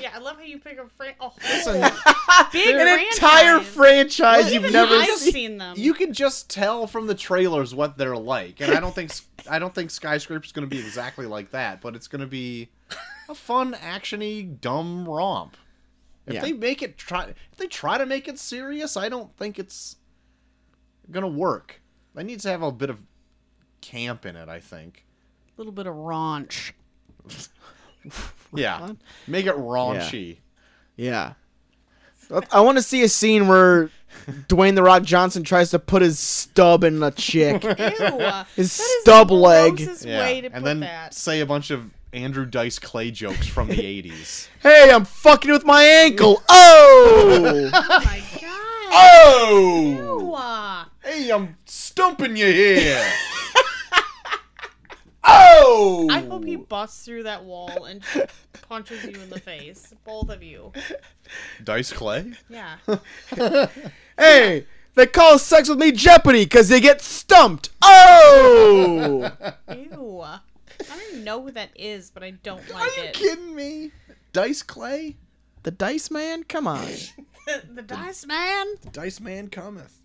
S3: Yeah, I love how you pick a, fra- a whole big
S1: An
S3: franchise.
S1: entire franchise
S2: Well,
S1: you've
S3: Even
S1: never
S3: I've
S1: seen.
S3: seen them.
S2: you can just tell from the trailers what they're like and i don't think i don't think skyscraper's going to be exactly like that but it's going to be a fun actiony dumb romp if
S1: Yeah.
S2: they make it try if they try to make it serious i don't think it's going to work it needs to have a bit of camp in it i think
S3: little bit of raunch.
S2: yeah make it raunchy
S1: Yeah. I want to see a scene where Dwayne the Rock Johnson tries to put his stub in a chick.
S3: His
S1: stub leg.
S2: Yeah. and then say a bunch of Andrew Dice Clay jokes from the 80s.
S1: hey, I'm fucking with my ankle. Oh,
S3: Oh my god.
S2: Oh!
S3: Ew.
S2: Hey, I'm stumping you here. oh!
S3: I hope he busts through that wall and punches you in the face, both of you.
S2: Dice Clay?
S3: Yeah.
S1: hey, they call sex with me Jeopardy because they get stumped. Oh,
S3: Ew. I don't know who that is, but I don't
S2: Are
S3: like
S2: you
S3: it.
S2: kidding me? Dice Clay?
S1: the Dice Man. Come on.
S3: the dice man.
S2: Dice Man cometh.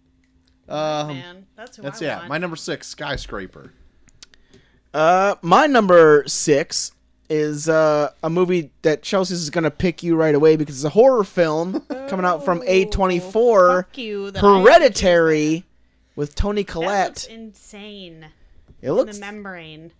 S2: Um,
S3: man, that's who
S2: that's
S3: I
S2: yeah.
S3: want.
S2: My number six, Skyscraper.
S1: Uh, my number six is uh, a movie that Chelsea's is gonna pick you right away because it's a horror film coming out from
S3: Oh,
S1: A24.
S3: fuck you, that I had to choose
S1: Hereditary with Tony
S3: that. That looks
S1: Collette.
S3: insane.
S1: it looks
S3: The membrane.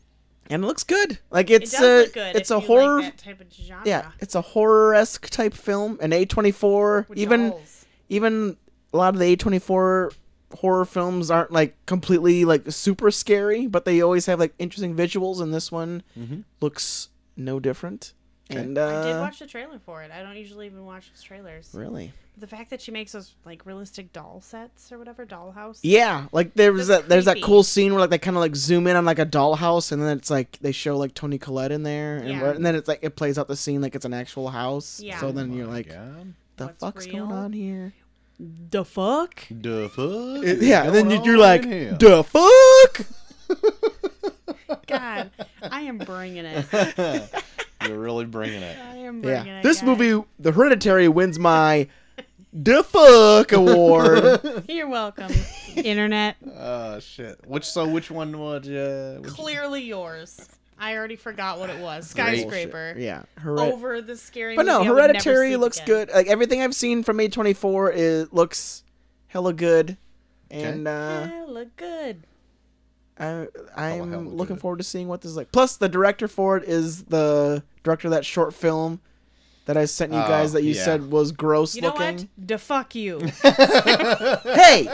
S1: and it looks good. Like
S3: It
S1: it's
S3: does
S1: a
S3: look good.
S1: it's
S3: if
S1: a
S3: you
S1: horror.
S3: Like that type of genre.
S1: yeah, it's a horror esque type film. An A24
S3: With
S1: even
S3: dolls.
S1: even a lot of the A24 horror films aren't like completely like super scary, but they always have like interesting visuals, and this one looks no different. And uh,
S3: I did watch the trailer for it. I don't usually even watch those trailers.
S1: really,
S3: The fact that she makes those like realistic doll sets or whatever, dollhouse.
S1: yeah, like there was
S3: That's
S1: that there's that
S3: creepy.
S1: cool scene where like they kind of like zoom in on like a dollhouse, and then it's like they show like Tony Collette in there, and,
S3: Yeah.
S1: where- and then it's like it plays out the scene like it's an actual house.
S3: Yeah.
S1: So then
S2: Oh
S1: you're like,
S2: yeah.
S1: the
S3: What's
S1: fuck's
S3: real?
S1: going on here?
S5: The fuck?
S2: The fuck? is
S1: Yeah, and then
S2: going
S1: you- you're
S2: on
S1: like,
S2: in here?
S1: the fuck.
S3: God, I am bringing it.
S2: You're really bringing it.
S3: I am bringing
S1: Yeah.
S3: it.
S1: This
S3: guys.
S1: movie, The Hereditary, wins my the fuck award.
S3: You're welcome, internet.
S2: Oh shit. Which so which one would uh which-
S3: Clearly yours. I already forgot what it was.
S2: Great.
S3: Skyscraper.
S1: yeah, Hered-
S3: Over the scary.
S1: but no,
S3: movie I would never
S1: Hereditary
S3: seek
S1: looks
S3: again.
S1: good. Like everything I've seen from A24 is looks hella good, and uh,
S3: Yeah, look good.
S1: I,
S2: hella
S1: I'm looking
S2: good.
S1: forward to seeing what this is like. Plus, the director for it is the director of that short film that I sent you
S2: Oh,
S1: guys that you
S2: yeah.
S1: said was gross
S3: You know
S1: looking.
S3: what? Da fuck you.
S1: Hey,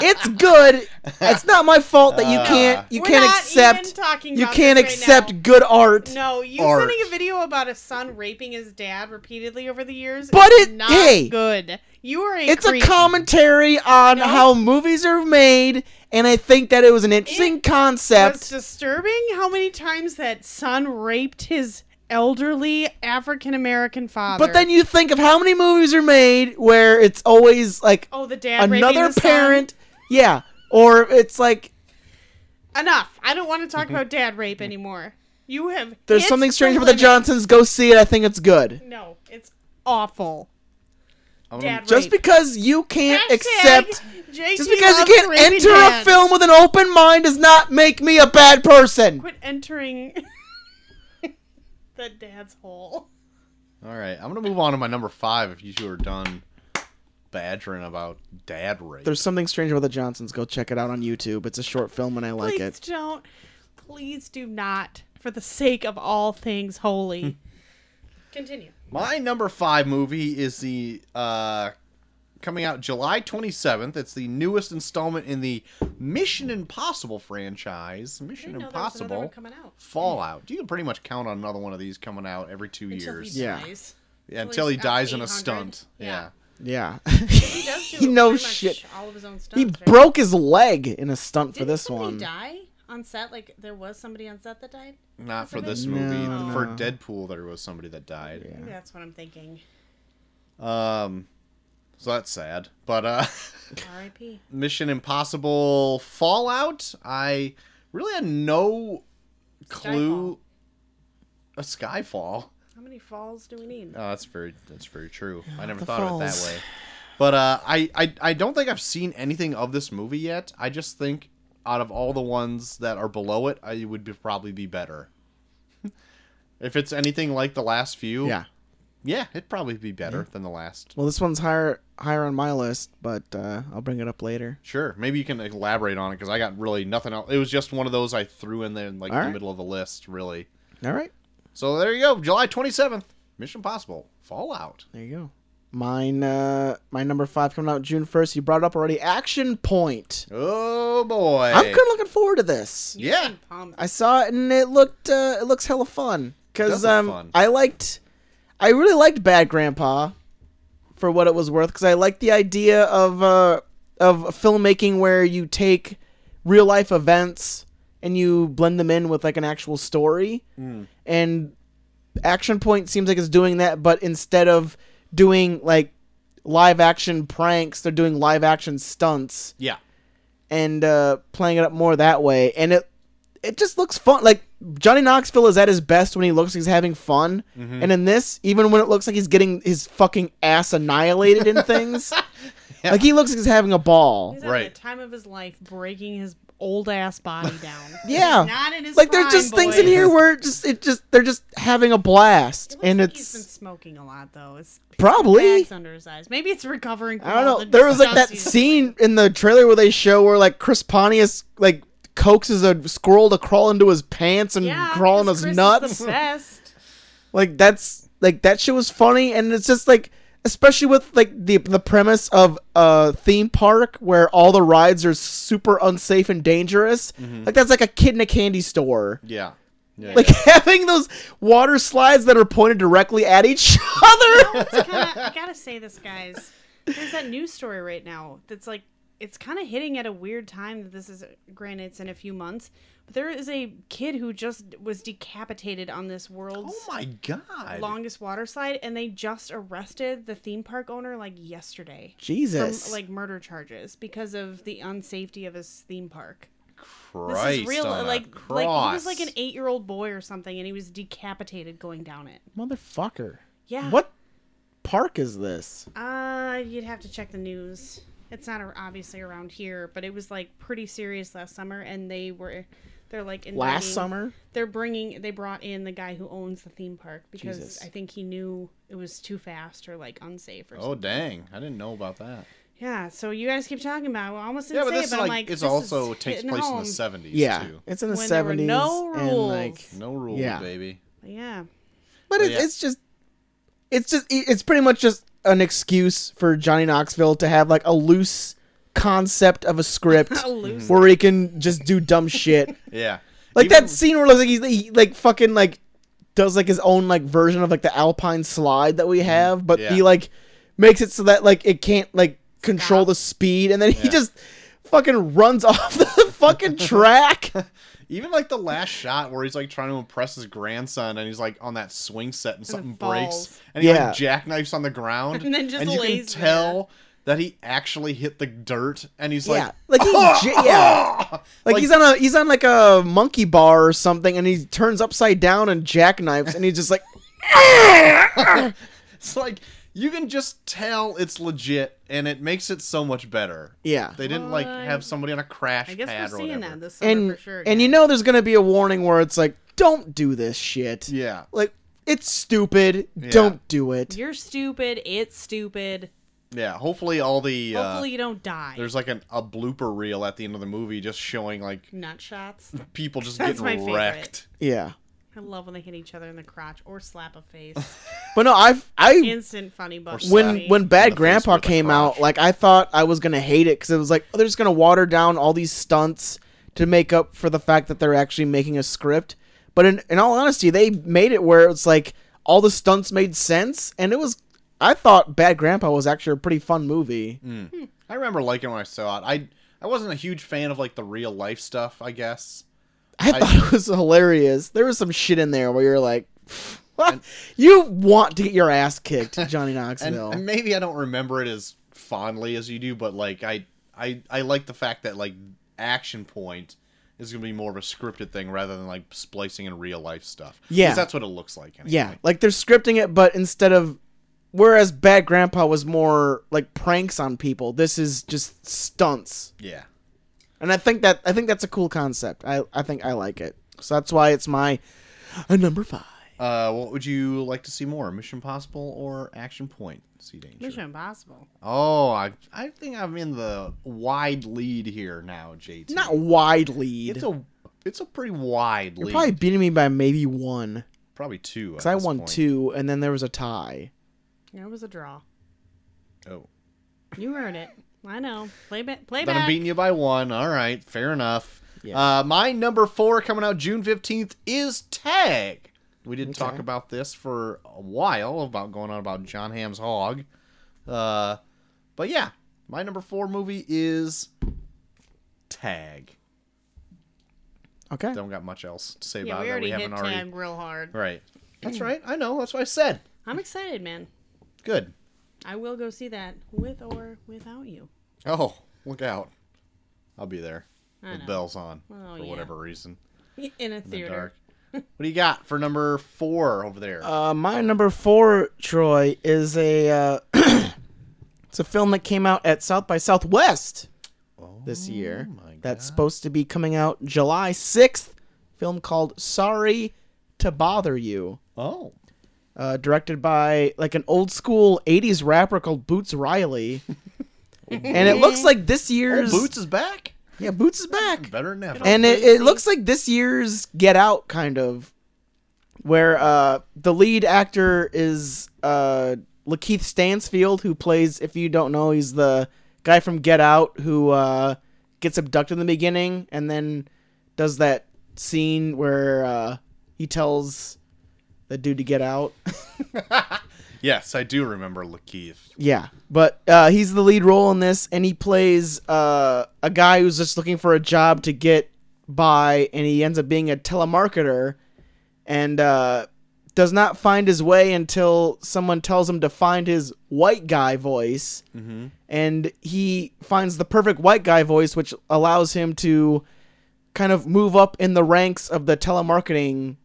S1: it's good. It's not my fault that you
S2: Uh,
S1: can't you
S3: We're
S1: can't
S3: not
S1: accept.
S3: even talking
S1: you
S3: about
S1: can't
S3: this right
S1: accept
S3: now.
S1: good art.
S3: No, you
S2: art.
S3: sending a video about a son raping his dad repeatedly over the years.
S1: But
S3: is
S1: it-
S3: not
S1: hey.
S3: good. You are a.
S1: It's a
S3: creep.
S1: commentary on
S3: No.
S1: how movies are made, and I think that it was an interesting
S3: It's
S1: concept.
S3: disturbing how many times that son raped his elderly African American father.
S1: But then you think of how many movies are made where it's always like
S3: oh, the dad raping
S1: another
S3: the son.
S1: parent, yeah, or it's like
S3: Enough. I don't want to talk about dad rape anymore. You have.
S1: Mm-hmm. there's
S3: hit
S1: something strange about the
S3: limit.
S1: Johnsons. Go see it. I think it's good.
S3: No, it's awful.
S2: I'm gonna-
S3: Dad
S1: Just
S3: rape.
S1: because you can't
S3: Hashtag
S1: accept,
S3: JC
S1: just because you
S3: loves
S1: can't
S3: raping
S1: enter
S3: dads.
S1: a film with an open mind does not make me a bad person.
S3: Quit entering the dad's hole.
S2: All right, I'm gonna move on to my number five. If you two are done badgering about dad rape,
S1: There's something strange about the Johnsons. Go check it out on YouTube. It's a short film, and I like
S3: Please
S1: it.
S3: don't. Please do not. For the sake of all things holy.
S1: Hmm.
S3: Continue.
S2: my number five movie is the uh, coming out July 27th. It's the newest installment in the Mission Impossible franchise.
S3: I
S2: Mission
S3: didn't know there was another one
S2: Impossible
S3: coming out.
S2: Fallout. You can pretty much count on another one of these coming out every two
S3: Until
S2: years.
S3: he
S1: Yeah.
S3: dies.
S2: Yeah,
S3: Until
S2: until he
S3: he's got
S2: dies in a
S3: 800.
S2: stunt.
S3: Yeah.
S2: yeah.
S1: Yeah.
S3: He does do
S1: He
S3: it
S1: knows
S3: pretty much
S1: shit.
S3: All of his own stuff.
S1: He broke his leg in a stunt for this one.
S3: die on set? Like there was somebody on set that died.
S2: Not for
S3: Somebody-
S2: this movie.
S1: No,
S2: For
S1: no.
S2: Deadpool, there was somebody that died.
S3: Maybe that's what I'm thinking.
S2: Um, so that's sad. But uh,
S3: R.I.P.
S2: Mission Impossible Fallout, I really had no clue. A Skyfall.
S3: How many falls do we
S1: Uh,
S3: need?
S2: Oh, that's very that's very true. I never
S1: the
S2: thought of it that
S1: falls.
S2: way. But uh, I, I I don't think I've seen anything of this movie yet. I just think out of all the ones that are below it, I would be, probably be better. if it's anything like the last few,
S1: Yeah. Mm-hmm.
S2: yeah, it'd probably be better than the last.
S1: Well, this one's higher higher on my list, but uh, I'll bring it up later.
S2: Sure, maybe you can elaborate on it because I got really nothing else. It was just one of those I threw in there in like
S1: All
S2: the
S1: right.
S2: middle of the list, really.
S1: All right.
S2: So there you go, July twenty seventh, Mission Possible, Fallout.
S1: There you go. Mine, uh, my number five coming out June first. You brought it up already. Action Point.
S2: Oh boy.
S1: I'm kind of looking forward to this.
S3: You
S2: Yeah.
S3: can palm-
S1: I saw it and it looked, uh, it looks hella fun.
S2: does
S1: Cause
S2: look
S1: um,
S2: fun.
S1: I liked, I really liked Bad Grandpa, for what it was worth. Cause I liked the idea of uh of filmmaking where you take real life events and you blend them in with like an actual story.
S2: Hmm.
S1: And Action Point seems like it's doing that, but instead of doing like live action pranks, they're doing live action stunts
S2: yeah.
S1: and uh, playing it up more that way. And it it just looks fun. Like Johnny Knoxville is at his best when he looks like he's having fun, and in this, even when it looks like he's getting his fucking ass annihilated in things, like he looks like he's having a ball.
S3: He's having
S2: Right.
S3: the time of his life breaking his old ass body down.
S1: Yeah.
S3: He's not in his
S1: Like there's
S3: prime,
S1: just things in
S3: boys.
S1: here where it just it just they're just having a blast,
S3: It looks
S1: and
S3: like
S1: it's
S3: he's been smoking a lot though. It's he's got
S1: Probably.
S3: bags under his eyes. Maybe it's recovering. From
S1: I don't
S3: all
S1: know.
S3: the
S1: There was like
S3: disgust
S1: that
S3: he's
S1: scene in the trailer where they show where like Chris Pontius like coaxes a squirrel to crawl into his pants and
S3: doing. Yeah,
S1: crawl in
S3: 'cause
S1: his
S3: Chris is
S1: nuts.
S3: obsessed.
S1: Like that's like that shit was funny, and it's just like especially with like the the premise of a theme park where all the rides are super unsafe and dangerous. Like that's like a kid in a candy store.
S2: Yeah. Yeah.
S1: Like having those water slides that are pointed directly at each other.
S3: It's kinda, I gotta say this, guys. There's that news story right now that's like it's kind of hitting at a weird time. That this is granted, it's in a few months, but there is a kid who just was decapitated on this world's
S2: oh my god.
S3: longest water slide, and they just arrested the theme park owner like yesterday. From,
S1: Jesus,
S3: like murder charges because of the unsafety of his theme park. This
S2: Christ
S3: is real.
S2: on a
S3: Like,
S2: cross.
S3: like he was like an eight-year-old boy or something, and he was decapitated going down it.
S1: motherfucker.
S3: Yeah.
S1: What park is this?
S3: Uh, you'd have to check the news. It's not ar- obviously around here, but it was like pretty serious last summer, and they were, they're like inviting,
S1: Last summer.
S3: They're bringing they brought in the guy who owns the theme park because
S1: Jesus.
S3: I think he knew it was too fast or like unsafe or
S2: Oh
S3: something.
S2: dang! I didn't know about that.
S3: Yeah, so you guys keep talking about. It. I almost didn't
S2: Yeah, but
S3: say
S2: this
S3: it, but
S2: like,
S3: I'm like
S2: it's
S3: this
S2: also
S3: is
S2: takes
S3: hitting
S2: place in
S3: home.
S2: the seventies
S1: Yeah,
S2: too.
S1: it's in the
S3: When there were
S1: seventies.
S3: no
S1: And like,
S3: rules.
S2: No rules,
S1: Yeah.
S2: baby.
S3: Yeah,
S1: But it,
S2: Oh, yeah.
S1: it's just, it's just, it's pretty much just an excuse for Johnny Knoxville to have like a loose concept of a script
S3: A loose-
S1: where he can just do dumb shit.
S2: Yeah.
S1: Like
S2: Even-
S1: that scene where like he's he, like fucking like does like his own like version of like the Alpine slide that we have, but he
S2: Mm-hmm. Yeah.
S1: like makes it so that like it can't like control
S3: Stop.
S1: the speed, and then he
S2: Yeah.
S1: just fucking runs off the fucking track.
S2: Even like the last shot where he's like trying to impress his grandson and he's like on that swing set and something breaks
S3: falls.
S2: and he
S1: Yeah.
S2: like jackknifes on the ground
S3: And then just
S2: you can
S3: lays there.
S2: tell that he actually hit the dirt and he's
S1: yeah,
S2: like,
S1: like he, j- yeah. Like,
S2: Like-
S1: he's on a he's on like a monkey bar or something, and he turns upside down and jackknifes, and he's just like,
S2: it's like you can just tell it's legit and it makes it so much better.
S1: yeah.
S2: They didn't like
S3: Well,
S2: have somebody on a crash
S3: I guess
S2: pad
S3: we're
S2: or
S3: seeing
S2: whatever.
S3: that this summer
S1: And
S3: for sure.
S1: and you
S3: guys.
S1: know there's gonna be a warning where it's like, don't do this shit.
S2: Yeah.
S1: Like it's stupid. Don't do it.
S3: you're stupid. It's stupid.
S2: Yeah. Hopefully all the uh,
S3: Hopefully you don't die.
S2: there's like an, a blooper reel at the end of the movie just showing like
S3: nut shots.
S2: people just
S3: That's my
S2: getting
S3: favorite.
S2: wrecked.
S1: Yeah.
S3: I love when they hit each other in the crotch or slap a face.
S1: But no, I've I
S3: Instant funny
S2: Or
S3: bug.
S1: when
S2: slap
S1: when
S2: in the
S1: Bad
S2: face
S1: Grandpa
S2: with a
S1: came
S2: crotch.
S1: out, like I thought I was gonna hate it because it was like oh, they're just gonna water down all these stunts to make up for the fact that they're actually making a script. But in in all honesty, they made it where it's like all the stunts made sense, and it was. I thought Bad Grandpa was actually a pretty fun movie.
S2: Mm, I remember liking it when I saw it. I I wasn't a huge fan of like the real life stuff, I guess.
S1: I thought it was hilarious. There was some shit in there where you're like, you want to get your ass kicked, Johnny
S2: And,
S1: Knoxville.
S2: and maybe I don't remember it as fondly as you do, but like I I I like the fact that like Action Point is going to be more of a scripted thing rather than like splicing in real life stuff. 'Cause
S1: Yeah.
S2: that's what it looks like. Anyway.
S1: Yeah, like they're scripting it, but instead of whereas Bad Grandpa was more like pranks on people, this is just stunts.
S2: Yeah.
S1: And I think that I think that's a cool concept. I I think I like it. So that's why it's my uh, number five.
S2: Uh, what would you like to see more, Mission Possible or Action Point? Sea Danger.
S3: Mission Impossible.
S2: Oh, I I think I'm in the wide lead here now, JT.
S1: Not wide lead.
S2: it's a it's a pretty wide
S1: You're
S2: lead.
S1: probably beating me by maybe one
S2: Probably two.
S1: because
S2: at
S1: I
S2: this
S1: won
S2: point.
S1: two, and then there was a tie.
S3: It was a draw.
S2: Oh.
S3: You earned it. I know. Play, ba- play
S2: Then I'm
S3: back.
S2: beating you by one. All right, fair enough.
S1: Yeah.
S2: Uh, my number four coming out June fifteenth is Tag. We didn't talk
S1: Okay.
S2: about this for a while about going on about John Hamm's hog, uh, but yeah, my number four movie is Tag.
S1: Okay.
S2: Don't got much else to say
S3: yeah,
S2: about
S3: we
S2: it. that
S3: already
S2: we
S3: hit
S2: haven't already.
S3: tag real hard.
S2: Right. That's right. I know. That's what I said.
S3: I'm excited, man.
S2: Good.
S3: I will go see that with or without you.
S2: Oh, look out! I'll be there
S3: I
S2: with
S3: know.
S2: bells on
S3: Oh,
S2: for
S3: yeah.
S2: whatever reason.
S3: In a
S2: in the
S3: theater.
S2: dark. What do you got for number four over there?
S1: Uh, my number four, Troy, is a uh, it's a film that came out at South by Southwest this year.
S2: Oh my
S1: That's supposed to be coming out July sixth. Film called Sorry to Bother You,
S2: oh,
S1: uh, directed by like an old school '80s rapper called Boots Riley, and it looks like this year's
S2: Boots is back.
S1: Yeah, Boots is back.
S2: Better than ever.
S1: and it, it looks like this year's Get Out kind of, where uh, the lead actor is uh, Lakeith Stansfield, who plays, if you don't know, he's the guy from Get Out who uh, gets abducted in the beginning and then does that scene where uh, he tells the dude to get out.
S2: yes, I do remember Lakeith.
S1: Yeah, but uh, he's the lead role in this, and he plays uh, a guy who's just looking for a job to get by, and he ends up being a telemarketer, and uh, does not find his way until someone tells him to find his white guy voice, mm-hmm. and he finds the perfect white guy voice, which allows him to kind of move up in the ranks of the telemarketing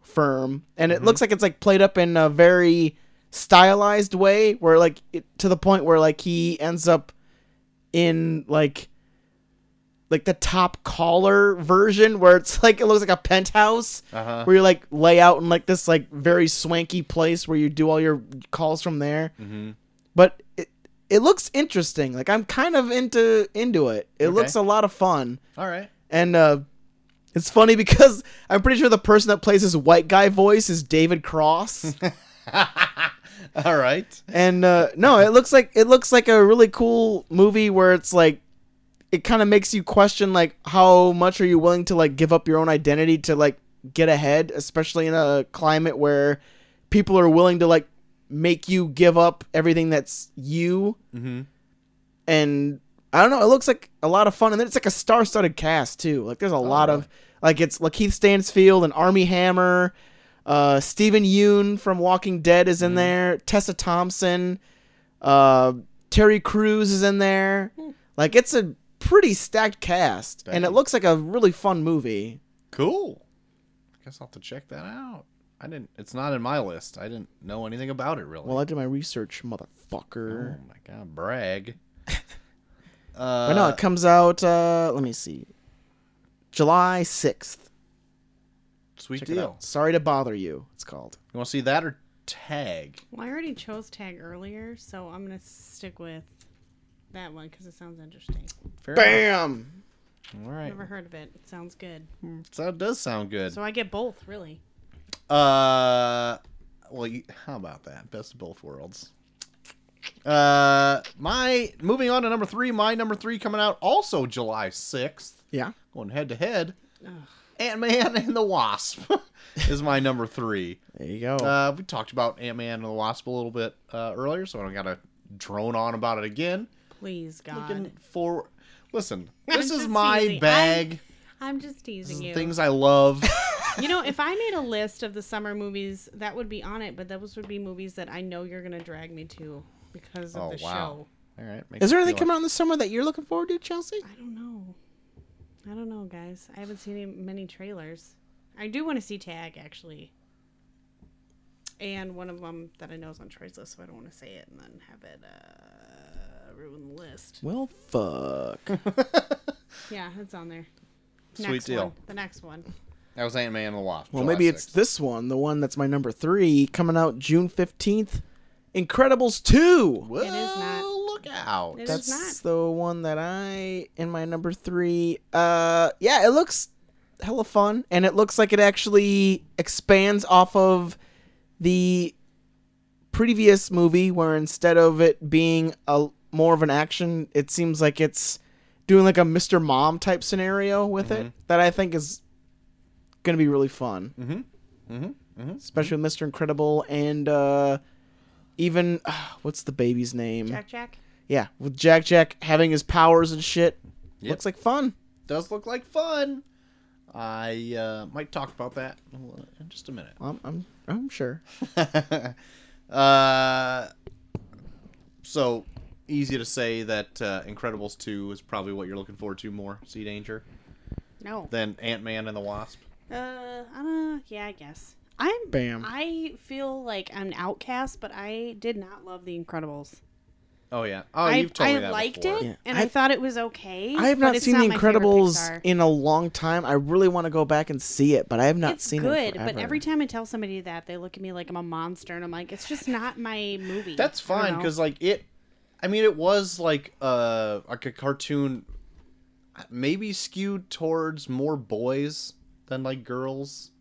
S1: firm and it looks like it's like played up in a very stylized way where like it, to the point where like he ends up in like like the top caller version where it's like it looks like a penthouse
S2: Uh-huh.
S1: where you like lay out in like this like very swanky place where you do all your calls from there
S2: Mhm.
S1: but it it looks interesting like i'm kind of into into it it
S2: Okay.
S1: looks a lot of fun
S2: All right.
S1: and uh, it's funny because I'm pretty sure the person that plays his white guy voice is David Cross.
S2: All right.
S1: and uh, no, it looks like it looks like a really cool movie where it's like it kind of makes you question like how much are you willing to like give up your own identity to like get ahead, especially in a climate where people are willing to like make you give up everything that's you.
S2: Mm-hmm.
S1: and I don't know. It looks like a lot of fun, and then it's like a star-studded cast too. Like there's a lot of like it's Lakeith Stansfield and Army Hammer, uh, Stephen Yoon from Walking Dead is in there, Tessa Thompson, uh, Terry Crews is in there. Like it's a pretty stacked cast, and it
S2: Dang.
S1: looks like a really fun movie.
S2: Cool. I guess I'll have to check that out. I didn't. It's not in my list. I didn't know anything about it really.
S1: Well, I did my research, motherfucker.
S2: oh my god, brag. uh,
S1: but no, it comes out. Uh, let me see, July sixth.
S2: sweet
S1: Check it
S2: deal.
S1: out. Sorry to bother you. It's called.
S2: You want to see that or Tag?
S3: Well, I already chose tag earlier, so I'm going to stick with that one because it sounds interesting.
S2: Fair
S1: Bam.
S2: enough. All right.
S3: Never heard of it. It sounds good.
S2: So it does sound good.
S3: So I get both, really.
S2: Uh, well, you, how about that? Best of both worlds. Uh, my moving on to number three. My number three coming out also July sixth.
S1: Yeah.
S2: Going head to head. Ant Man and the Wasp is my number three.
S1: There you go.
S2: Uh, we talked about Ant Man and the Wasp a little bit uh, earlier, so I don't gotta drone on about it again.
S3: Please, God.
S2: Looking for, listen,
S3: I'm
S2: this is
S3: just
S2: my
S3: teasing.
S2: bag.
S3: I'm just
S2: This
S3: teasing
S2: is
S3: you.
S2: things I love.
S3: You know, if I made a list of the summer movies, that would be on it, but those would be movies that I know you're going to drag me to because of
S2: oh
S3: the
S2: wow! All right.
S1: Is there anything coming out this summer that you're looking forward to, Chelsea?
S3: show. I don't know. I don't know, guys. I haven't seen any, many trailers. I do want to see Tag, actually. And one of them that I know is on Troy's list, so I don't want to say it and then have it uh, ruin the list.
S1: Well, fuck.
S3: Yeah, it's on there.
S2: Sweet
S3: next
S2: deal.
S3: One, the next one.
S2: That was Ant Man and the Wasp.
S1: well,
S2: July
S1: maybe it's
S2: 6th.
S1: this one, the one that's my number three, coming out June 15th. Incredibles 2!
S2: Well,
S3: It is not.
S2: Look out.
S3: It is
S1: That's
S3: not.
S1: the one that I, in my number three. Uh, yeah, it looks hella fun, and it looks like it actually expands off of the previous movie where instead of it being a more of an action, it seems like it's doing like a Mr. Mom type scenario with it that I think is going to be really fun. Mm-hmm. Mm-hmm. Especially with Mr. Incredible and uh, even uh, what's the baby's name?
S3: Jack Jack.
S1: Yeah, with Jack Jack having his powers and shit.
S2: Yep.
S1: Looks like fun.
S2: Does look like fun. I uh, might talk about that in just a minute.
S1: I'm, I'm, I'm sure.
S2: Uh, so easy to say that uh, Incredibles two is probably what you're looking forward to more, Sea Danger,
S3: No.
S2: than Ant Man and the Wasp.
S3: Uh, I don't know. Yeah, I guess. I'm.
S1: Bam.
S3: I feel like I'm an outcast, but I did not love The Incredibles.
S2: Oh yeah. Oh,
S3: I,
S2: you've told
S3: I
S2: me that
S3: liked
S2: before.
S3: it,
S1: Yeah.
S3: and I,
S1: I-
S3: thought it was okay.
S1: I have
S3: but
S1: not
S3: it's
S1: seen The
S3: my favorite
S1: Incredibles
S3: Pixar.
S1: in a long time. I really want to go back and see it, but I have not
S3: it's
S1: seen it.
S3: good, but
S1: forever.
S3: every time I tell somebody that, they look at me like I'm a monster, and I'm like, it's just not my movie.
S2: That's
S3: I don't
S2: fine
S3: know.
S2: because like it, I mean it was like uh like a cartoon, maybe skewed towards more boys than like girls.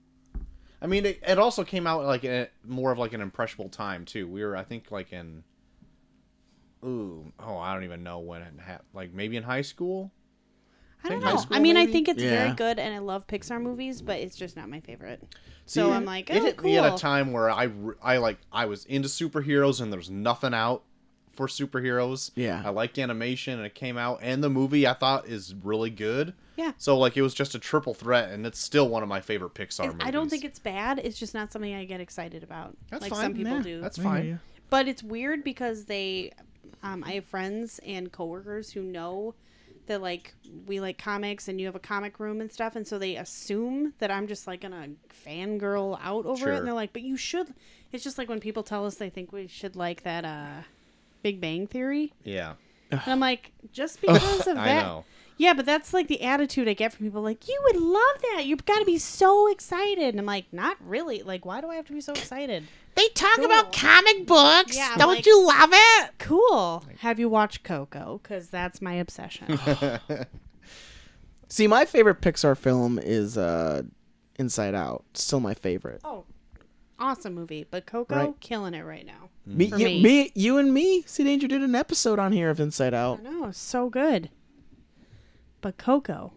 S2: I mean it, it also came out like in a, more of like an impressionable time too. We were I think like in, ooh oh I don't even know when it happened. Like maybe in high school.
S3: I
S2: think
S3: don't
S2: high
S3: know.
S2: school,
S3: I mean,
S2: maybe?
S3: I think it's very
S1: Yeah.
S3: good, and I love Pixar movies, but it's just not my favorite. So
S2: See,
S3: I'm like,
S2: it
S3: oh,
S2: hit
S3: cool.
S2: me at a time where I, re- I like I was into superheroes and there's nothing out for superheroes.
S1: Yeah.
S2: I liked animation and it came out and the movie I thought is really good.
S3: Yeah.
S2: So like it was just a triple threat and it's still one of my favorite Pixar movies.
S3: I don't think it's bad. It's just not something I get excited about.
S2: That's
S3: like
S2: fine.
S3: some people
S1: Yeah,
S3: do.
S2: That's
S1: Oh, Yeah,
S2: fine.
S1: yeah.
S3: But it's weird because they, um, I have friends and coworkers who know that like we like comics and you have a comic room and stuff, and so they assume that I'm just like gonna fangirl out over it,
S2: Sure.
S3: and they're like, "But you should." It's just like when people tell us they think we should like that uh, Big Bang Theory,
S2: Yeah.
S3: and I'm like, just because of that.
S2: I know.
S3: Yeah, but that's like the attitude I get from people. Like, you would love that. You've got to be so excited. And I'm like, not really. Like, why do I have to be so excited?
S1: They talk
S3: about
S1: comic books.
S3: Yeah, I'm Don't like- you
S1: love it?
S3: Cool. Have you watched Coco? Because that's my obsession.
S1: See, my favorite Pixar film is uh, Inside Out. Still my favorite.
S3: oh, awesome movie. But Coco,
S1: Right.
S3: killing it right now.
S1: me,
S3: For
S1: you,
S3: me.
S1: me. you and me. Sea Danger did an episode on here of Inside Out.
S3: I know, so good. But Coco,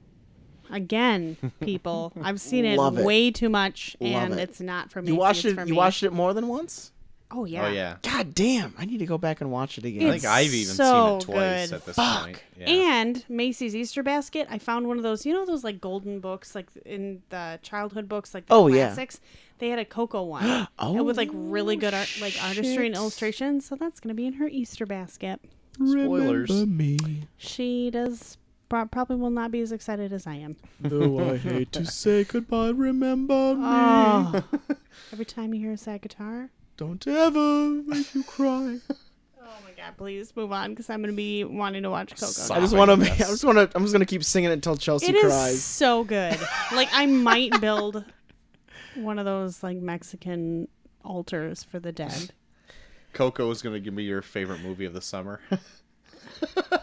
S3: again, people, I've seen it,
S1: Love it.
S3: way too much,
S1: Love
S3: and
S1: it.
S3: it's not for me.
S1: You
S3: See,
S1: watched
S3: it's
S1: it.
S3: for
S1: You
S3: me.
S1: watched it more than once.
S3: Oh yeah.
S2: Oh yeah.
S1: God damn! I need to go back and watch it
S2: I
S1: again.
S3: It's-
S2: think I've even
S3: so
S2: seen it twice
S3: good.
S2: at this
S1: Fuck.
S2: point. Yeah.
S3: And Macy's Easter basket, I found one of those, you know, those like golden books, like in the childhood books, like the
S1: Oh, yeah.
S3: classics. They had a Coco one,
S1: Oh,
S3: and with like really good art, like artistry
S1: shit.
S3: and illustration. So that's gonna be in her Easter basket.
S2: Spoilers.
S1: Remember me,
S3: She does pro- probably will not be as excited as I am.
S1: though I hate to say goodbye. Remember me.
S3: Oh, every time you hear a sad guitar.
S1: Don't ever make you cry.
S3: Oh my god! Please move on because I'm gonna be wanting to watch Coco.
S1: I just
S2: Sobbing,
S1: want to. I
S2: yes.
S1: just want to. I'm just gonna keep singing it until Chelsea
S3: It is
S1: cries.
S3: so good. Like I might build one of those like Mexican altars for the dead.
S2: Coco is gonna give me your favorite movie of the summer. yeah,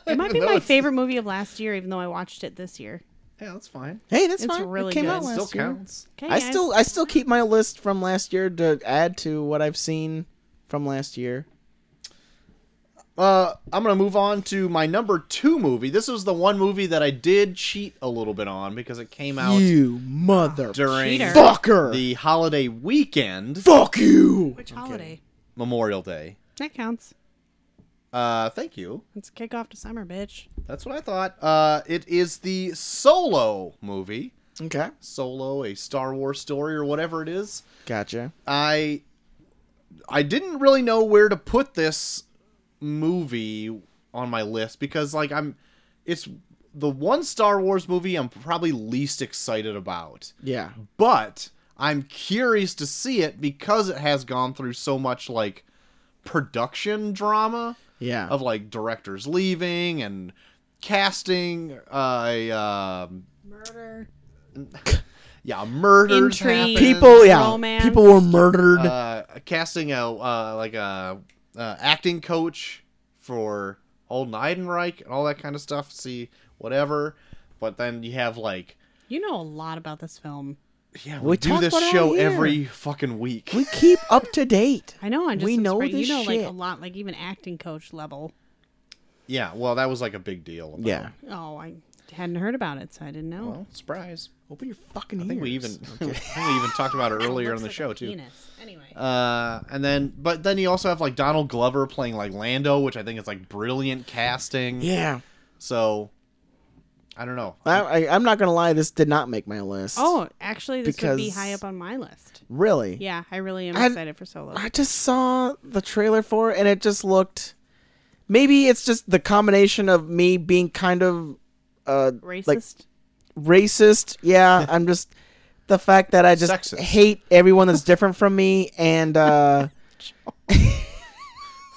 S3: It might be
S2: Even though
S3: my
S2: it's-
S3: favorite movie of last year, even though I watched it this year.
S2: that's fine.
S1: Hey, that's
S3: It's
S1: fine.
S3: really
S1: it came
S3: good.
S1: out
S3: Still
S1: last
S2: Still
S1: year.
S2: counts.
S3: Okay,
S1: I still I still keep my list from last year to add to what I've seen from last year.
S2: Uh, I'm gonna move on to my number two movie. This was the one movie that I did cheat a little bit on because it came out
S1: You mother
S2: during
S3: Cheater.
S1: fucker.
S2: the holiday weekend,
S1: Fuck you.
S3: Which holiday?
S2: Memorial Day.
S3: That counts.
S2: Uh, thank you.
S3: It's a kickoff to summer, bitch.
S2: That's what I thought. Uh, it is the Solo movie.
S1: Okay.
S2: Solo, a Star Wars story or whatever it is.
S1: Gotcha.
S2: I I didn't really know where to put this movie on my list because like I'm it's the one Star Wars movie I'm probably least excited about.
S1: Yeah.
S2: But I'm curious to see it because it has gone through so much like production drama
S1: Yeah.
S2: of like directors leaving and casting uh a, um
S3: Murder.
S2: yeah, murders
S3: Intrigue.
S2: happen.
S1: people. Yeah.
S3: romance.
S1: People were murdered.
S2: uh, casting a uh, like a uh, acting coach for Old Neidenreich and all that kind of stuff. See whatever, but then you have like
S3: You know a lot about this film.
S2: Yeah, we,
S1: We
S2: do
S1: talk
S2: this
S1: about it on
S2: show
S1: here.
S2: every fucking week.
S1: We keep up to date.
S3: I know. I'm just
S1: We know
S3: inspired.
S1: this
S3: You know, like a
S1: shit.
S3: lot, like even acting coach level.
S2: Yeah, well, that was like a big deal. about-
S1: Yeah.
S3: Oh, I hadn't heard about it, so I didn't know.
S2: Well, surprise.
S1: Open your fucking ears.
S2: I think we even I think we even talked about it
S3: It
S2: earlier on
S3: looks
S2: the
S3: like a
S2: show too.
S3: penis. Anyway,
S2: Uh, and then, but then you also have like Donald Glover playing like Lando, which I think is like brilliant casting.
S1: Yeah.
S2: So, I don't know.
S1: I, I, I'm not gonna lie. This did not make my list.
S3: oh, actually, this would be
S1: because-
S3: high up on my list.
S1: really?
S3: Yeah, I really am
S1: I-
S3: excited for Solo.
S1: I just saw the trailer for it, and it just looked. Maybe it's just the combination of me being kind of uh,
S3: Racist.
S1: like racist. Yeah, I'm just the fact that I just
S2: Sexist.
S1: hate everyone that's different from me, and uh,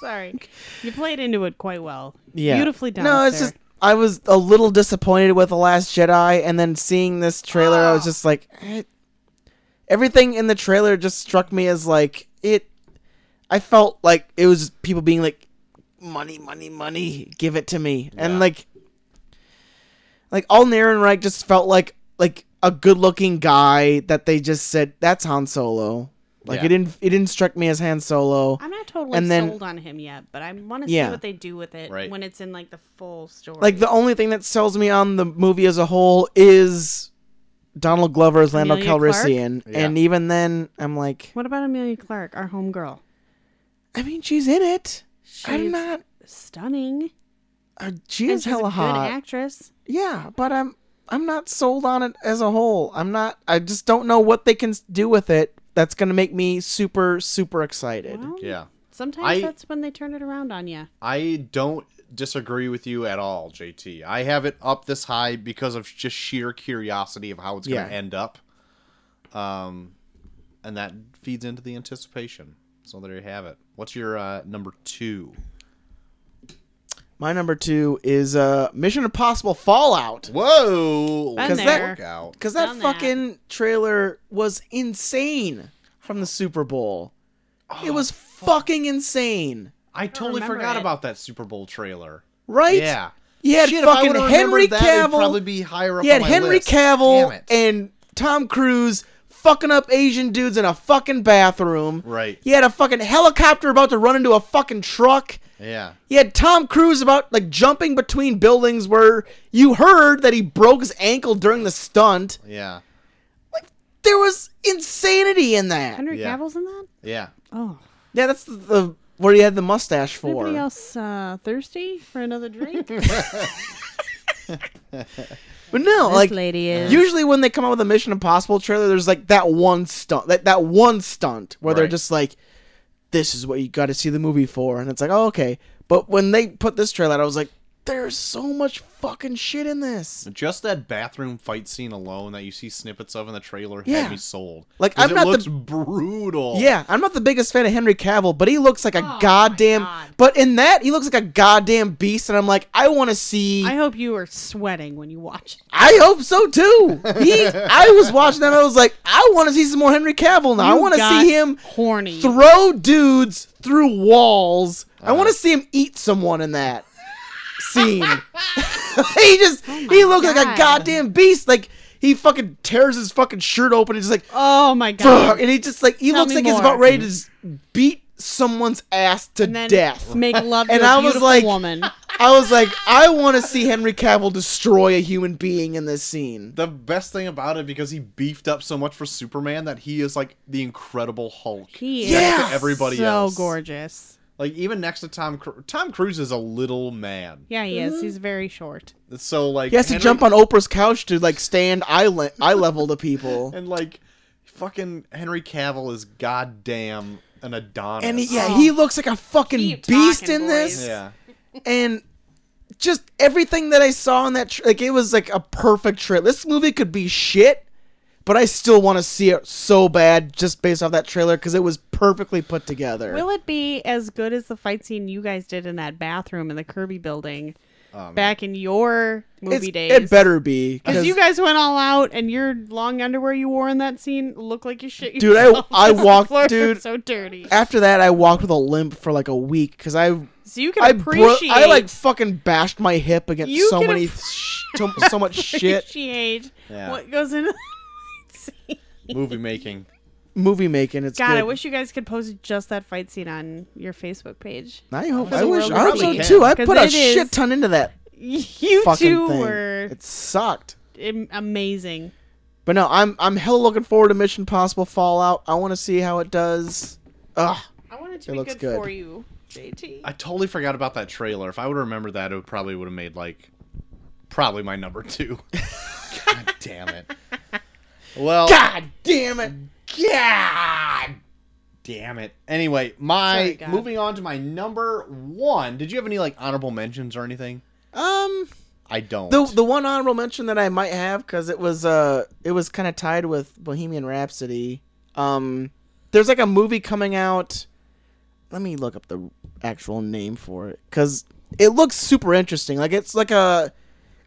S3: Sorry, you played into it quite well.
S1: yeah,
S3: beautifully done.
S1: No, it's just I was a little disappointed with the Last Jedi, and then seeing this trailer, I
S3: Ah.
S1: was just like, eh. everything in the trailer just struck me as like it. I felt like it was people being like, money, money, money, give it to me,
S2: Yeah.
S1: and like, like all Naren Reich just felt like like a good looking guy that they just said that's Han Solo. Like
S2: Yeah.
S1: it didn't it didn't struck me as Han Solo.
S3: I'm not totally
S1: and then-
S3: sold on him yet, but I want to
S1: Yeah.
S3: see what they do with it
S2: Right.
S3: when it's in like the full story.
S1: Like the only thing that sells me on the movie as a whole is Donald Glover as Lando
S3: Emilia Clarke?
S1: Calrissian, and even then, I'm like,
S3: what about Amelia Clark, our homegirl?
S1: I mean, she's in it. I'm
S3: She's
S1: not.
S3: stunning.
S1: Uh, she
S3: and
S1: is
S3: she's a
S1: hella
S3: good
S1: hot.
S3: actress.
S1: yeah, but I'm I'm not sold on it as a whole. I'm not. I just don't know what they can s- do with it. That's gonna make me super super excited.
S3: Well,
S2: Yeah,
S3: Sometimes
S2: I-
S3: that's when they turn it around on you.
S2: I don't disagree with you at all, JT. I have it up this high because of just sheer curiosity of how it's going to
S1: Yeah.
S2: end up. Um, and that feeds into the anticipation. So there you have it. What's your uh, number two?
S1: My number two is uh Mission Impossible Fallout.
S2: Whoa!
S3: Been
S1: 'Cause there.
S2: Look out.
S1: Because that
S3: Done that.
S1: fucking trailer was insane from the Super Bowl. it was
S2: Oh,
S1: fucking insane,
S2: I totally
S3: remember
S2: forgot
S3: it.
S2: about that Super Bowl trailer.
S1: right?
S2: Yeah.
S1: You had
S2: Shit, if I
S1: fucking
S2: would've
S1: Henry
S2: remembered that, it'd probably
S1: Cavill.
S2: be higher up
S1: You had
S2: on my
S1: Henry
S2: list. Damn
S1: Cavill
S2: it.
S1: and Tom Cruise fucking up Asian dudes in a fucking bathroom.
S2: Right.
S1: You had a fucking helicopter about to run into a fucking truck.
S2: Yeah.
S1: You had Tom Cruise about like jumping between buildings where you heard that he broke his ankle during the stunt.
S2: Yeah.
S1: There was insanity in that.
S3: Henry
S2: Yeah.
S3: Cavill's in that.
S2: Yeah.
S3: Oh,
S1: Yeah, that's the, the where you had the mustache for.
S3: anybody else uh, thirsty for another drink?
S1: But no, like
S3: lady is.
S1: usually when they come out with a Mission Impossible trailer, there's like that one stunt, that that one stunt where they're
S2: Right.
S1: just like, "This is what you got to see the movie for," and it's like, "Oh, okay." But when they put this trailer, out, I was like, "There's so much fucking shit in this."
S2: Just that bathroom fight scene alone that you see snippets of in the trailer
S1: Yeah.
S2: had me sold.
S1: Like,
S2: 'Cause
S1: I'm
S2: it
S1: not the-
S2: looks brutal.
S1: Yeah, I'm not the biggest fan of Henry Cavill, but he looks like a
S3: Oh my
S1: goddamn.
S3: God.
S1: But in that, he looks like a goddamn beast, and I'm like, I want to see.
S3: I
S1: I,
S3: hope you are sweating when you watch. it.
S1: hope so too. He, I was watching that, and I was like, I want to see some more Henry Cavill now. I
S3: You
S1: want to
S3: got
S1: see him
S3: horny.
S1: throw dudes through walls. I want to see him eat someone in that scene. he just he looked like a
S3: Oh God.
S1: goddamn beast. Like he fucking tears his fucking shirt open and he's like,
S3: oh my
S1: "Fuck,"
S3: god!
S1: and he just like he
S3: Tell
S1: looks
S3: me
S1: like he's
S3: more.
S1: about ready to just beat someone's ass to
S3: and then
S1: death.
S3: Make love to
S1: And
S3: a
S1: I was
S3: beautiful
S1: like-
S3: woman.
S1: I was like, I want to see Henry Cavill destroy a human being in this scene.
S2: The best thing about it because he beefed up so much for Superman that he is like the Incredible Hulk.
S3: He
S1: Yeah.
S2: Next to
S3: is
S2: everybody
S3: so
S2: else.
S3: gorgeous.
S2: Like even next to Tom Cru- Tom Cruise is a little man.
S3: Yeah, he is. He's very short.
S2: So like
S1: He has to
S2: Henry-
S1: jump on Oprah's couch to like stand eye le- eye level to people.
S2: and like fucking Henry Cavill is goddamn an Adonis.
S1: And he, yeah, he looks like a fucking
S3: Keep
S1: beast
S3: talking,
S1: in
S3: boys.
S1: this.
S2: yeah.
S1: and just everything that I saw in that tr like it was like a perfect trailer. This movie could be shit, but I still want to see it so bad just based off that trailer because it was perfectly put together.
S3: Will it be as good as the fight scene you guys did in that bathroom in the Kirby building
S2: Um,
S3: back in your
S1: It's-
S3: movie days?
S1: it better be
S3: Because
S1: because
S3: you guys went all out, and your long underwear you wore in that scene looked like you shit.
S1: Dude, I-
S3: yourself
S1: I
S3: 'cause the
S1: walked-
S3: floors
S1: dude.
S3: were so dirty.
S1: after that I walked with a limp for like a week because I
S3: So you can
S1: I bro-
S3: appreciate.
S1: I like fucking bashed my hip against
S3: You
S1: so
S3: can
S1: many sh- so, so much shit.
S3: appreciate
S2: Yeah.
S3: what goes into.
S2: movie making.
S1: movie making. It's
S3: God,
S1: good.
S3: I wish you guys could post just that fight scene on your Facebook page.
S1: I hope.
S3: the
S1: I wish.
S3: world
S1: I hope so
S2: probably can.
S1: too. I
S3: 'Cause
S1: put a
S3: it is
S1: shit ton into that
S3: You
S1: fucking
S3: two
S1: thing.
S3: were
S1: It sucked.
S3: am- amazing.
S1: But no, I'm I'm hella looking forward to Mission Possible Fallout. I want to see how it does. Ugh.
S3: I wanted
S1: It
S3: to be
S1: looks
S3: good,
S1: good.
S3: for you, JT.
S2: I totally forgot about that trailer. If I would have remembered that, it would probably would have made like probably my number two. God damn it. Well,
S1: God damn it.
S2: God damn it. Anyway,
S3: Sorry,
S2: my
S3: God.
S2: moving on to my number one. Did you have any like honorable mentions or anything?
S1: Um,
S2: I don't.
S1: the the one honorable mention that I might have because it was uh it was kind of tied with Bohemian Rhapsody. Um, there's like a movie coming out. Let me look up the actual name for it because it looks super interesting. Like it's like a,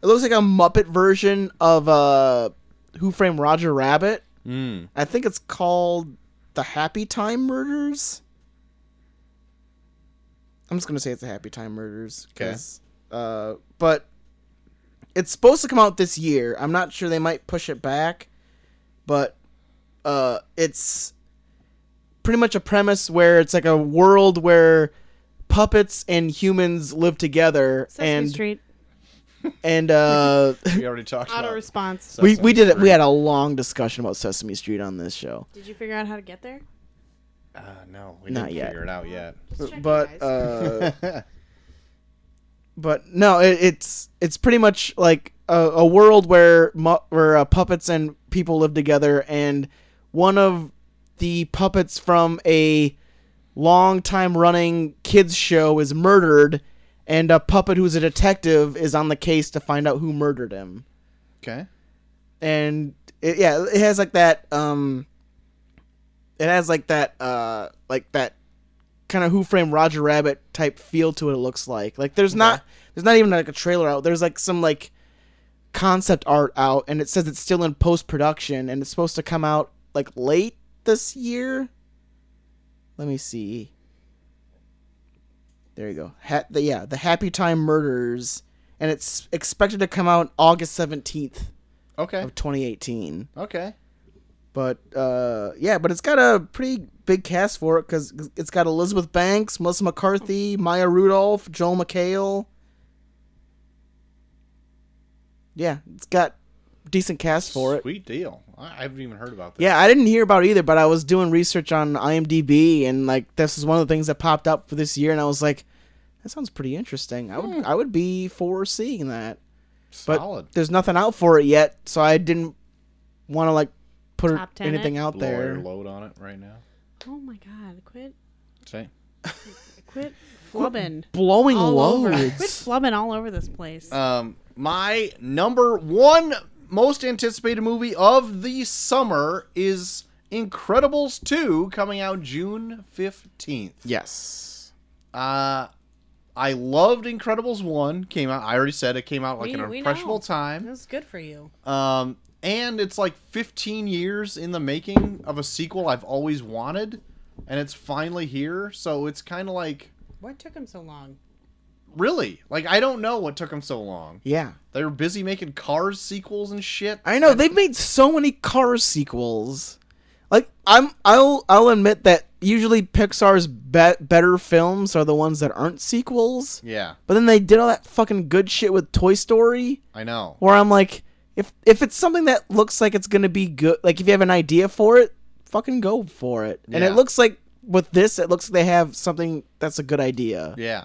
S1: it looks like a Muppet version of uh, Who Framed Roger Rabbit.
S2: Mm.
S1: I think it's called the Happy Time Murders. I'm just gonna say it's the Happy Time Murders. 'cause, Uh, but it's supposed to come out this year. I'm not sure they might push it back, but uh, it's pretty much a premise where it's like a world where puppets and humans live together,
S3: Sesame
S1: and
S3: Street
S1: and uh,
S2: We already talked
S3: auto
S2: about
S3: response.
S1: we we
S2: Sesame
S1: did it. We
S2: Street.
S1: had a long discussion about Sesame Street on this show.
S3: Did you figure out how to get there?
S2: Uh, no, we
S1: Not
S2: didn't
S1: yet.
S2: figure it out yet.
S3: Just checking,
S1: but
S3: guys.
S1: uh, but no, it, it's it's pretty much like a, a world where mu- where uh, puppets and people live together, and one of the puppets from a long time running kids show is murdered, and a puppet who's a detective is on the case to find out who murdered him
S2: okay.
S1: and it, yeah, it has like that. Um, it has like that, uh, like that kind of Who Framed Roger Rabbit type feel to it. It looks like like there's not there's not even like a trailer out. There's like some like concept art out, and it says it's still in post production, and it's supposed to come out like late this year. Let me see. There you go. Ha- the, yeah, the Happy Time Murders, and it's expected to come out August seventeenth
S2: Okay.
S1: of 2018.
S2: Okay.
S1: But uh, yeah, but it's got a pretty big cast for it because it's got Elizabeth Banks, Melissa McCarthy, Maya Rudolph, Joel McHale. Yeah, it's got decent cast for it.
S2: Sweet deal. I I haven't even heard about this.
S1: Yeah, I didn't hear about it either, but I was doing research on IMDb and like this is one of the things that popped up for this year, and I was like, that sounds pretty interesting. I would I would be for seeing that but
S2: Solid.
S1: there's nothing out for it yet, so I didn't want to like put
S3: Top 10
S1: anything out
S2: Blow
S1: there.
S2: your load on it right now.
S3: oh my God! Quit,
S2: Say.
S3: quit flubbing
S1: Blowing
S3: all over. Quit
S1: loads. Uh,
S3: flubbing all over this place.
S2: Um, my number one most anticipated movie of the summer is Incredibles 2 coming out June 15th.
S1: yes.
S2: Uh, I loved Incredibles 1. Came out, I already said it came out like
S3: We-
S2: an
S3: we
S2: impressionable
S3: know.
S2: time.
S3: was good for you.
S2: Um, and it's like 15 years in the making of a sequel I've always wanted. And it's finally here. So it's kind of like,
S3: What took him so long?
S2: really? Like, I don't know what took them so long.
S1: Yeah.
S2: They were busy making Cars sequels and shit.
S1: I know they've made so many Cars sequels. Like I'm, I'll, I'll admit that usually Pixar's be- better films are the ones that aren't sequels.
S2: Yeah,
S1: But then they did all that fucking good shit with Toy Story,
S2: I know.
S1: where I'm like, if if it's something that looks like it's gonna be good, like if you have an idea for it, fucking go for it. And
S2: Yeah.
S1: it looks like with this, it looks like they have something that's a good idea.
S2: Yeah.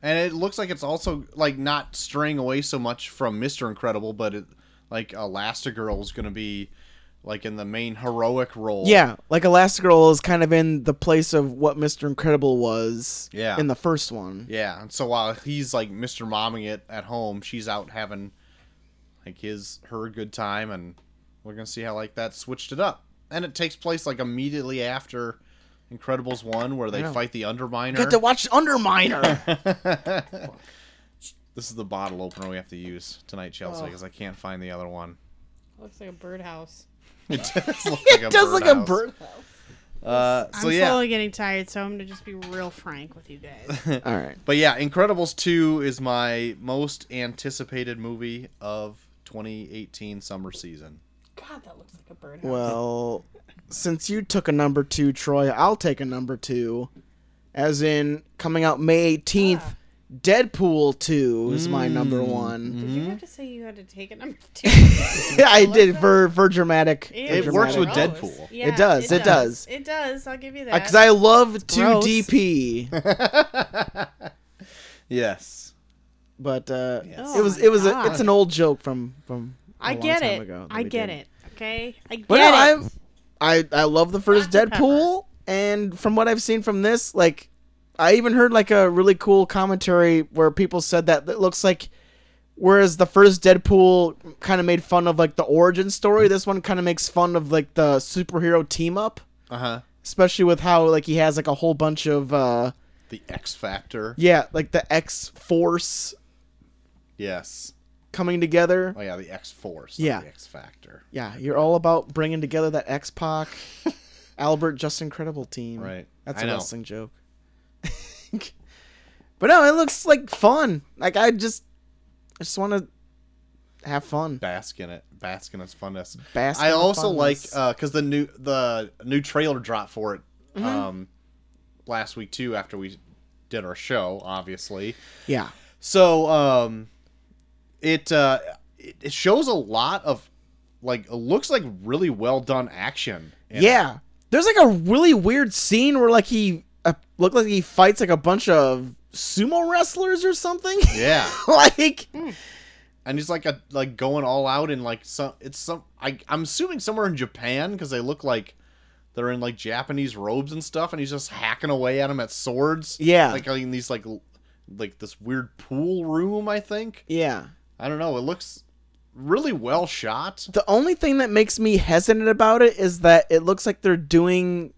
S2: And it looks like it's also like not straying away so much from Mr. Incredible, but it like Elastigirl is going to be like in the main heroic role.
S1: Yeah, like Elastigirl is kind of in the place of what Mr. Incredible was
S2: Yeah.
S1: in the first one.
S2: Yeah. And so while he's like Mr. Momming it at home, she's out having like his her good time and we're going to see how like that switched it up. And it takes place like immediately after Incredibles 1 where they
S1: know.
S2: fight the Underminer.
S1: Got to watch Underminer.
S2: this is the bottle opener we have to use tonight, Chelsea,
S3: Oh.
S2: because I can't find the other one.
S3: Looks like a birdhouse.
S2: It does look like
S1: it
S2: a
S1: does look like a
S2: birdhouse.
S1: bird.
S2: Uh,
S3: I'm
S2: so yeah,
S3: slowly getting tired, so I'm gonna just be real frank with you guys.
S1: All right.
S2: but yeah, Incredibles two is my most anticipated movie of 2018 summer season.
S3: God, that looks like a birdhouse.
S1: Well, since you took a number two, Troy, I'll take a number two. As in, coming out May 18th,
S3: Ah.
S1: Deadpool 2 is my number one.
S3: Did you have to say you had to take it? I'm it
S1: I did for, for dramatic.
S3: Ew.
S1: for
S2: It works with
S1: dramatic.
S2: Deadpool.
S3: Yeah,
S1: does, it does.
S3: It does. I'll give you that.
S1: Because I love
S5: gross.
S1: 2DP.
S2: yes.
S1: But uh,
S2: Yes.
S1: it was
S3: Oh
S1: it was
S3: my
S1: a, it's an old joke from from. I
S3: I get
S1: time
S3: it.
S1: Ago that
S3: I
S1: we
S3: get
S1: did.
S3: it. Okay, I get
S1: But
S3: it.
S1: no, I'm, I I love the first
S3: Dr. Pepper.
S1: Deadpool, and from what I've seen from this, like I even heard like a really cool commentary where people said that it looks like, whereas the first Deadpool kind of made fun of like the origin story, this one kind of makes fun of like the superhero team up,
S2: Uh huh.
S1: especially with how like he has like a whole bunch of uh
S2: The X Factor.
S1: yeah like the X Force
S2: Yes.
S1: coming together.
S2: Oh yeah, the X Force.
S1: Yeah.
S2: Yeah. The X Factor.
S1: Yeah, you're all about bringing together that X Pac, Albert, Just Incredible team.
S2: Right.
S1: That's
S2: I
S1: a
S2: know.
S1: wrestling joke. but no, it looks like fun. Like I just, I just want to have fun.
S2: Bask in it. Bask in its funness.
S1: Bask
S2: I
S1: in the
S2: also like
S1: funness.
S2: because the new the new trailer dropped for it
S1: Mm-hmm.
S2: um, last week too. After we did our show, obviously.
S1: Yeah.
S2: So um, it uh, it, it shows a lot of like it looks like really well done action. in it.
S1: Yeah. There's like a really weird scene where like he uh, looked like he fights like a bunch of sumo wrestlers or something.
S2: yeah.
S1: like
S2: and he's like a like going all out in like some it's some I I'm assuming somewhere in Japan because they look like they're in like Japanese robes and stuff, and he's just hacking away at him at swords.
S1: Yeah.
S2: like in these like l- like this weird pool room. I think
S1: yeah.
S2: I don't know. It looks really well shot.
S1: The only thing that makes me hesitant about it is that it looks like they're doing,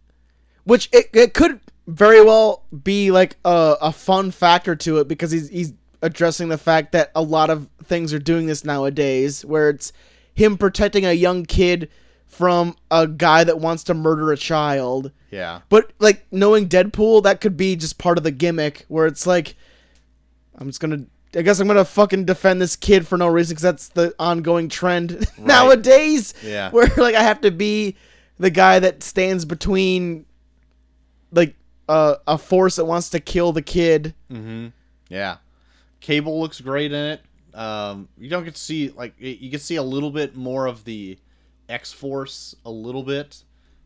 S1: which it, it could very well be like a, a fun factor to it because he's he's addressing the fact that a lot of things are doing this nowadays, where it's him protecting a young kid from a guy that wants to murder a child.
S2: Yeah,
S1: But like knowing Deadpool, that could be just part of the gimmick where it's like, I'm just gonna. I guess I'm gonna fucking defend this kid for no reason because that's the ongoing trend nowadays.
S2: Yeah.
S1: where like I have to be the guy that stands between, like uh, a force that wants to kill the kid.
S2: yeah. Cable looks great in it. Um, you don't get to see like y- you can see a little bit more of the X Force a little bit.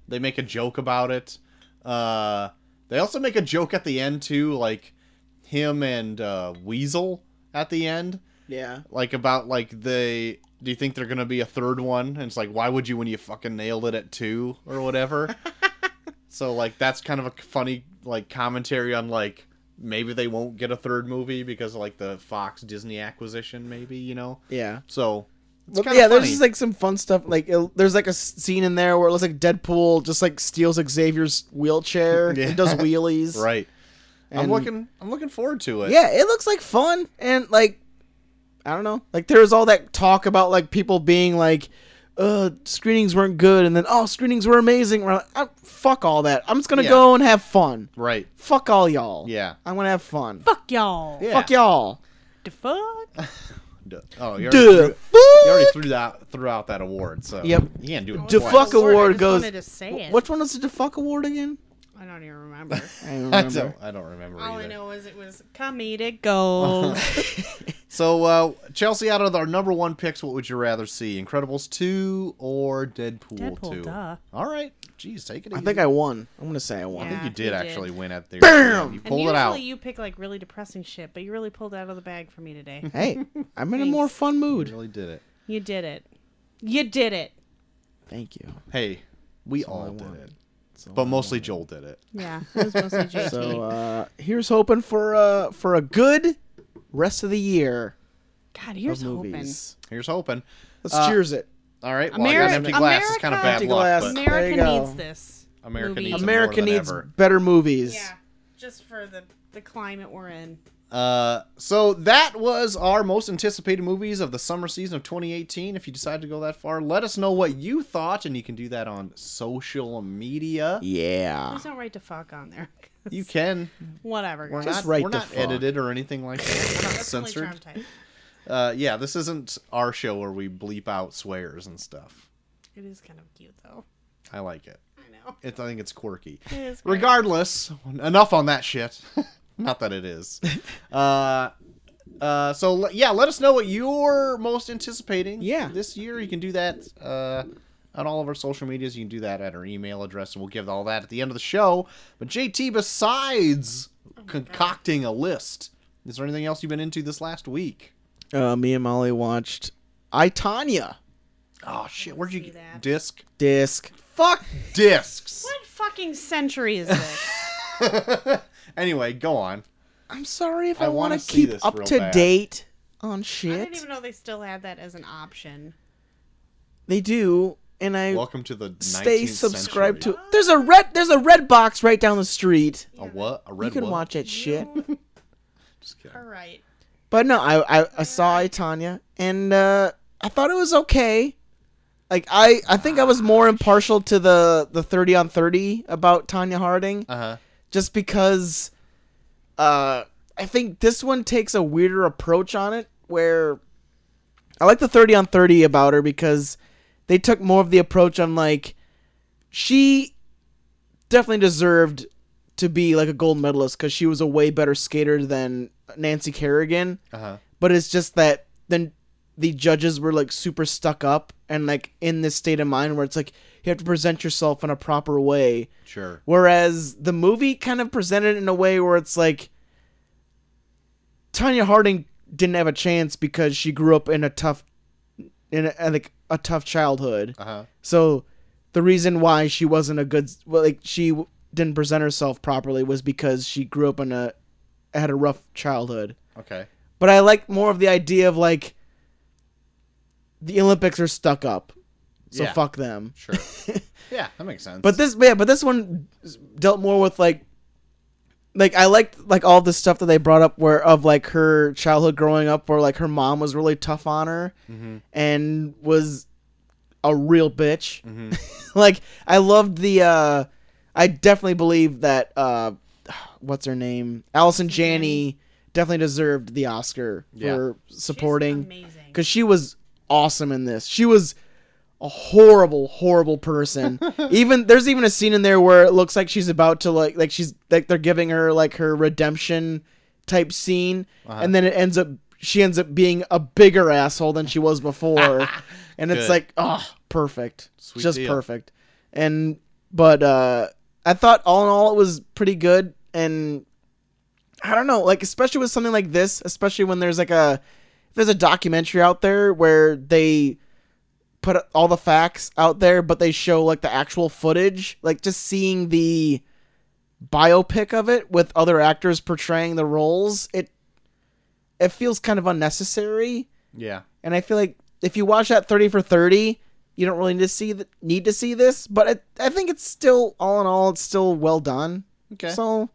S2: They make a joke about it. Uh, they also make a joke at the end too, like him and uh, Weasel at the end,
S1: Yeah,
S2: like about like they. Do you think they're gonna be a third one? And it's like, why would you when you fucking nailed it at two or whatever? so like that's kind of a funny like commentary on like maybe they won't get a third movie because of like the Fox Disney acquisition, maybe you know.
S1: yeah.
S2: So it's
S1: Well,
S2: kind
S1: yeah,
S2: of
S1: there's
S2: funny.
S1: just like some fun stuff. Like it, there's like a s- scene in there where it looks like Deadpool just like steals Xavier's wheelchair
S2: Yeah.
S1: and does wheelies.
S2: right. I'm
S1: And-
S2: looking. I'm looking forward to it.
S1: Yeah, it looks like fun and like I don't know. Like there was all that talk about like people being like uh screenings weren't good and then oh screenings were amazing. We're like, "Ah, fuck all that. I'm just going to
S2: Yeah.
S1: go and have fun.
S2: Right.
S1: Fuck all y'all.
S2: Yeah.
S1: I'm going to have fun.
S3: fuck y'all.
S2: Yeah.
S1: Fuck y'all.
S3: The fuck.
S2: Duh. Oh, you already,
S1: Duh.
S2: threw, you already
S1: Fuck.
S2: threw that threw out that award. So
S1: Yep.
S2: you can't do it.
S1: The
S2: twice.
S1: fuck
S3: Lord, I
S1: award
S3: just
S1: goes-
S3: wanted to say it.
S1: Which one was the fuck award again?
S3: I don't even remember.
S1: I don't
S2: I
S1: remember.
S2: don't. I don't remember
S3: All I
S2: either.
S3: know is it was comedic gold.
S2: So uh, Chelsea, out of our number one picks, what would you rather see, Incredibles two or Deadpool,
S3: Deadpool,
S2: two?
S3: duh.
S2: All right, jeez, take it.
S1: I
S2: easy.
S1: think I won. I'm going to say I won.
S3: Yeah.
S2: You did
S3: You did.
S2: actually win at the
S1: Bam!
S2: You
S3: and
S2: pulled
S3: usually
S2: it out.
S3: you pick like really depressing shit, but you really pulled out of the bag for me today.
S1: Hey, I'm in a more fun
S2: You
S1: mood.
S2: really did it.
S3: you did it. You did it.
S1: Thank you.
S2: Hey, we
S1: I
S2: all did
S1: want.
S2: it,
S1: That's all I
S2: but mostly Joel did it.
S3: Yeah, it was mostly JT.
S1: So uh, here's hoping for uh, for a good rest of the year
S3: God,
S1: of
S3: here's hoping.
S1: movies.
S2: Here's hoping.
S1: Let's
S2: Uh,
S1: cheers it.
S2: All right, well, I got
S3: Ameri-
S2: an empty glass. It's kind of
S3: America-
S1: Empty
S2: bad luck,
S1: glass.
S2: but
S1: There you
S3: America
S1: go.
S3: needs this.
S2: America
S3: movie.
S2: needs it
S1: America
S2: more than
S1: needs
S2: ever.
S1: better movies.
S3: Yeah, just for the the climate we're in.
S2: Uh, so that was our most anticipated movies of the summer season of 2018. If you decide to go that far, let us know what you thought, and you can do that on social media.
S1: Yeah.
S3: There's no right to fuck on there.
S2: You can.
S3: Whatever.
S2: We're
S3: Guys.
S1: Just
S2: not,
S1: right
S2: we're
S1: to
S2: not
S1: fuck.
S2: edited or anything like that. We're not
S3: That's only charm
S2: censored.
S3: type.
S2: Uh, yeah, this isn't our show where we bleep out swears and stuff.
S3: It is kind of cute though.
S2: I like it.
S3: I know.
S2: It's I think it's quirky.
S3: It is great.
S2: Regardless, enough on that shit. Not that it is. uh, uh, so le- yeah, let us know what you're most anticipating.
S1: Yeah.
S2: this year you can do that uh, on all of our social medias. You can do that at our email address, and we'll give all that at the end of the show. But JT, besides concocting a list, is there anything else you've been into this last week?
S1: Uh, me and Molly watched I Tanya
S2: Oh shit, where'd you
S3: see
S2: get
S3: that.
S2: disc?
S1: disc.
S2: Fuck discs.
S3: What fucking century is this?
S2: anyway, go on.
S1: I'm sorry if
S2: I
S1: I,
S2: wanna
S1: want to
S2: see
S1: keep
S2: this
S1: up
S2: real
S1: to
S2: bad.
S1: date on
S3: I
S1: shit.
S3: didn't even know they still had that as an option.
S1: They do, and I
S2: Welcome to the
S1: stay
S2: 19th
S1: subscribed
S2: century.
S1: to. There's a red. There's a red box right down the street.
S2: a what? A red
S1: you can
S2: what?
S1: watch that shit.
S2: Just kidding.
S3: All right.
S1: But no, I I, I saw I Tanya, and uh, I thought it was okay. Like I, I think I was more impartial to the the thirty on thirty about Tanya Harding,
S2: Uh-huh.
S1: just because, uh, I think this one takes a weirder approach on it. Where I like the thirty on thirty about her because they took more of the approach on like she definitely deserved to be like a gold medalist because she was a way better skater than Nancy Kerrigan
S2: Uh-huh.
S1: but it's just that then the judges were like super stuck up and like in this state of mind where it's like you have to present yourself in a proper way
S2: Sure.
S1: whereas the movie kind of presented it in a way where it's like Tanya Harding didn't have a chance because she grew up in a tough in a, uh, like a tough childhood
S2: Uh-huh.
S1: so the reason why she wasn't a good well, like she w- didn't present herself properly was because she grew up in a had a rough childhood
S2: Okay.
S1: but I like more of the idea of like the Olympics are stuck up, so
S2: Yeah.
S1: fuck them.
S2: Sure. yeah, that makes sense.
S1: But this, yeah, but this one dealt more with like, like I liked like all the stuff that they brought up where of like her childhood growing up, where like her mom was really tough on her and was a real bitch. like I loved the, uh I definitely believe that uh what's her name, Allison Janney, definitely deserved the Oscar
S2: Yeah.
S1: for
S3: She's
S1: supporting
S3: amazing.
S1: because she was awesome in this. She was a horrible, horrible person. even there's even a scene in there where it looks like she's about to like like she's like they're giving her like her redemption type scene, and then it ends up she ends up being a bigger asshole than she was before, and it's
S2: Good.
S1: like oh, perfect,
S2: Sweet
S1: just
S2: deal.
S1: perfect. And but uh I thought all in all it was pretty good and. I don't know, like especially with something like this, especially when there's like a if there's a documentary out there where they put all the facts out there but they show like the actual footage like just seeing the biopic of it with other actors portraying the roles it it feels kind of unnecessary
S2: yeah.
S1: and i feel like if you watch that 30 for 30 you don't really need to see th- need to see this but it, i think it's still all in all it's still well done
S2: Okay.
S1: so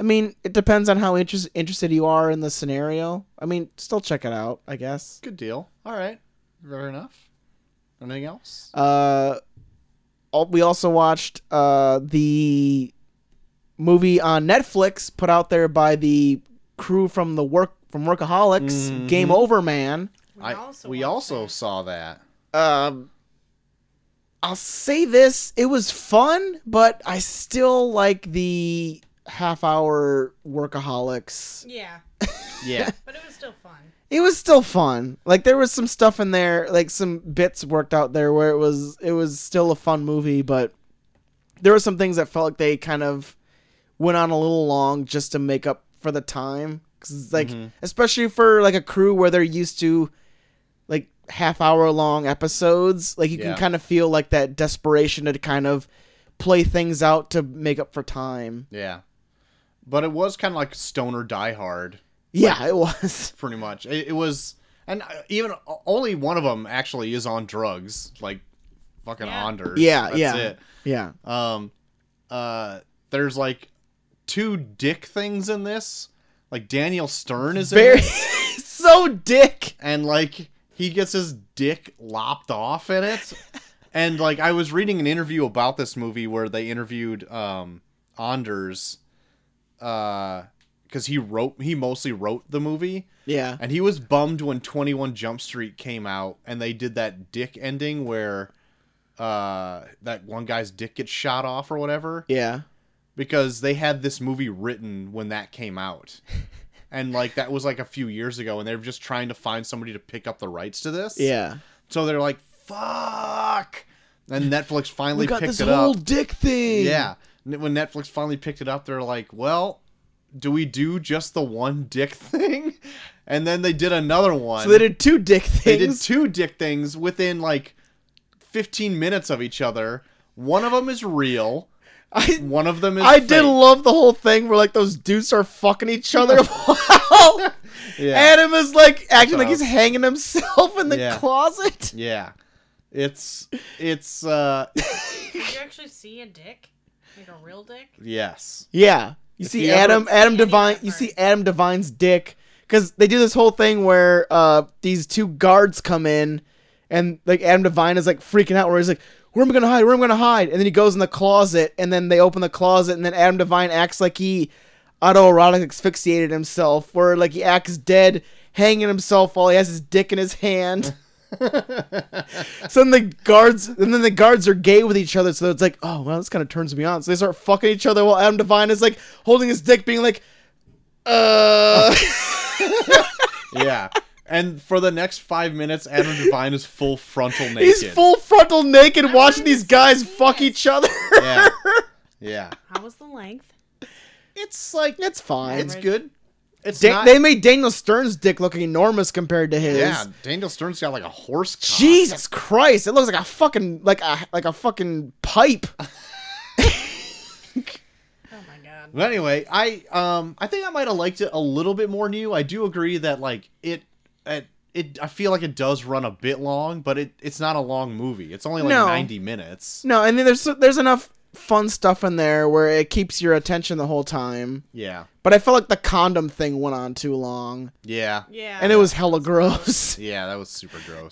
S1: i mean it depends on how interest, interested you are in the scenario i mean still check it out i guess
S2: Good deal. All right. Fair enough. Anything else?
S1: Uh, al- we also watched uh, the movie on Netflix put out there by the crew from the work from Workaholics,
S2: Mhm.
S1: Game Over Man.
S3: We
S2: I,
S3: also
S2: we
S3: watched
S2: also
S3: that.
S2: saw that.
S1: Um, I'll say this: it was fun, but I still like the half-hour Workaholics.
S3: Yeah,
S2: Yeah.
S3: but it was still fun.
S1: It was still fun. Like there was some stuff in there, like some bits worked out there where it was it was still a fun movie, but there were some things that felt like they kind of went on a little long just to make up for the time. 'Cause it's like, especially for like a crew where they're used to like half hour long episodes, like you
S2: Yeah.
S1: can kind of feel like that desperation to kind of play things out to make up for time.
S2: yeah. But it was kind of like Stoner Die Hard,
S1: Yeah, it was.
S2: pretty much. It, it was, and uh, even o- only one of them actually is on drugs, like fucking
S3: Yeah.
S2: Anders.
S1: Yeah,
S2: That's
S1: yeah.
S2: it.
S1: Yeah.
S2: Um, uh, there's like two dick things in this. Like Daniel Stern is in
S1: Very
S2: it,
S1: so dick.
S2: and like he gets his dick lopped off in it. and like I was reading an interview about this movie where they interviewed um Anders, uh, because he wrote he mostly wrote the movie.
S1: Yeah.
S2: And he was bummed when 21 Jump Street came out and they did that dick ending where uh, that one guy's dick gets shot off or whatever
S1: Yeah.
S2: because they had this movie written when that came out. And like that was like a few years ago, and they're just trying to find somebody to pick up the rights to this.
S1: Yeah.
S2: So they're like, "Fuck!" And Netflix finally
S1: We got
S2: picked
S1: this
S2: it
S1: whole
S2: up.
S1: dick thing.
S2: Yeah. N- When Netflix finally picked it up, they're like, well, do we do just the one dick thing? And then they did another one.
S1: So they did two dick things.
S2: They did two dick things within like 15 minutes of each other. One of them is real.
S1: I,
S2: One of them is.
S1: I did
S2: fake.
S1: love the whole thing where like those dudes are fucking each other. Wow.
S2: Yeah.
S1: Adam is like acting like
S2: That's
S1: he's hanging himself in the
S2: Yeah.
S1: closet.
S2: yeah. It's it's uh
S3: Did you actually see a dick? Like a real dick?
S2: yes.
S1: Yeah. You see
S2: you ever-
S1: Adam Adam
S3: Any of
S1: Divine
S3: that
S1: you see
S3: first.
S1: Adam Divine's dick cuz they do this whole thing where uh these two guards come in and like Adam Divine is like freaking out where he's like where am I going to hide? Where am I going to hide? And then he goes in the closet and then they open the closet and then Adam Divine acts like he autoerotic asphyxiated himself where like he acts dead hanging himself while he has his dick in his hand. So then the guards, and then the guards are gay with each other. So it's like, oh well, this kind of turns me on. So they start fucking each other while Adam Devine is like holding his dick, being like, uh,
S2: yeah. And for the next five minutes, Adam Devine is full frontal naked.
S1: he's full frontal naked, watching these guys
S3: see
S1: fuck
S3: it.
S1: each other.
S2: Yeah. Yeah.
S3: How was the length?
S2: It's like
S1: It's fine.
S2: it's good. It's
S1: Da-
S2: not,
S1: they made Daniel Stern's dick look enormous compared to his.
S2: Yeah, Daniel Stern's got like a horse. Cock.
S1: Jesus Christ! It looks like a fucking like a like a fucking pipe.
S3: Oh my god.
S2: But anyway, I um I think I might have liked it a little bit more new. I do agree that like it it, it I feel like it does run a bit long, but it it's not a long movie. It's only like
S1: No.
S2: 90 minutes.
S1: No, and then there's there's enough fun stuff in there where it keeps your attention the whole time.
S2: Yeah.
S1: But I felt like the condom thing went on too long,
S2: Yeah.
S3: Yeah.
S1: and it was hella gross.
S2: Yeah, that was super gross.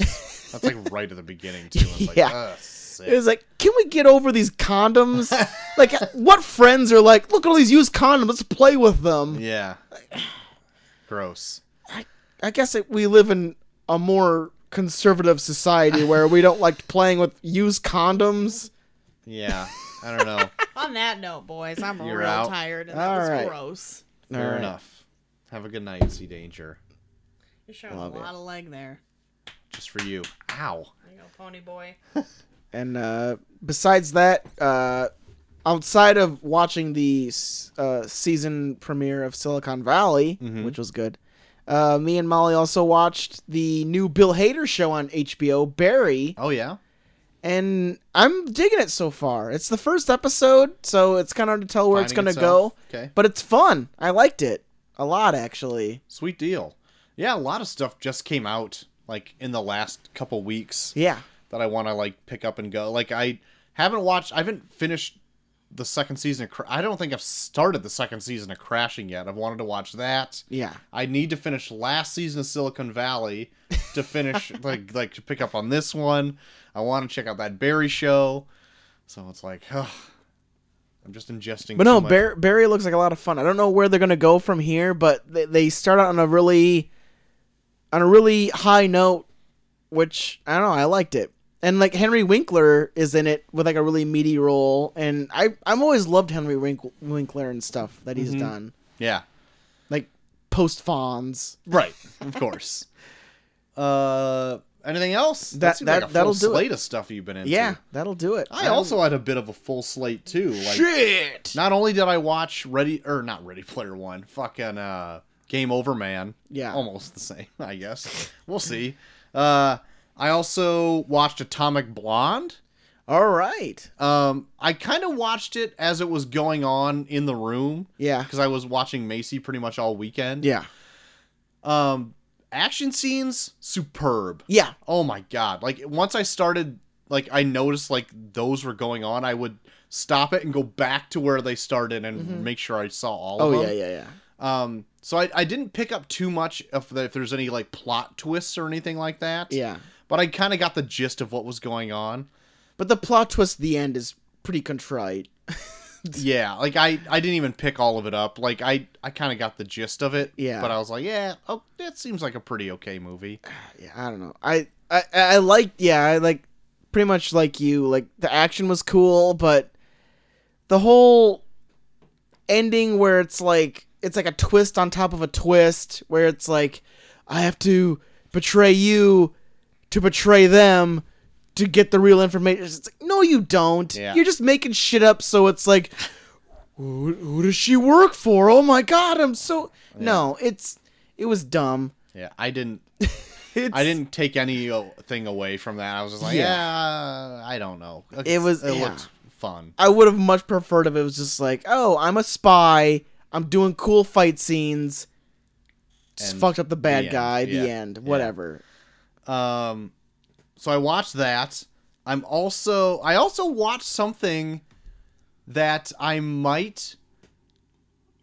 S2: That's like right at the beginning too. I was like,
S1: Yeah.
S2: "Ugh,
S1: It
S2: sick."
S1: was like, can we get over these condoms? like, what friends are like, look at all these used condoms, let's play with them.
S2: Yeah. Gross.
S1: I guess it, we live in a more conservative society where we don't like playing with used condoms.
S2: Yeah. I don't know.
S3: On that note, boys, I'm
S2: You're
S3: real
S2: out.
S3: tired and
S1: All
S3: that was
S1: right.
S3: gross.
S2: Fair
S1: Alright.
S2: enough. Have a good night, Sea Danger.
S3: You're showing
S1: Love
S3: a
S1: it.
S3: lot of leg there.
S2: Just for you. Ow.
S3: There you go, pony boy.
S1: And uh, besides that, uh, outside of watching the s- uh, season premiere of Silicon Valley,
S2: Mm-hmm.
S1: which was good, uh, me and Molly also watched the new Bill Hader show on HBO, Barry,
S2: Oh yeah.
S1: and I'm digging it so far. It's the first episode, so it's kind of hard to tell where it's going
S2: Finding
S1: to go,
S2: itself. Okay.
S1: but it's fun. I liked it a lot, actually.
S2: Sweet deal. Yeah, a lot of stuff just came out like in the last couple weeks
S1: Yeah.
S2: that I want to like pick up and go. Like I haven't watched, I haven't finished the second season. Of Cra- I don't think I've started the second season of Crashing yet. I've wanted to watch that.
S1: Yeah.
S2: I need to finish last season of Silicon Valley to finish like like to pick up on this one. I want to check out that Barry show. So it's like, ugh, I'm just ingesting.
S1: But
S2: too
S1: no,
S2: much.
S1: Bar- Barry looks like a lot of fun. I don't know where they're gonna go from here, but they, they start out on a really, on a really high note, which I don't know. I liked it, and like Henry Winkler is in it with like a really meaty role, and I I've always loved Henry Wink- Winkler and stuff that
S2: Mm-hmm.
S1: he's done,
S2: Yeah.
S1: like post Fonz.
S2: Right, of course. uh, anything else?
S1: That-
S2: seems
S1: that-
S2: full
S1: that'll do it.
S2: slate of stuff you've been into.
S1: Yeah, that'll do it.
S2: I also had a bit of a full slate too. Like,
S1: shit.
S2: not only did I watch Ready or not Ready Player One, fucking uh, Game Over Man.
S1: Yeah.
S2: almost the same, I guess. We'll see. Uh, I also watched Atomic Blonde.
S1: All right.
S2: Um, I kind of watched it as it was going on in the room
S1: Yeah.
S2: because I was watching Macy pretty much all weekend.
S1: Yeah.
S2: Um, action scenes superb.
S1: Yeah.
S2: Oh my god! Like once I started, like I noticed like those were going on, I would stop it and go back to where they started and make sure I saw all of
S1: Mm-hmm. Oh
S2: them.
S1: yeah. Yeah. Yeah.
S2: Um, so I, I didn't pick up too much of the, if there's any like plot twists or anything like that.
S1: Yeah.
S2: But I kind of got the gist of what was going on.
S1: But the plot twist at the end is pretty contrite.
S2: yeah, like I I didn't even pick all of it up. Like I I kind of got the gist of it.
S1: Yeah.
S2: But I was like, yeah, oh, that seems like a pretty okay movie.
S1: yeah, I don't know. I I, I like yeah, I like pretty much like you. Like the action was cool, but the whole ending where it's like it's like a twist on top of a twist, where it's like I have to betray you to betray them to get the real information. It's like, no, you don't.
S2: Yeah.
S1: You're just making shit up. So it's like, who, who does she work for? Oh my god, I'm so no. It's it was dumb.
S2: Yeah, I didn't.
S1: It's,
S2: I didn't take anything away from that. I was just like,
S1: Yeah.
S2: yeah, I don't know.
S1: It was-
S2: It
S1: yeah.
S2: looked fun.
S1: I would have much preferred if it was just like, oh, I'm a spy. I'm doing cool fight scenes. Just
S2: And
S1: fucked up the bad
S2: end,
S1: guy. The
S2: yeah,
S1: end.
S2: yeah.
S1: Whatever.
S2: Um, so I watched that. I'm also I also watched something that I might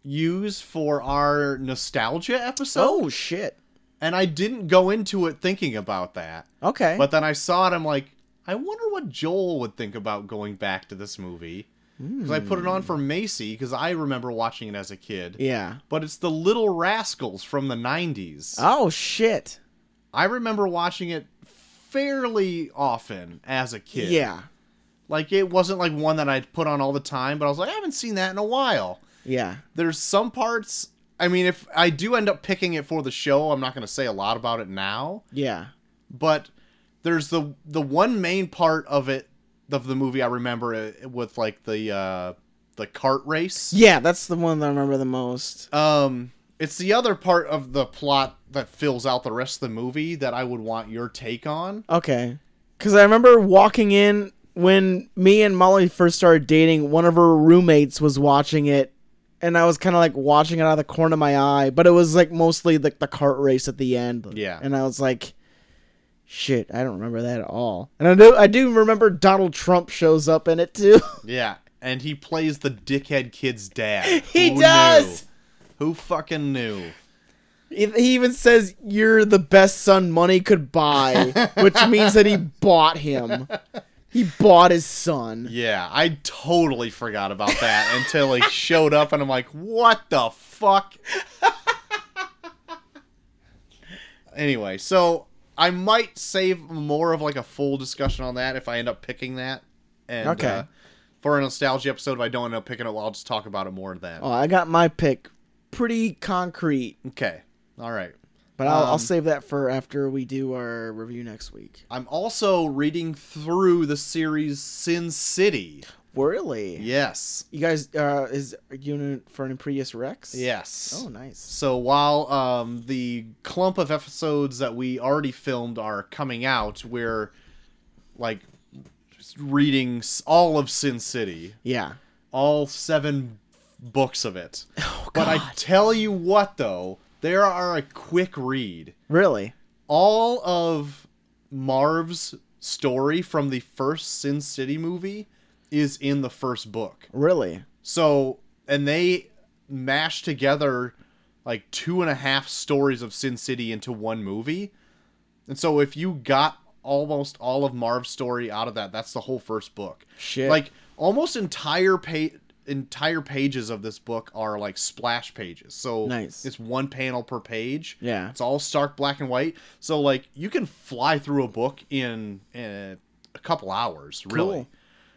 S2: use for our nostalgia episode,
S1: Oh shit.
S2: and I didn't go into it thinking about that.
S1: Okay.
S2: But then I saw it. I'm like, I wonder what Joel would think about going back to this movie. Because I put it on for Macy because I remember watching it as a kid.
S1: yeah.
S2: But it's the Little Rascals from the 90s.
S1: Oh shit.
S2: I remember watching it fairly often as a kid.
S1: Yeah.
S2: Like it wasn't like one that I'd put on all the time, but I was like, I haven't seen that in a while.
S1: Yeah.
S2: There's some parts. I mean, if I do end up picking it for the show, I'm not going to say a lot about it now
S1: Yeah.
S2: but there's the the one main part of it of the movie I remember uh, with like the uh the cart race.
S1: Yeah. That's the one that I remember the most.
S2: Um it's the other part of the plot that fills out the rest of the movie that I would want your take on.
S1: Okay. Because I remember walking in when me and Molly first started dating, one of her roommates was watching it. And I was kind of like watching it out of the corner of my eye, but it was like mostly like the cart race at the end.
S2: Yeah.
S1: And I was like, shit, I don't remember that at all. And I do, I do remember Donald Trump shows up in it too.
S2: Yeah, and he plays the dickhead kid's dad.
S1: He
S2: Who
S1: does!
S2: Knew? Who fucking knew?
S1: he he even says, You're the best son money could buy, which means that he bought him. He bought his son.
S2: Yeah, I totally forgot about that until he showed up and I'm like, what the fuck? anyway, so I might save more of like a full discussion on that if I end up picking that. And
S1: Okay.
S2: uh, for a nostalgia episode, if I don't end up picking it, well, I'll just talk about it more then.
S1: Oh, I got my pick pretty concrete,
S2: Okay. All right.
S1: but I'll, I'll
S2: Um,
S1: save that for after we do our review next week.
S2: I'm also reading through the series Sin City.
S1: Really?
S2: Yes.
S1: You guys, uh, is unit for an Imprevious Rex?
S2: Yes.
S1: Oh, nice.
S2: So while um, the clump of episodes that we already filmed are coming out, we're like just reading s- all of Sin City,
S1: Yeah.
S2: all seven books of it. But I tell you what, though, there are a quick read.
S1: Really?
S2: All of Marv's story from the first Sin City movie is in the first book.
S1: Really?
S2: So, and they mashed together like two and a half stories of Sin City into one movie. And so, if you got almost all of Marv's story out of that, that's the whole first book.
S1: Shit.
S2: Like almost entire pa- entire pages of this book are like splash pages. So
S1: Nice.
S2: it's one panel per page.
S1: Yeah.
S2: It's all stark black and white. So like you can fly through a book in, in a couple hours, really.
S1: Cool.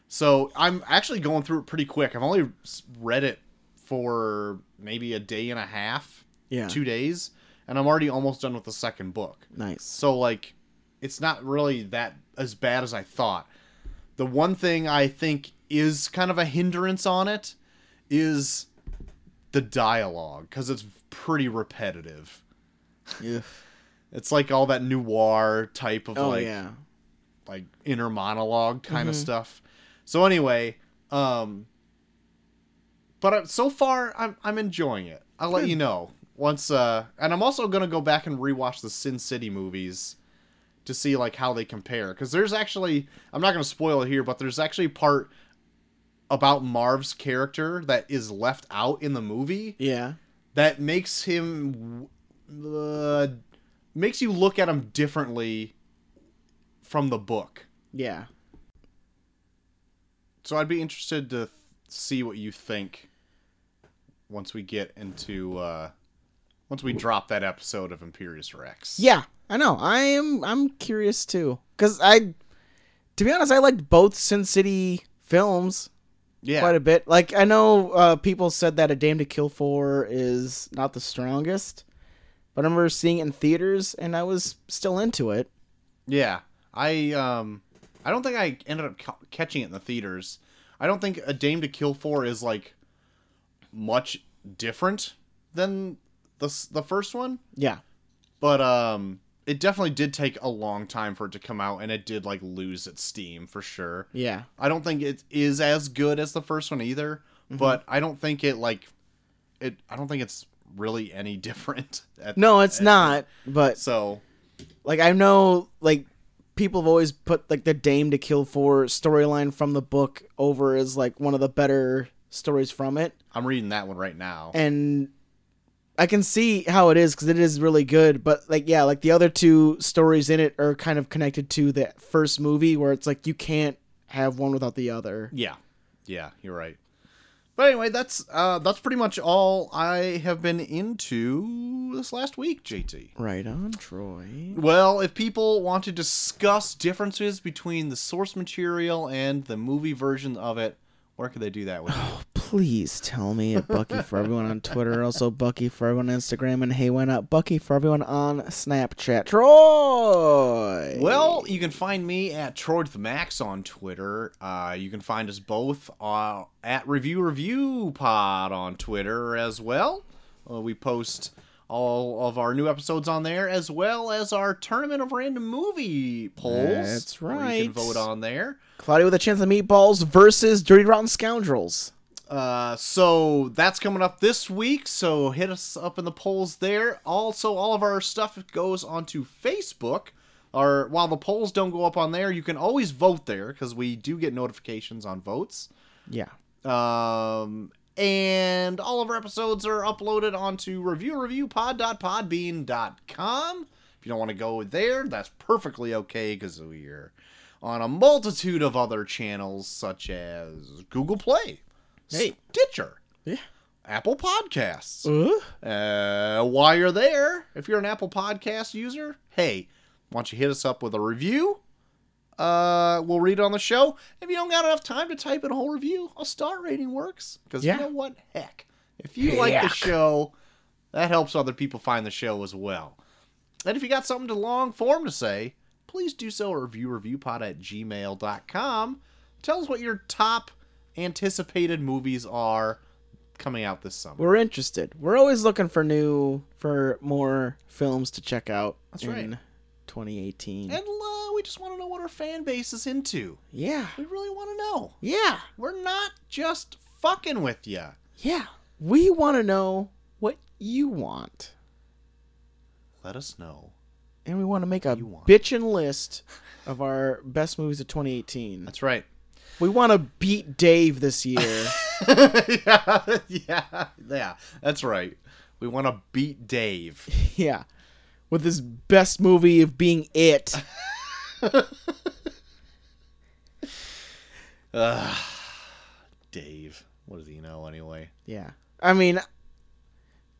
S2: So I'm actually going through it pretty quick. I've only s- read it for maybe a day and a half,
S1: Yeah.
S2: two days, and I'm already almost done with the second book.
S1: Nice.
S2: So like, it's not really that as bad as I thought. The one thing I think is kind of a hindrance on it is the dialogue because it's pretty repetitive.
S1: Yeah.
S2: It's like all that noir type of
S1: Oh,
S2: like
S1: yeah.
S2: like inner monologue kind of stuff. So anyway, um but I, so far I'm I'm enjoying it. I'll let you know once uh and I'm also going to go back and rewatch the Sin City movies to see like how they compare cuz there's actually I'm not going to spoil it here, but there's actually a part about Marv's character that is left out in the movie
S1: Yeah.
S2: that makes him uh, makes you look at him differently from the book.
S1: Yeah.
S2: So I'd be interested to th- see what you think once we get into uh, once we drop that episode of Imperious Rex.
S1: Yeah. I know. I am. I'm curious too, because I to be honest, I liked both Sin City films
S2: Yeah.
S1: quite a bit. Like I know uh, people said that A Dame to Kill For is not the strongest, but I remember seeing it in theaters and I was still into it.
S2: Yeah, I um, I don't think I ended up ca- catching it in the theaters. I don't think A Dame to Kill For is like much different than the s- the first one,
S1: Yeah,
S2: but um, it definitely did take a long time for it to come out, and it did like lose its steam for sure.
S1: yeah,
S2: I don't think it is as good as the first one either,
S1: Mm-hmm.
S2: but I don't think it like it. I don't think it's really any different. At,
S1: no, it's not. But
S2: So
S1: like I know like people have always put like the Dame to Kill For storyline from the book over as like one of the better stories from it.
S2: I'm reading that one right now.
S1: and I can see how it is because it is really good. But like, yeah, like the other two stories in it are kind of connected to the first movie, where it's like you can't have one without the other.
S2: Yeah. Yeah, you're right. But anyway, that's uh that's pretty much all I have been into this last week, JT.
S1: Right on, Troy.
S2: Well, if people want to discuss differences between the source material and the movie version of it, where could they do that with you?
S1: Please tell me at Bucky for everyone on Twitter, also Bucky for everyone on Instagram, and hey, why not Bucky for everyone on Snapchat? Troy.
S2: Well, you can find me at Troy the Max on Twitter. Uh, you can find us both uh, at Review Review Pod on Twitter as well. Uh, we post all of our new episodes on there, as well as our Tournament of Random Movie polls.
S1: That's
S2: where You can
S1: right.
S2: vote on there.
S1: Claudia with a chance of meatballs versus Dirty Rotten Scoundrels.
S2: Uh, so that's coming up this week. So hit us up in the polls there. Also, all of our stuff goes onto Facebook. Or while the polls don't go up on there, you can always vote there because we do get notifications on votes.
S1: Yeah.
S2: Um, and all of our episodes are uploaded onto reviewreviewpod.podbean.com. If you don't want to go there, that's perfectly okay because we're on a multitude of other channels such as Google Play,
S1: Hey.
S2: Stitcher,
S1: Yeah.
S2: Apple Podcasts. Uh, while you're there, if you're an Apple Podcast user, hey, why don't you hit us up with a review? Uh, we'll read it on the show. If you don't got enough time to type in a whole review, a star rating works. Because
S1: Yeah.
S2: you know what? Heck, if you like the
S1: Heck.
S2: show, that helps other people find the show as well. And if you got something to long form to say, please do so at reviewreviewpod at gmail.com. Tell us what your top anticipated movies are coming out this summer.
S1: we're interested. We're always looking for new, for more films to check out That's in
S2: right.
S1: 2018.
S2: And uh, we just want to know what our fan base is into.
S1: yeah,
S2: We really want to know.
S1: yeah,
S2: We're not just fucking with you.
S1: yeah. We want to know what you want,
S2: Let us know.
S1: and we want to make a
S2: You want.
S1: bitchin' list of our best movies of 2018.
S2: That's right.
S1: We want to beat Dave this year.
S2: yeah, yeah, yeah. That's right. We want to beat Dave.
S1: yeah, with his best movie of being it.
S2: Dave. What does he know anyway?
S1: Yeah, I mean,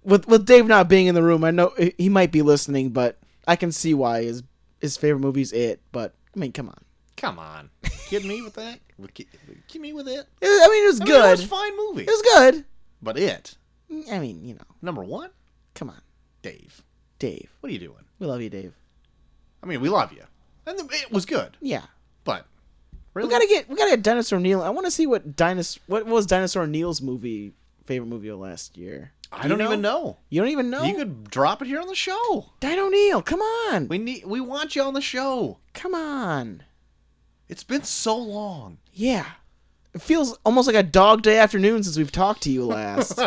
S1: with with Dave not being in the room, I know he- he might be listening, but I can see why his his favorite movie's it. But I mean, come on,
S2: Come on. Kid me with that? Kid, kid me with it?
S1: It- I mean, it was
S2: I mean, it
S1: good.
S2: was a fine movie.
S1: it was good.
S2: But it.
S1: I mean, you know,
S2: Number one,
S1: come on,
S2: Dave.
S1: Dave.
S2: What are you doing?
S1: We love you, Dave.
S2: I mean, we love you. And the, it was good.
S1: Yeah,
S2: But. Really?
S1: we gotta get we gotta get Dinosaur Neil. I want to see what dinos what was Dinosaur Neil's movie favorite movie of last year.
S2: I
S1: You
S2: don't even know.
S1: You don't even know.
S2: You could drop it here on the show.
S1: Dino Neil, come on,
S2: We need we want you on the show.
S1: come on.
S2: It's been so long.
S1: Yeah, it feels almost like a dog day afternoon since we've talked to you last.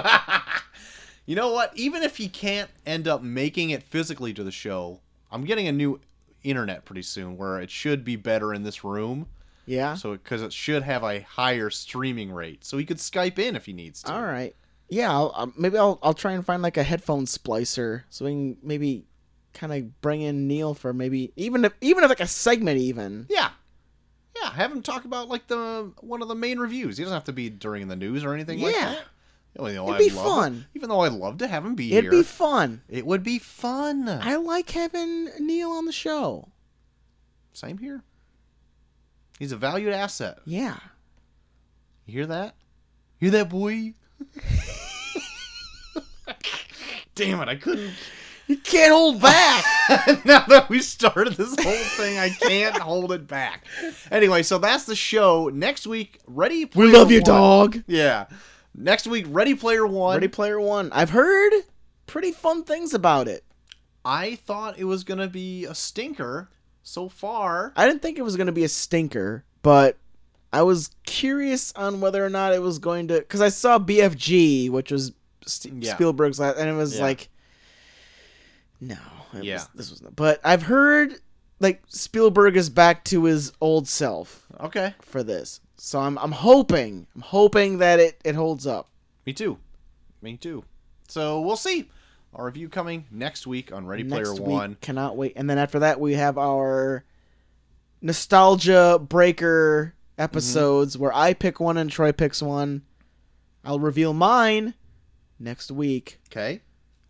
S2: You know what? Even if he can't end up making it physically to the show, I'm getting a new internet pretty soon where it should be better in this room.
S1: yeah.
S2: So cuz it should have a higher streaming rate. So he could Skype in if he needs to.
S1: All right. Yeah, I'll, i maybe I'll I'll try and find like a headphone splicer so we can maybe kind of bring in Neil for maybe even if even if like a segment even.
S2: Yeah. Yeah, have him talk about like the one of the main reviews. He doesn't have to be during the news or anything like
S1: Yeah.
S2: that. Even though
S1: It'd
S2: I
S1: be
S2: love-
S1: fun.
S2: Even though I love to have him be
S1: It'd
S2: here,
S1: be fun.
S2: it would be fun.
S1: I like having Neil on the show.
S2: Same here. He's a valued asset.
S1: Yeah.
S2: You hear that? Hear that, boy? Damn it, I couldn't.
S1: You can't hold back.
S2: now that we started this whole thing, I can't hold it back. Anyway, so that's the show. Next week, Ready Player
S1: we love you,
S2: One-
S1: dog.
S2: Yeah. Next week, Ready Player One.
S1: Ready Player One. I've heard pretty fun things about it.
S2: I thought it was going to be a stinker so far.
S1: I didn't think it was going to be a stinker, but I was curious on whether or not it was going to because I saw BFG, which was St-
S2: Yeah.
S1: Spielberg's last, and it was
S2: Yeah.
S1: like, no, it
S2: Yeah.
S1: was, this was. Not, but I've heard like Spielberg is back to his old self
S2: Okay.
S1: for this, so I'm I'm hoping I'm hoping that it it holds up.
S2: Me too. Me too. So we'll see. Our review coming next week on Ready
S1: Next
S2: Player
S1: week,
S2: One.
S1: cannot wait. And then after that, we have our nostalgia breaker episodes where I pick one and Troy picks one. I'll reveal mine next week.
S2: Okay.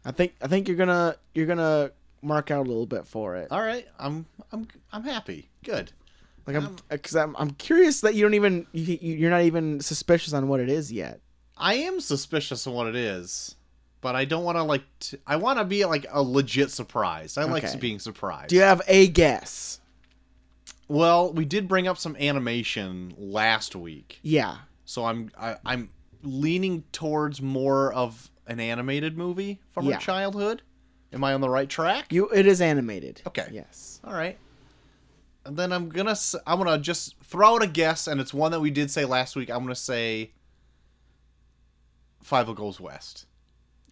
S1: I think I think you're gonna you're gonna mark out a little bit for it.
S2: All right. I'm I'm I'm happy. Good.
S1: Like
S2: Um,
S1: I'm because I'm, I'm curious that you don't even you, you- you're not even suspicious on what it is yet.
S2: I am suspicious of what it is, but I don't want to like. T- I want to be like a legit surprise. I
S1: Okay.
S2: like being surprised.
S1: Do you have a guess?
S2: Well, we did bring up some animation last week,
S1: Yeah.
S2: so I'm I, I'm leaning towards more of an animated movie from
S1: Yeah.
S2: our childhood. Am I on the right track?
S1: You it is animated.
S2: Okay.
S1: Yes.
S2: All right. And then I'm gonna s- I'm gonna just throw out a guess, and it's one that we did say last week. I'm gonna say Five of Goes West.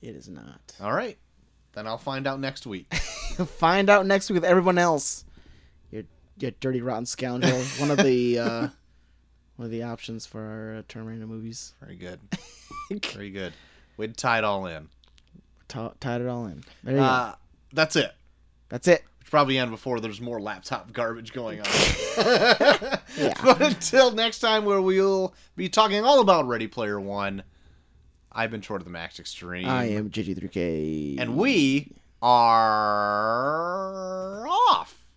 S1: It is not.
S2: All right. Then I'll find out next week.
S1: find out next week with everyone else. You, you dirty rotten scoundrel. one of the uh, one of the options for our uh, Terminator movies.
S2: Very good. Very good. We'd tie it all in.
S1: T- tied it all in. There you go.
S2: Uh, that's it.
S1: That's it.
S2: We should probably end before there's more laptop garbage going on. But until next time, where we'll be talking all about Ready Player One, I've been short of the Max Extreme.
S1: I am GG3K.
S2: And we are off.